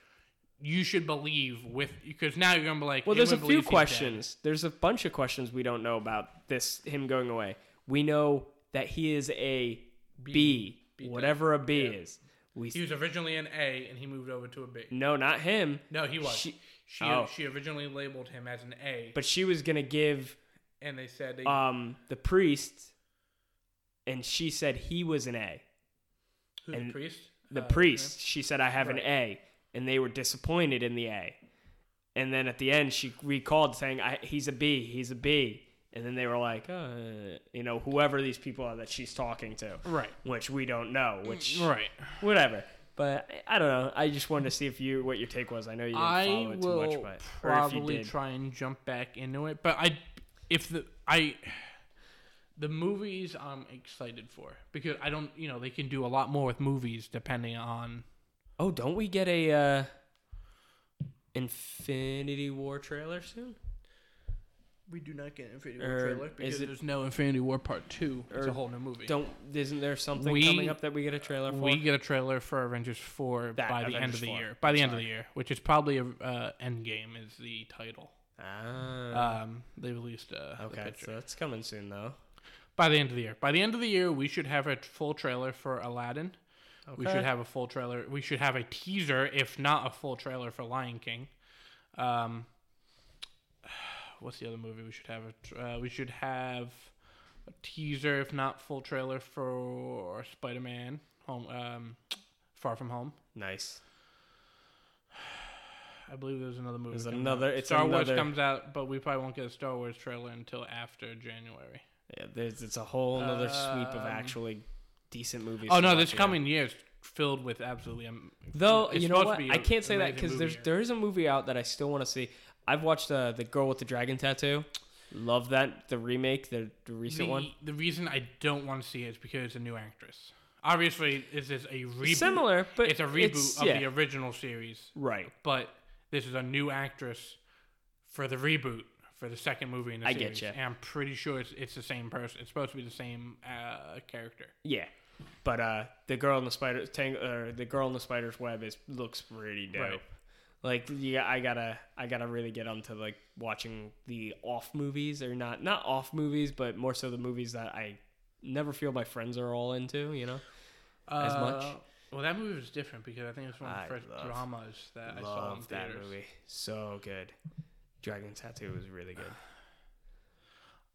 [SPEAKER 2] You should believe with because now you're gonna be like.
[SPEAKER 1] Well, there's a
[SPEAKER 2] everyone
[SPEAKER 1] few
[SPEAKER 2] believes he's dead.
[SPEAKER 1] questions. There's a bunch of questions we don't know about this him going away. We know that he is a B, whatever a B is. We
[SPEAKER 2] He was originally an A, and he moved over to a B.
[SPEAKER 1] no, not him.
[SPEAKER 2] No, he was.
[SPEAKER 1] She-
[SPEAKER 2] She she,
[SPEAKER 1] Oh.
[SPEAKER 2] she originally labeled him as an A,
[SPEAKER 1] But she was gonna give
[SPEAKER 2] and they said they,
[SPEAKER 1] um the priest, and she said he was an A.
[SPEAKER 2] who the
[SPEAKER 1] and
[SPEAKER 2] priest?
[SPEAKER 1] The
[SPEAKER 2] Uh,
[SPEAKER 1] priest, she said I have an A, and they were disappointed in the A. And then at the end, she recalled saying I, he's a B, he's a B. And then they were like, uh, you know, whoever these people are that she's talking to.
[SPEAKER 2] Right.
[SPEAKER 1] which we don't know, which
[SPEAKER 2] Right.
[SPEAKER 1] whatever. But I, I don't know. I just wanted to see if you what your take was. I know you didn't follow
[SPEAKER 2] I
[SPEAKER 1] it too much,
[SPEAKER 2] will
[SPEAKER 1] but or if you
[SPEAKER 2] probably
[SPEAKER 1] did.
[SPEAKER 2] try and jump back into it, but I if the I the movies I'm excited for because I don't you know they can do a lot more with movies depending on
[SPEAKER 1] oh, don't we get a uh, Infinity War trailer soon?
[SPEAKER 2] we do not get Infinity
[SPEAKER 1] War Or trailer is because it-
[SPEAKER 2] there's no Infinity War Part Two. It's
[SPEAKER 1] Or
[SPEAKER 2] a whole new movie.
[SPEAKER 1] Don't isn't there something
[SPEAKER 2] We-
[SPEAKER 1] coming up that we get a trailer for?
[SPEAKER 2] We get a trailer for Avengers four
[SPEAKER 1] That,
[SPEAKER 2] by the end
[SPEAKER 1] Avengers
[SPEAKER 2] of the
[SPEAKER 1] 4.
[SPEAKER 2] year. By the end of the year, which is probably uh, Endgame is the title.
[SPEAKER 1] ah,
[SPEAKER 2] Um, they released uh, the
[SPEAKER 1] okay,
[SPEAKER 2] picture.
[SPEAKER 1] so that's coming soon though.
[SPEAKER 2] By the end of the year. By the end of the year, we should have a full trailer for Aladdin. We
[SPEAKER 1] Okay.
[SPEAKER 2] should have a full trailer. We should have a teaser, if not a full trailer, for Lion King. Um, what's the other movie we should have? A, tr- uh, we should have a teaser, if not full trailer, for Spider Man Home, um, Far From Home.
[SPEAKER 1] Nice.
[SPEAKER 2] I believe there's another movie.
[SPEAKER 1] There's
[SPEAKER 2] coming
[SPEAKER 1] another-
[SPEAKER 2] out.
[SPEAKER 1] it's
[SPEAKER 2] Star
[SPEAKER 1] another-
[SPEAKER 2] Wars comes out, but we probably won't get a Star Wars trailer until after January.
[SPEAKER 1] Yeah, there's it's a whole another sweep of
[SPEAKER 2] Um,
[SPEAKER 1] actually decent movies.
[SPEAKER 2] Oh
[SPEAKER 1] to
[SPEAKER 2] no,
[SPEAKER 1] watch
[SPEAKER 2] this
[SPEAKER 1] here.
[SPEAKER 2] coming year is filled with absolutely. Um,
[SPEAKER 1] Though
[SPEAKER 2] it's
[SPEAKER 1] you know
[SPEAKER 2] supposed to
[SPEAKER 1] what,
[SPEAKER 2] be
[SPEAKER 1] I
[SPEAKER 2] a-
[SPEAKER 1] can't say that
[SPEAKER 2] amazing
[SPEAKER 1] because
[SPEAKER 2] movie
[SPEAKER 1] there's
[SPEAKER 2] year.
[SPEAKER 1] there is a movie out that I still want to see. I've watched uh, the girl with the dragon tattoo. Love that the remake, the, the recent
[SPEAKER 2] the,
[SPEAKER 1] one.
[SPEAKER 2] The reason I don't want to see it is because it's a new actress. Obviously, this is a reboot.
[SPEAKER 1] Similar, but
[SPEAKER 2] it's a reboot
[SPEAKER 1] it's-
[SPEAKER 2] of
[SPEAKER 1] yeah.
[SPEAKER 2] the original series,
[SPEAKER 1] Right,
[SPEAKER 2] but this is a new actress for the reboot for the second movie in the
[SPEAKER 1] I
[SPEAKER 2] series.
[SPEAKER 1] getcha.
[SPEAKER 2] And I'm pretty sure it's, it's the same person. It's supposed to be the same uh, character.
[SPEAKER 1] yeah. But uh, the girl in the spider tang- or the girl in the spider's web is looks pretty dope.
[SPEAKER 2] Right.
[SPEAKER 1] Like yeah, I gotta I gotta really get onto like watching the off movies or not not off movies, but more so the movies that I never feel my friends are all into. You know, As much?
[SPEAKER 2] Uh, Well, that movie was different because I think it's one of the
[SPEAKER 1] I
[SPEAKER 2] first
[SPEAKER 1] love-
[SPEAKER 2] dramas that I saw in
[SPEAKER 1] love that
[SPEAKER 2] theaters.
[SPEAKER 1] movie, so good. Dragon Tattoo was really good.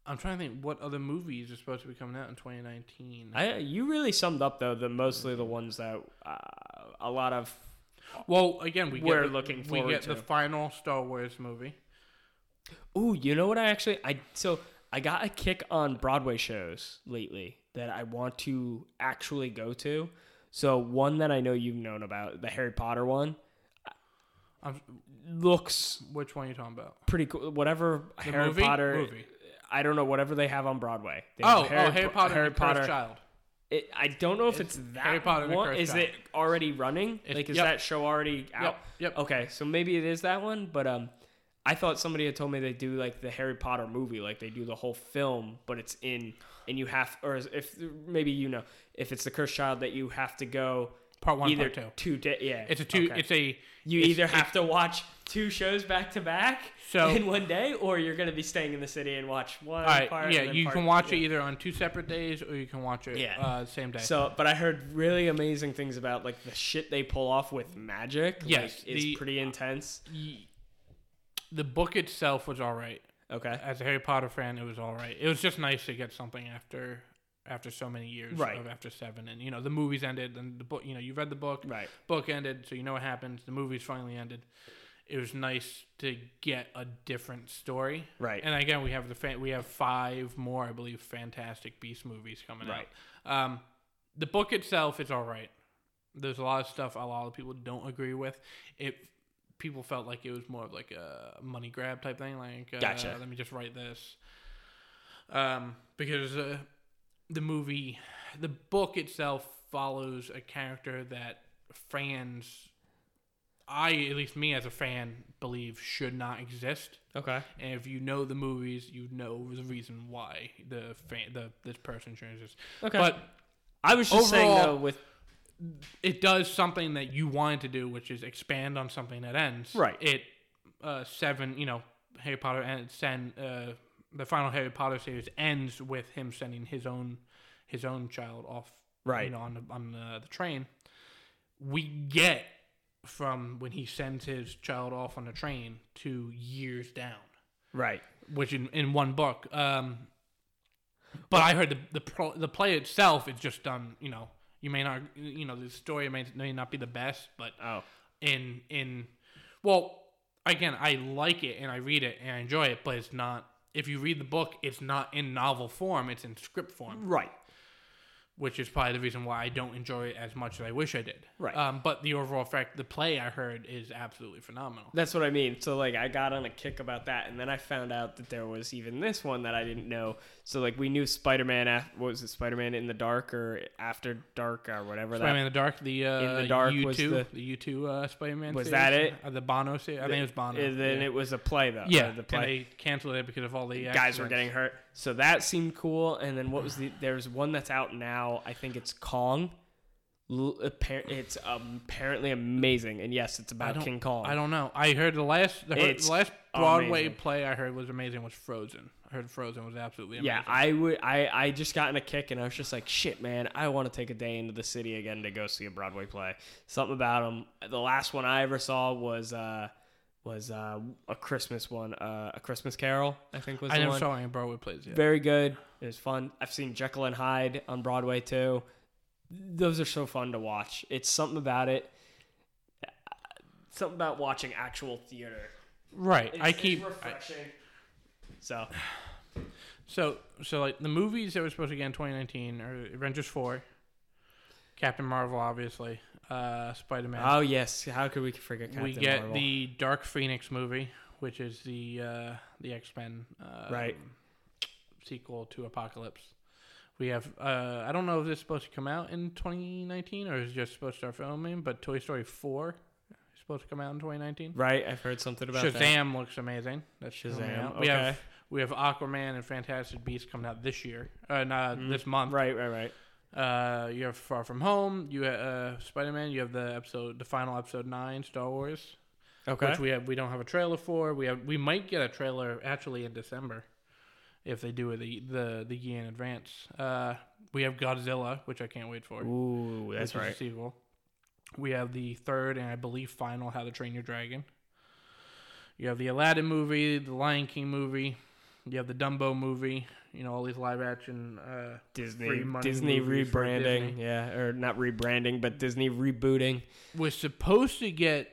[SPEAKER 2] I'm trying to think what other movies are supposed to be coming out in 2019.
[SPEAKER 1] I you really summed up though the mostly the ones that uh, a lot of
[SPEAKER 2] well, again, we
[SPEAKER 1] We're
[SPEAKER 2] get the-
[SPEAKER 1] looking
[SPEAKER 2] we
[SPEAKER 1] forward
[SPEAKER 2] get the
[SPEAKER 1] to.
[SPEAKER 2] final Star Wars movie.
[SPEAKER 1] ooh you know what I actually I so I got a kick on Broadway shows lately that I want to actually go to. So one that I know you've known about the Harry Potter one uh,
[SPEAKER 2] I'm,
[SPEAKER 1] looks
[SPEAKER 2] which one are you talking about?
[SPEAKER 1] pretty cool. Whatever
[SPEAKER 2] The
[SPEAKER 1] Harry
[SPEAKER 2] movie?
[SPEAKER 1] Potter
[SPEAKER 2] Movie.
[SPEAKER 1] I don't know whatever they have on Broadway. They have
[SPEAKER 2] Oh, Harry, oh, Harry
[SPEAKER 1] Po-
[SPEAKER 2] Potter. Harry Potter. Child.
[SPEAKER 1] It, I don't know if it's, that
[SPEAKER 2] Harry Potter and the
[SPEAKER 1] one.
[SPEAKER 2] Cursed
[SPEAKER 1] is
[SPEAKER 2] Child.
[SPEAKER 1] it already running?
[SPEAKER 2] It's-
[SPEAKER 1] like, is
[SPEAKER 2] yep.
[SPEAKER 1] that show already out?
[SPEAKER 2] yep.
[SPEAKER 1] Okay, so maybe it is that one, but um, I thought somebody had told me they do like the Harry Potter movie, like they do the whole film, but it's in and you have, or is- if maybe you know, if it's the Cursed Child that you have to go
[SPEAKER 2] Part one,
[SPEAKER 1] either
[SPEAKER 2] part two.
[SPEAKER 1] two da- yeah,
[SPEAKER 2] It's a two.
[SPEAKER 1] okay.
[SPEAKER 2] It's a.
[SPEAKER 1] you
[SPEAKER 2] it's-
[SPEAKER 1] either have to watch two shows back to back
[SPEAKER 2] So-
[SPEAKER 1] in one day, or you're gonna be staying in the city and watch one.
[SPEAKER 2] All right.
[SPEAKER 1] part
[SPEAKER 2] yeah,
[SPEAKER 1] and then
[SPEAKER 2] you
[SPEAKER 1] part-
[SPEAKER 2] can watch
[SPEAKER 1] yeah.
[SPEAKER 2] it either on two separate days or you can watch it
[SPEAKER 1] Yeah.
[SPEAKER 2] uh, same day.
[SPEAKER 1] So, but I heard really amazing things about like the shit they pull off with magic.
[SPEAKER 2] Yes,
[SPEAKER 1] like, is
[SPEAKER 2] the-
[SPEAKER 1] pretty intense.
[SPEAKER 2] Ye- the book itself was all right.
[SPEAKER 1] Okay,
[SPEAKER 2] As a Harry Potter fan, it was all right. It was just nice to get something after after so many years
[SPEAKER 1] Right.
[SPEAKER 2] of after seven, and you know the movies ended, and the book. You know you read the book.
[SPEAKER 1] right.
[SPEAKER 2] book ended, so you know what happens. The movie's finally ended. it was nice to get a different story.
[SPEAKER 1] Right.
[SPEAKER 2] And again, we have the fan- we have five more, I believe, Fantastic Beast movies coming
[SPEAKER 1] Right.
[SPEAKER 2] out. Um, the book itself is all right. There's a lot of stuff a lot of people don't agree with. It people felt like it was more of like a money grab type thing. Like, uh,
[SPEAKER 1] Gotcha.
[SPEAKER 2] Let me just write this. Um, because uh, the movie, the book itself follows a character that fans, I at least me as a fan believe should not exist.
[SPEAKER 1] Okay.
[SPEAKER 2] And if you know the movies, you know the reason why the fan, the this person changes.
[SPEAKER 1] Okay.
[SPEAKER 2] But
[SPEAKER 1] I was just saying
[SPEAKER 2] Overall-
[SPEAKER 1] though with
[SPEAKER 2] it does something that you wanted to do, which is expand on something that ends.
[SPEAKER 1] Right.
[SPEAKER 2] It uh, seven, you know, Harry Potter and send uh, the final Harry Potter series ends with him sending his own his own child off.
[SPEAKER 1] Right.
[SPEAKER 2] You know, on the, on the, the train, we get from when he sends his child off on the train to years down.
[SPEAKER 1] right.
[SPEAKER 2] which in, in one book. Um, but I heard the the, pro, the play itself is just done. You know, you may not, you know, the story may, may not be the best, but uh,
[SPEAKER 1] Oh.
[SPEAKER 2] in in well, again, I like it and I read it and I enjoy it, but it's not. If you read the book, it's not in novel form; it's in script form,
[SPEAKER 1] Right.
[SPEAKER 2] which is probably the reason why I don't enjoy it as much as I wish I did.
[SPEAKER 1] Right.
[SPEAKER 2] Um, but the overall effect, the play I heard is absolutely phenomenal.
[SPEAKER 1] That's what I mean. So like I got on a kick about that, and then I found out that there was even this one that I didn't know. So like we knew Spider Man. Af- what was it? Spider Man in the dark or after dark or whatever.
[SPEAKER 2] Spider Man
[SPEAKER 1] that
[SPEAKER 2] in the Dark, the uh,
[SPEAKER 1] the Dark
[SPEAKER 2] U2,
[SPEAKER 1] was
[SPEAKER 2] the,
[SPEAKER 1] the-
[SPEAKER 2] U2 uh, Spider Man.
[SPEAKER 1] Was that it?
[SPEAKER 2] the Bono series. I think it was Bono.
[SPEAKER 1] And then
[SPEAKER 2] yeah,
[SPEAKER 1] it was a play though.
[SPEAKER 2] yeah.
[SPEAKER 1] Uh, the
[SPEAKER 2] and
[SPEAKER 1] play.
[SPEAKER 2] they canceled it because of all the
[SPEAKER 1] Guys were
[SPEAKER 2] accidents.
[SPEAKER 1] getting hurt. So that seemed cool. And then what was the? There's one that's out now. I think it's Kong. L- appar- It's um, apparently amazing. And yes, it's
[SPEAKER 2] I
[SPEAKER 1] about
[SPEAKER 2] don't-
[SPEAKER 1] King Kong.
[SPEAKER 2] I don't know. I heard the last the, heard,
[SPEAKER 1] It's
[SPEAKER 2] the last Broadway
[SPEAKER 1] amazing.
[SPEAKER 2] play I heard was amazing was Frozen. I heard Frozen was absolutely amazing.
[SPEAKER 1] Yeah, I would. I I just gotten a kick, and I was just like, "Shit, man! I want to take a day into the city again to go see a Broadway play." Something about them. The last one I ever saw was uh was uh a Christmas one, uh, a Christmas Carol. I think was
[SPEAKER 2] I
[SPEAKER 1] the
[SPEAKER 2] never
[SPEAKER 1] one.
[SPEAKER 2] saw any Broadway plays yet.
[SPEAKER 1] Very good. It was fun. I've seen Jekyll and Hyde on Broadway too. Those are so fun to watch. It's something about it. Something about watching actual theater.
[SPEAKER 2] right.
[SPEAKER 1] It's-
[SPEAKER 2] I
[SPEAKER 1] it's
[SPEAKER 2] keep I-
[SPEAKER 1] refreshing. so
[SPEAKER 2] so so like the movies that were supposed to get in 2019 are Avengers 4, Captain Marvel, obviously, uh, Spider Man.
[SPEAKER 1] Oh yes, how could we forget? Captain
[SPEAKER 2] we get
[SPEAKER 1] Marvel?
[SPEAKER 2] the Dark Phoenix movie, which is the uh, the X Men uh,
[SPEAKER 1] Right.
[SPEAKER 2] sequel to Apocalypse. We have uh, I don't know if this is supposed to come out in 2019 or is it just supposed to start filming, but Toy Story 4 is supposed to come out in 2019.
[SPEAKER 1] Right, I've heard something about
[SPEAKER 2] Shazam
[SPEAKER 1] that.
[SPEAKER 2] looks amazing. That's coming
[SPEAKER 1] Shazam,
[SPEAKER 2] out. We
[SPEAKER 1] okay.
[SPEAKER 2] have we have Aquaman and Fantastic Beasts coming out this year, uh, not
[SPEAKER 1] Mm-hmm.
[SPEAKER 2] this month.
[SPEAKER 1] Right, right, right.
[SPEAKER 2] Uh, you have Far From Home. You have uh, Spider Man. You have the episode, the final episode nine, Star Wars
[SPEAKER 1] Okay.
[SPEAKER 2] which we have we don't have a trailer for. We have we might get a trailer actually in December if they do it the the the year in advance. Uh, we have Godzilla, which I can't wait for.
[SPEAKER 1] Ooh,
[SPEAKER 2] which is a sequel. We have the third and I believe final How to Train Your Dragon. You have the Aladdin movie, the Lion King movie. You have the Dumbo movie. You know all these live action. Uh, free
[SPEAKER 1] Disney
[SPEAKER 2] money
[SPEAKER 1] Disney
[SPEAKER 2] movies for
[SPEAKER 1] rebranding.
[SPEAKER 2] Disney.
[SPEAKER 1] Yeah, or not rebranding, but Disney rebooting.
[SPEAKER 2] was supposed to get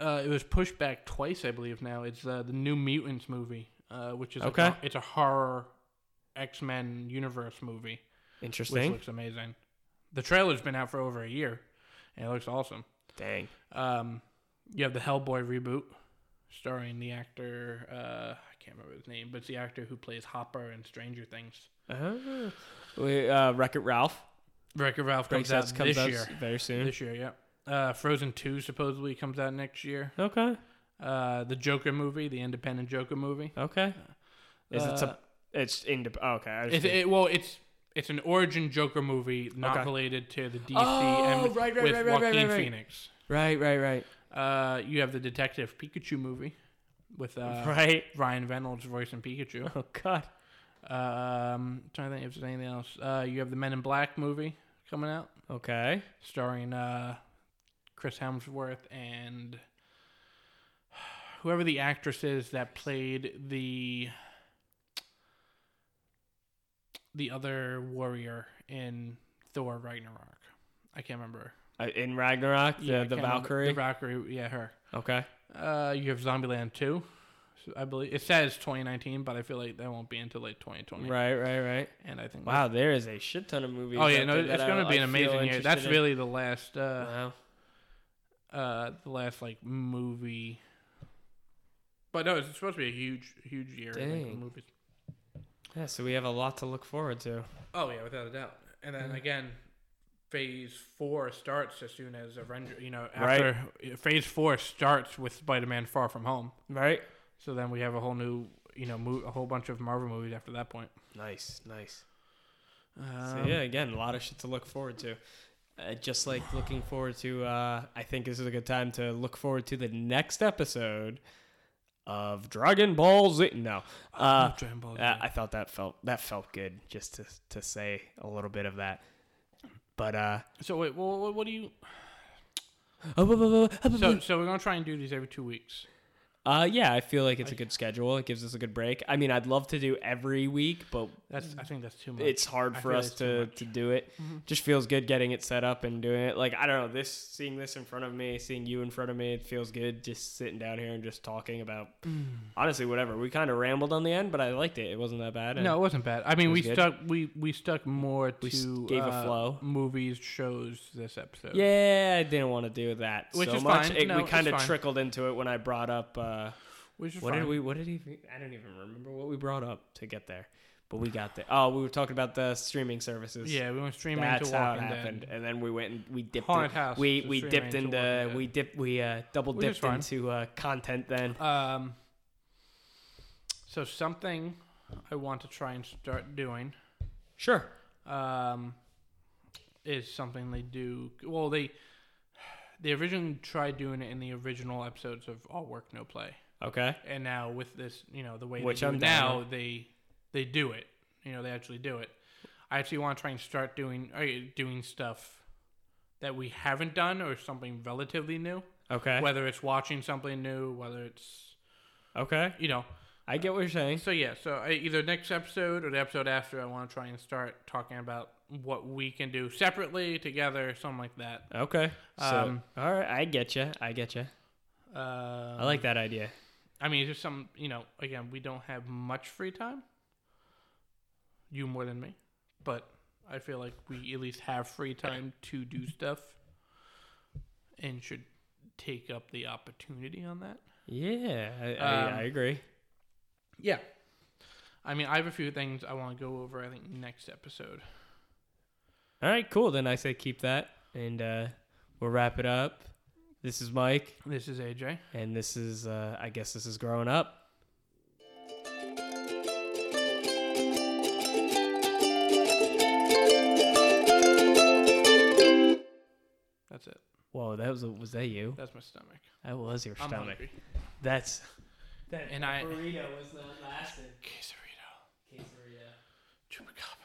[SPEAKER 2] uh, it was pushed back twice i believe now it's uh, the new mutants movie uh, which is
[SPEAKER 1] Okay.
[SPEAKER 2] a, it's a horror x-men universe movie which
[SPEAKER 1] Interesting.
[SPEAKER 2] looks amazing the trailer's been out for over a year and it looks awesome
[SPEAKER 1] Dang.
[SPEAKER 2] um, you have the hellboy reboot starring the actor uh, i can't remember his name but it's the actor who plays hopper in stranger things
[SPEAKER 1] Oh. We, uh, Wreck It Ralph
[SPEAKER 2] Wreck-It Ralph comes
[SPEAKER 1] breaks
[SPEAKER 2] out
[SPEAKER 1] out comes
[SPEAKER 2] this
[SPEAKER 1] out
[SPEAKER 2] year.
[SPEAKER 1] very soon.
[SPEAKER 2] This year, yeah. Uh, Frozen 2 supposedly comes out next year.
[SPEAKER 1] okay.
[SPEAKER 2] Uh, the Joker movie, the independent Joker movie.
[SPEAKER 1] Okay. Is it?
[SPEAKER 2] Uh,
[SPEAKER 1] Sub- it's in. Oh, okay. I was
[SPEAKER 2] It's,
[SPEAKER 1] thinking-
[SPEAKER 2] it, well, it's it's an origin Joker movie, not
[SPEAKER 1] Okay.
[SPEAKER 2] related to the DC
[SPEAKER 1] Oh,
[SPEAKER 2] and
[SPEAKER 1] right, right,
[SPEAKER 2] with
[SPEAKER 1] right, right, right,
[SPEAKER 2] Joaquin
[SPEAKER 1] right, right.
[SPEAKER 2] Phoenix.
[SPEAKER 1] right, right, right,
[SPEAKER 2] Uh, you have the Detective Pikachu movie with uh,
[SPEAKER 1] right.
[SPEAKER 2] Ryan Reynolds voicing Pikachu.
[SPEAKER 1] Oh God.
[SPEAKER 2] Um, trying to think if there's anything else. Uh, you have the Men in Black movie coming out,
[SPEAKER 1] Okay.
[SPEAKER 2] starring uh, Chris Hemsworth and whoever the actress is that played the the other warrior in Thor Ragnarok. I can't remember.
[SPEAKER 1] Uh, in Ragnarok, the,
[SPEAKER 2] Yeah, I
[SPEAKER 1] the
[SPEAKER 2] can't remember-
[SPEAKER 1] Valkyrie.
[SPEAKER 2] The Valkyrie, yeah, her.
[SPEAKER 1] okay.
[SPEAKER 2] Uh, you have Zombieland two. So I believe it says 2019, but I feel like that won't be until like 2020.
[SPEAKER 1] Right, right, right.
[SPEAKER 2] And I think
[SPEAKER 1] Wow, there is a shit ton of movies.
[SPEAKER 2] Oh yeah,
[SPEAKER 1] out
[SPEAKER 2] no,
[SPEAKER 1] there
[SPEAKER 2] it's
[SPEAKER 1] that I-
[SPEAKER 2] going to be
[SPEAKER 1] I
[SPEAKER 2] an
[SPEAKER 1] feel
[SPEAKER 2] amazing year.
[SPEAKER 1] interested
[SPEAKER 2] That's
[SPEAKER 1] in.
[SPEAKER 2] really the last, uh,
[SPEAKER 1] wow.
[SPEAKER 2] uh, the last like movie. But no, it's supposed to be a huge, huge year. I think, for
[SPEAKER 1] Dang.
[SPEAKER 2] movies.
[SPEAKER 1] Yeah, so we have a lot to look forward to.
[SPEAKER 2] Oh yeah, without a doubt. And then
[SPEAKER 1] Yeah.
[SPEAKER 2] again, phase four starts as soon as Avenger. You know,
[SPEAKER 1] Right.
[SPEAKER 2] after phase four starts with Spider-Man: Far From Home.
[SPEAKER 1] Right?
[SPEAKER 2] So then we have a whole new, you know, mo- a whole bunch of Marvel movies after that point.
[SPEAKER 1] Nice, nice.
[SPEAKER 2] Um,
[SPEAKER 1] So yeah, again, a lot of shit to look forward to. Uh, just like looking forward to, uh, I think this is a good time to look forward to the next episode of Dragon Ball Z. No, uh,
[SPEAKER 2] Dragon Ball Z.
[SPEAKER 1] uh, I thought that felt that felt good just to to say a little bit of that. But uh,
[SPEAKER 2] so wait, well, what, what do you? So
[SPEAKER 1] so,
[SPEAKER 2] so we're gonna try and do these every two weeks.
[SPEAKER 1] uh, yeah, I feel like it's a good schedule. It gives us a good break. I mean, I'd love to do every week, but
[SPEAKER 2] That's I think that's too much.
[SPEAKER 1] it's hard
[SPEAKER 2] I
[SPEAKER 1] for
[SPEAKER 2] feel
[SPEAKER 1] us
[SPEAKER 2] it's too
[SPEAKER 1] to,
[SPEAKER 2] much. Mm-hmm.
[SPEAKER 1] to do it. Just feels good getting it set up and doing it. Like I don't know, this seeing this in front of me, seeing you in front of me, it feels good just sitting down here and just talking about
[SPEAKER 2] Mm.
[SPEAKER 1] honestly whatever. We kind of rambled on the end, but I liked it. It wasn't that bad. and-
[SPEAKER 2] no, it wasn't bad. I mean,
[SPEAKER 1] was
[SPEAKER 2] we
[SPEAKER 1] good.
[SPEAKER 2] stuck we we stuck more to
[SPEAKER 1] We s- gave a
[SPEAKER 2] uh,
[SPEAKER 1] flow.
[SPEAKER 2] movies shows this episode.
[SPEAKER 1] Yeah, I didn't want to do that
[SPEAKER 2] Which
[SPEAKER 1] so
[SPEAKER 2] is
[SPEAKER 1] much.
[SPEAKER 2] fine.
[SPEAKER 1] It-
[SPEAKER 2] No,
[SPEAKER 1] we
[SPEAKER 2] it's
[SPEAKER 1] kind of
[SPEAKER 2] fine.
[SPEAKER 1] trickled into it when I brought up uh,
[SPEAKER 2] which is
[SPEAKER 1] what
[SPEAKER 2] fine.
[SPEAKER 1] did we what did he I don't even remember what we brought up to get there. But we got there. Oh, we were talking about the streaming services.
[SPEAKER 2] Yeah, we went streaming
[SPEAKER 1] That's
[SPEAKER 2] to
[SPEAKER 1] how it
[SPEAKER 2] Walking
[SPEAKER 1] happened,
[SPEAKER 2] Dead.
[SPEAKER 1] and then we went and we dipped.
[SPEAKER 2] Haunted
[SPEAKER 1] in-
[SPEAKER 2] House
[SPEAKER 1] We
[SPEAKER 2] to
[SPEAKER 1] we
[SPEAKER 2] streaming
[SPEAKER 1] dipped
[SPEAKER 2] to Walking
[SPEAKER 1] into
[SPEAKER 2] Dead.
[SPEAKER 1] we dip we uh double
[SPEAKER 2] Which is
[SPEAKER 1] dipped
[SPEAKER 2] fine.
[SPEAKER 1] into uh content then.
[SPEAKER 2] Um, so something I want to try and start doing
[SPEAKER 1] Sure.
[SPEAKER 2] um, is something they do. Well, they they originally tried doing it in the original episodes of All Work No Play,
[SPEAKER 1] Okay.
[SPEAKER 2] and now with this, you know, the way
[SPEAKER 1] Which
[SPEAKER 2] they do
[SPEAKER 1] I'm
[SPEAKER 2] it
[SPEAKER 1] down
[SPEAKER 2] now they they do it. You know, they actually do it. I actually want to try and start doing uh, doing stuff that we haven't done or something relatively new.
[SPEAKER 1] Okay.
[SPEAKER 2] Whether it's watching something new, whether it's
[SPEAKER 1] okay.
[SPEAKER 2] you know,
[SPEAKER 1] I get what you're saying.
[SPEAKER 2] So yeah, so I, either next episode or the episode after, I want to try and start talking about what we can do separately, together, something like that.
[SPEAKER 1] Okay. So
[SPEAKER 2] Um,
[SPEAKER 1] all right, I get you. I get you.
[SPEAKER 2] Uh,
[SPEAKER 1] I like that idea.
[SPEAKER 2] I mean, it's just some, you know, again, we don't have much free time. You more than me, but I feel like we at least have free time to do stuff, and should take up the opportunity on that.
[SPEAKER 1] Yeah, I,
[SPEAKER 2] Um,
[SPEAKER 1] I, I agree.
[SPEAKER 2] Yeah. I mean, I have a few things I want to go over. I think next episode.
[SPEAKER 1] All right, cool. Then I say keep that, and uh, we'll wrap it up. This is Mike,
[SPEAKER 2] This is AJ.
[SPEAKER 1] and this is uh, I guess this is growing up.
[SPEAKER 2] That's it.
[SPEAKER 1] Whoa, that was was that you?
[SPEAKER 2] That's my stomach.
[SPEAKER 1] That was your
[SPEAKER 2] I'm
[SPEAKER 1] stomach.
[SPEAKER 2] hungry.
[SPEAKER 1] That's that
[SPEAKER 2] And I
[SPEAKER 1] burrito was not lasting.
[SPEAKER 2] quesarito,
[SPEAKER 1] Quesadilla.
[SPEAKER 2] chupacabra.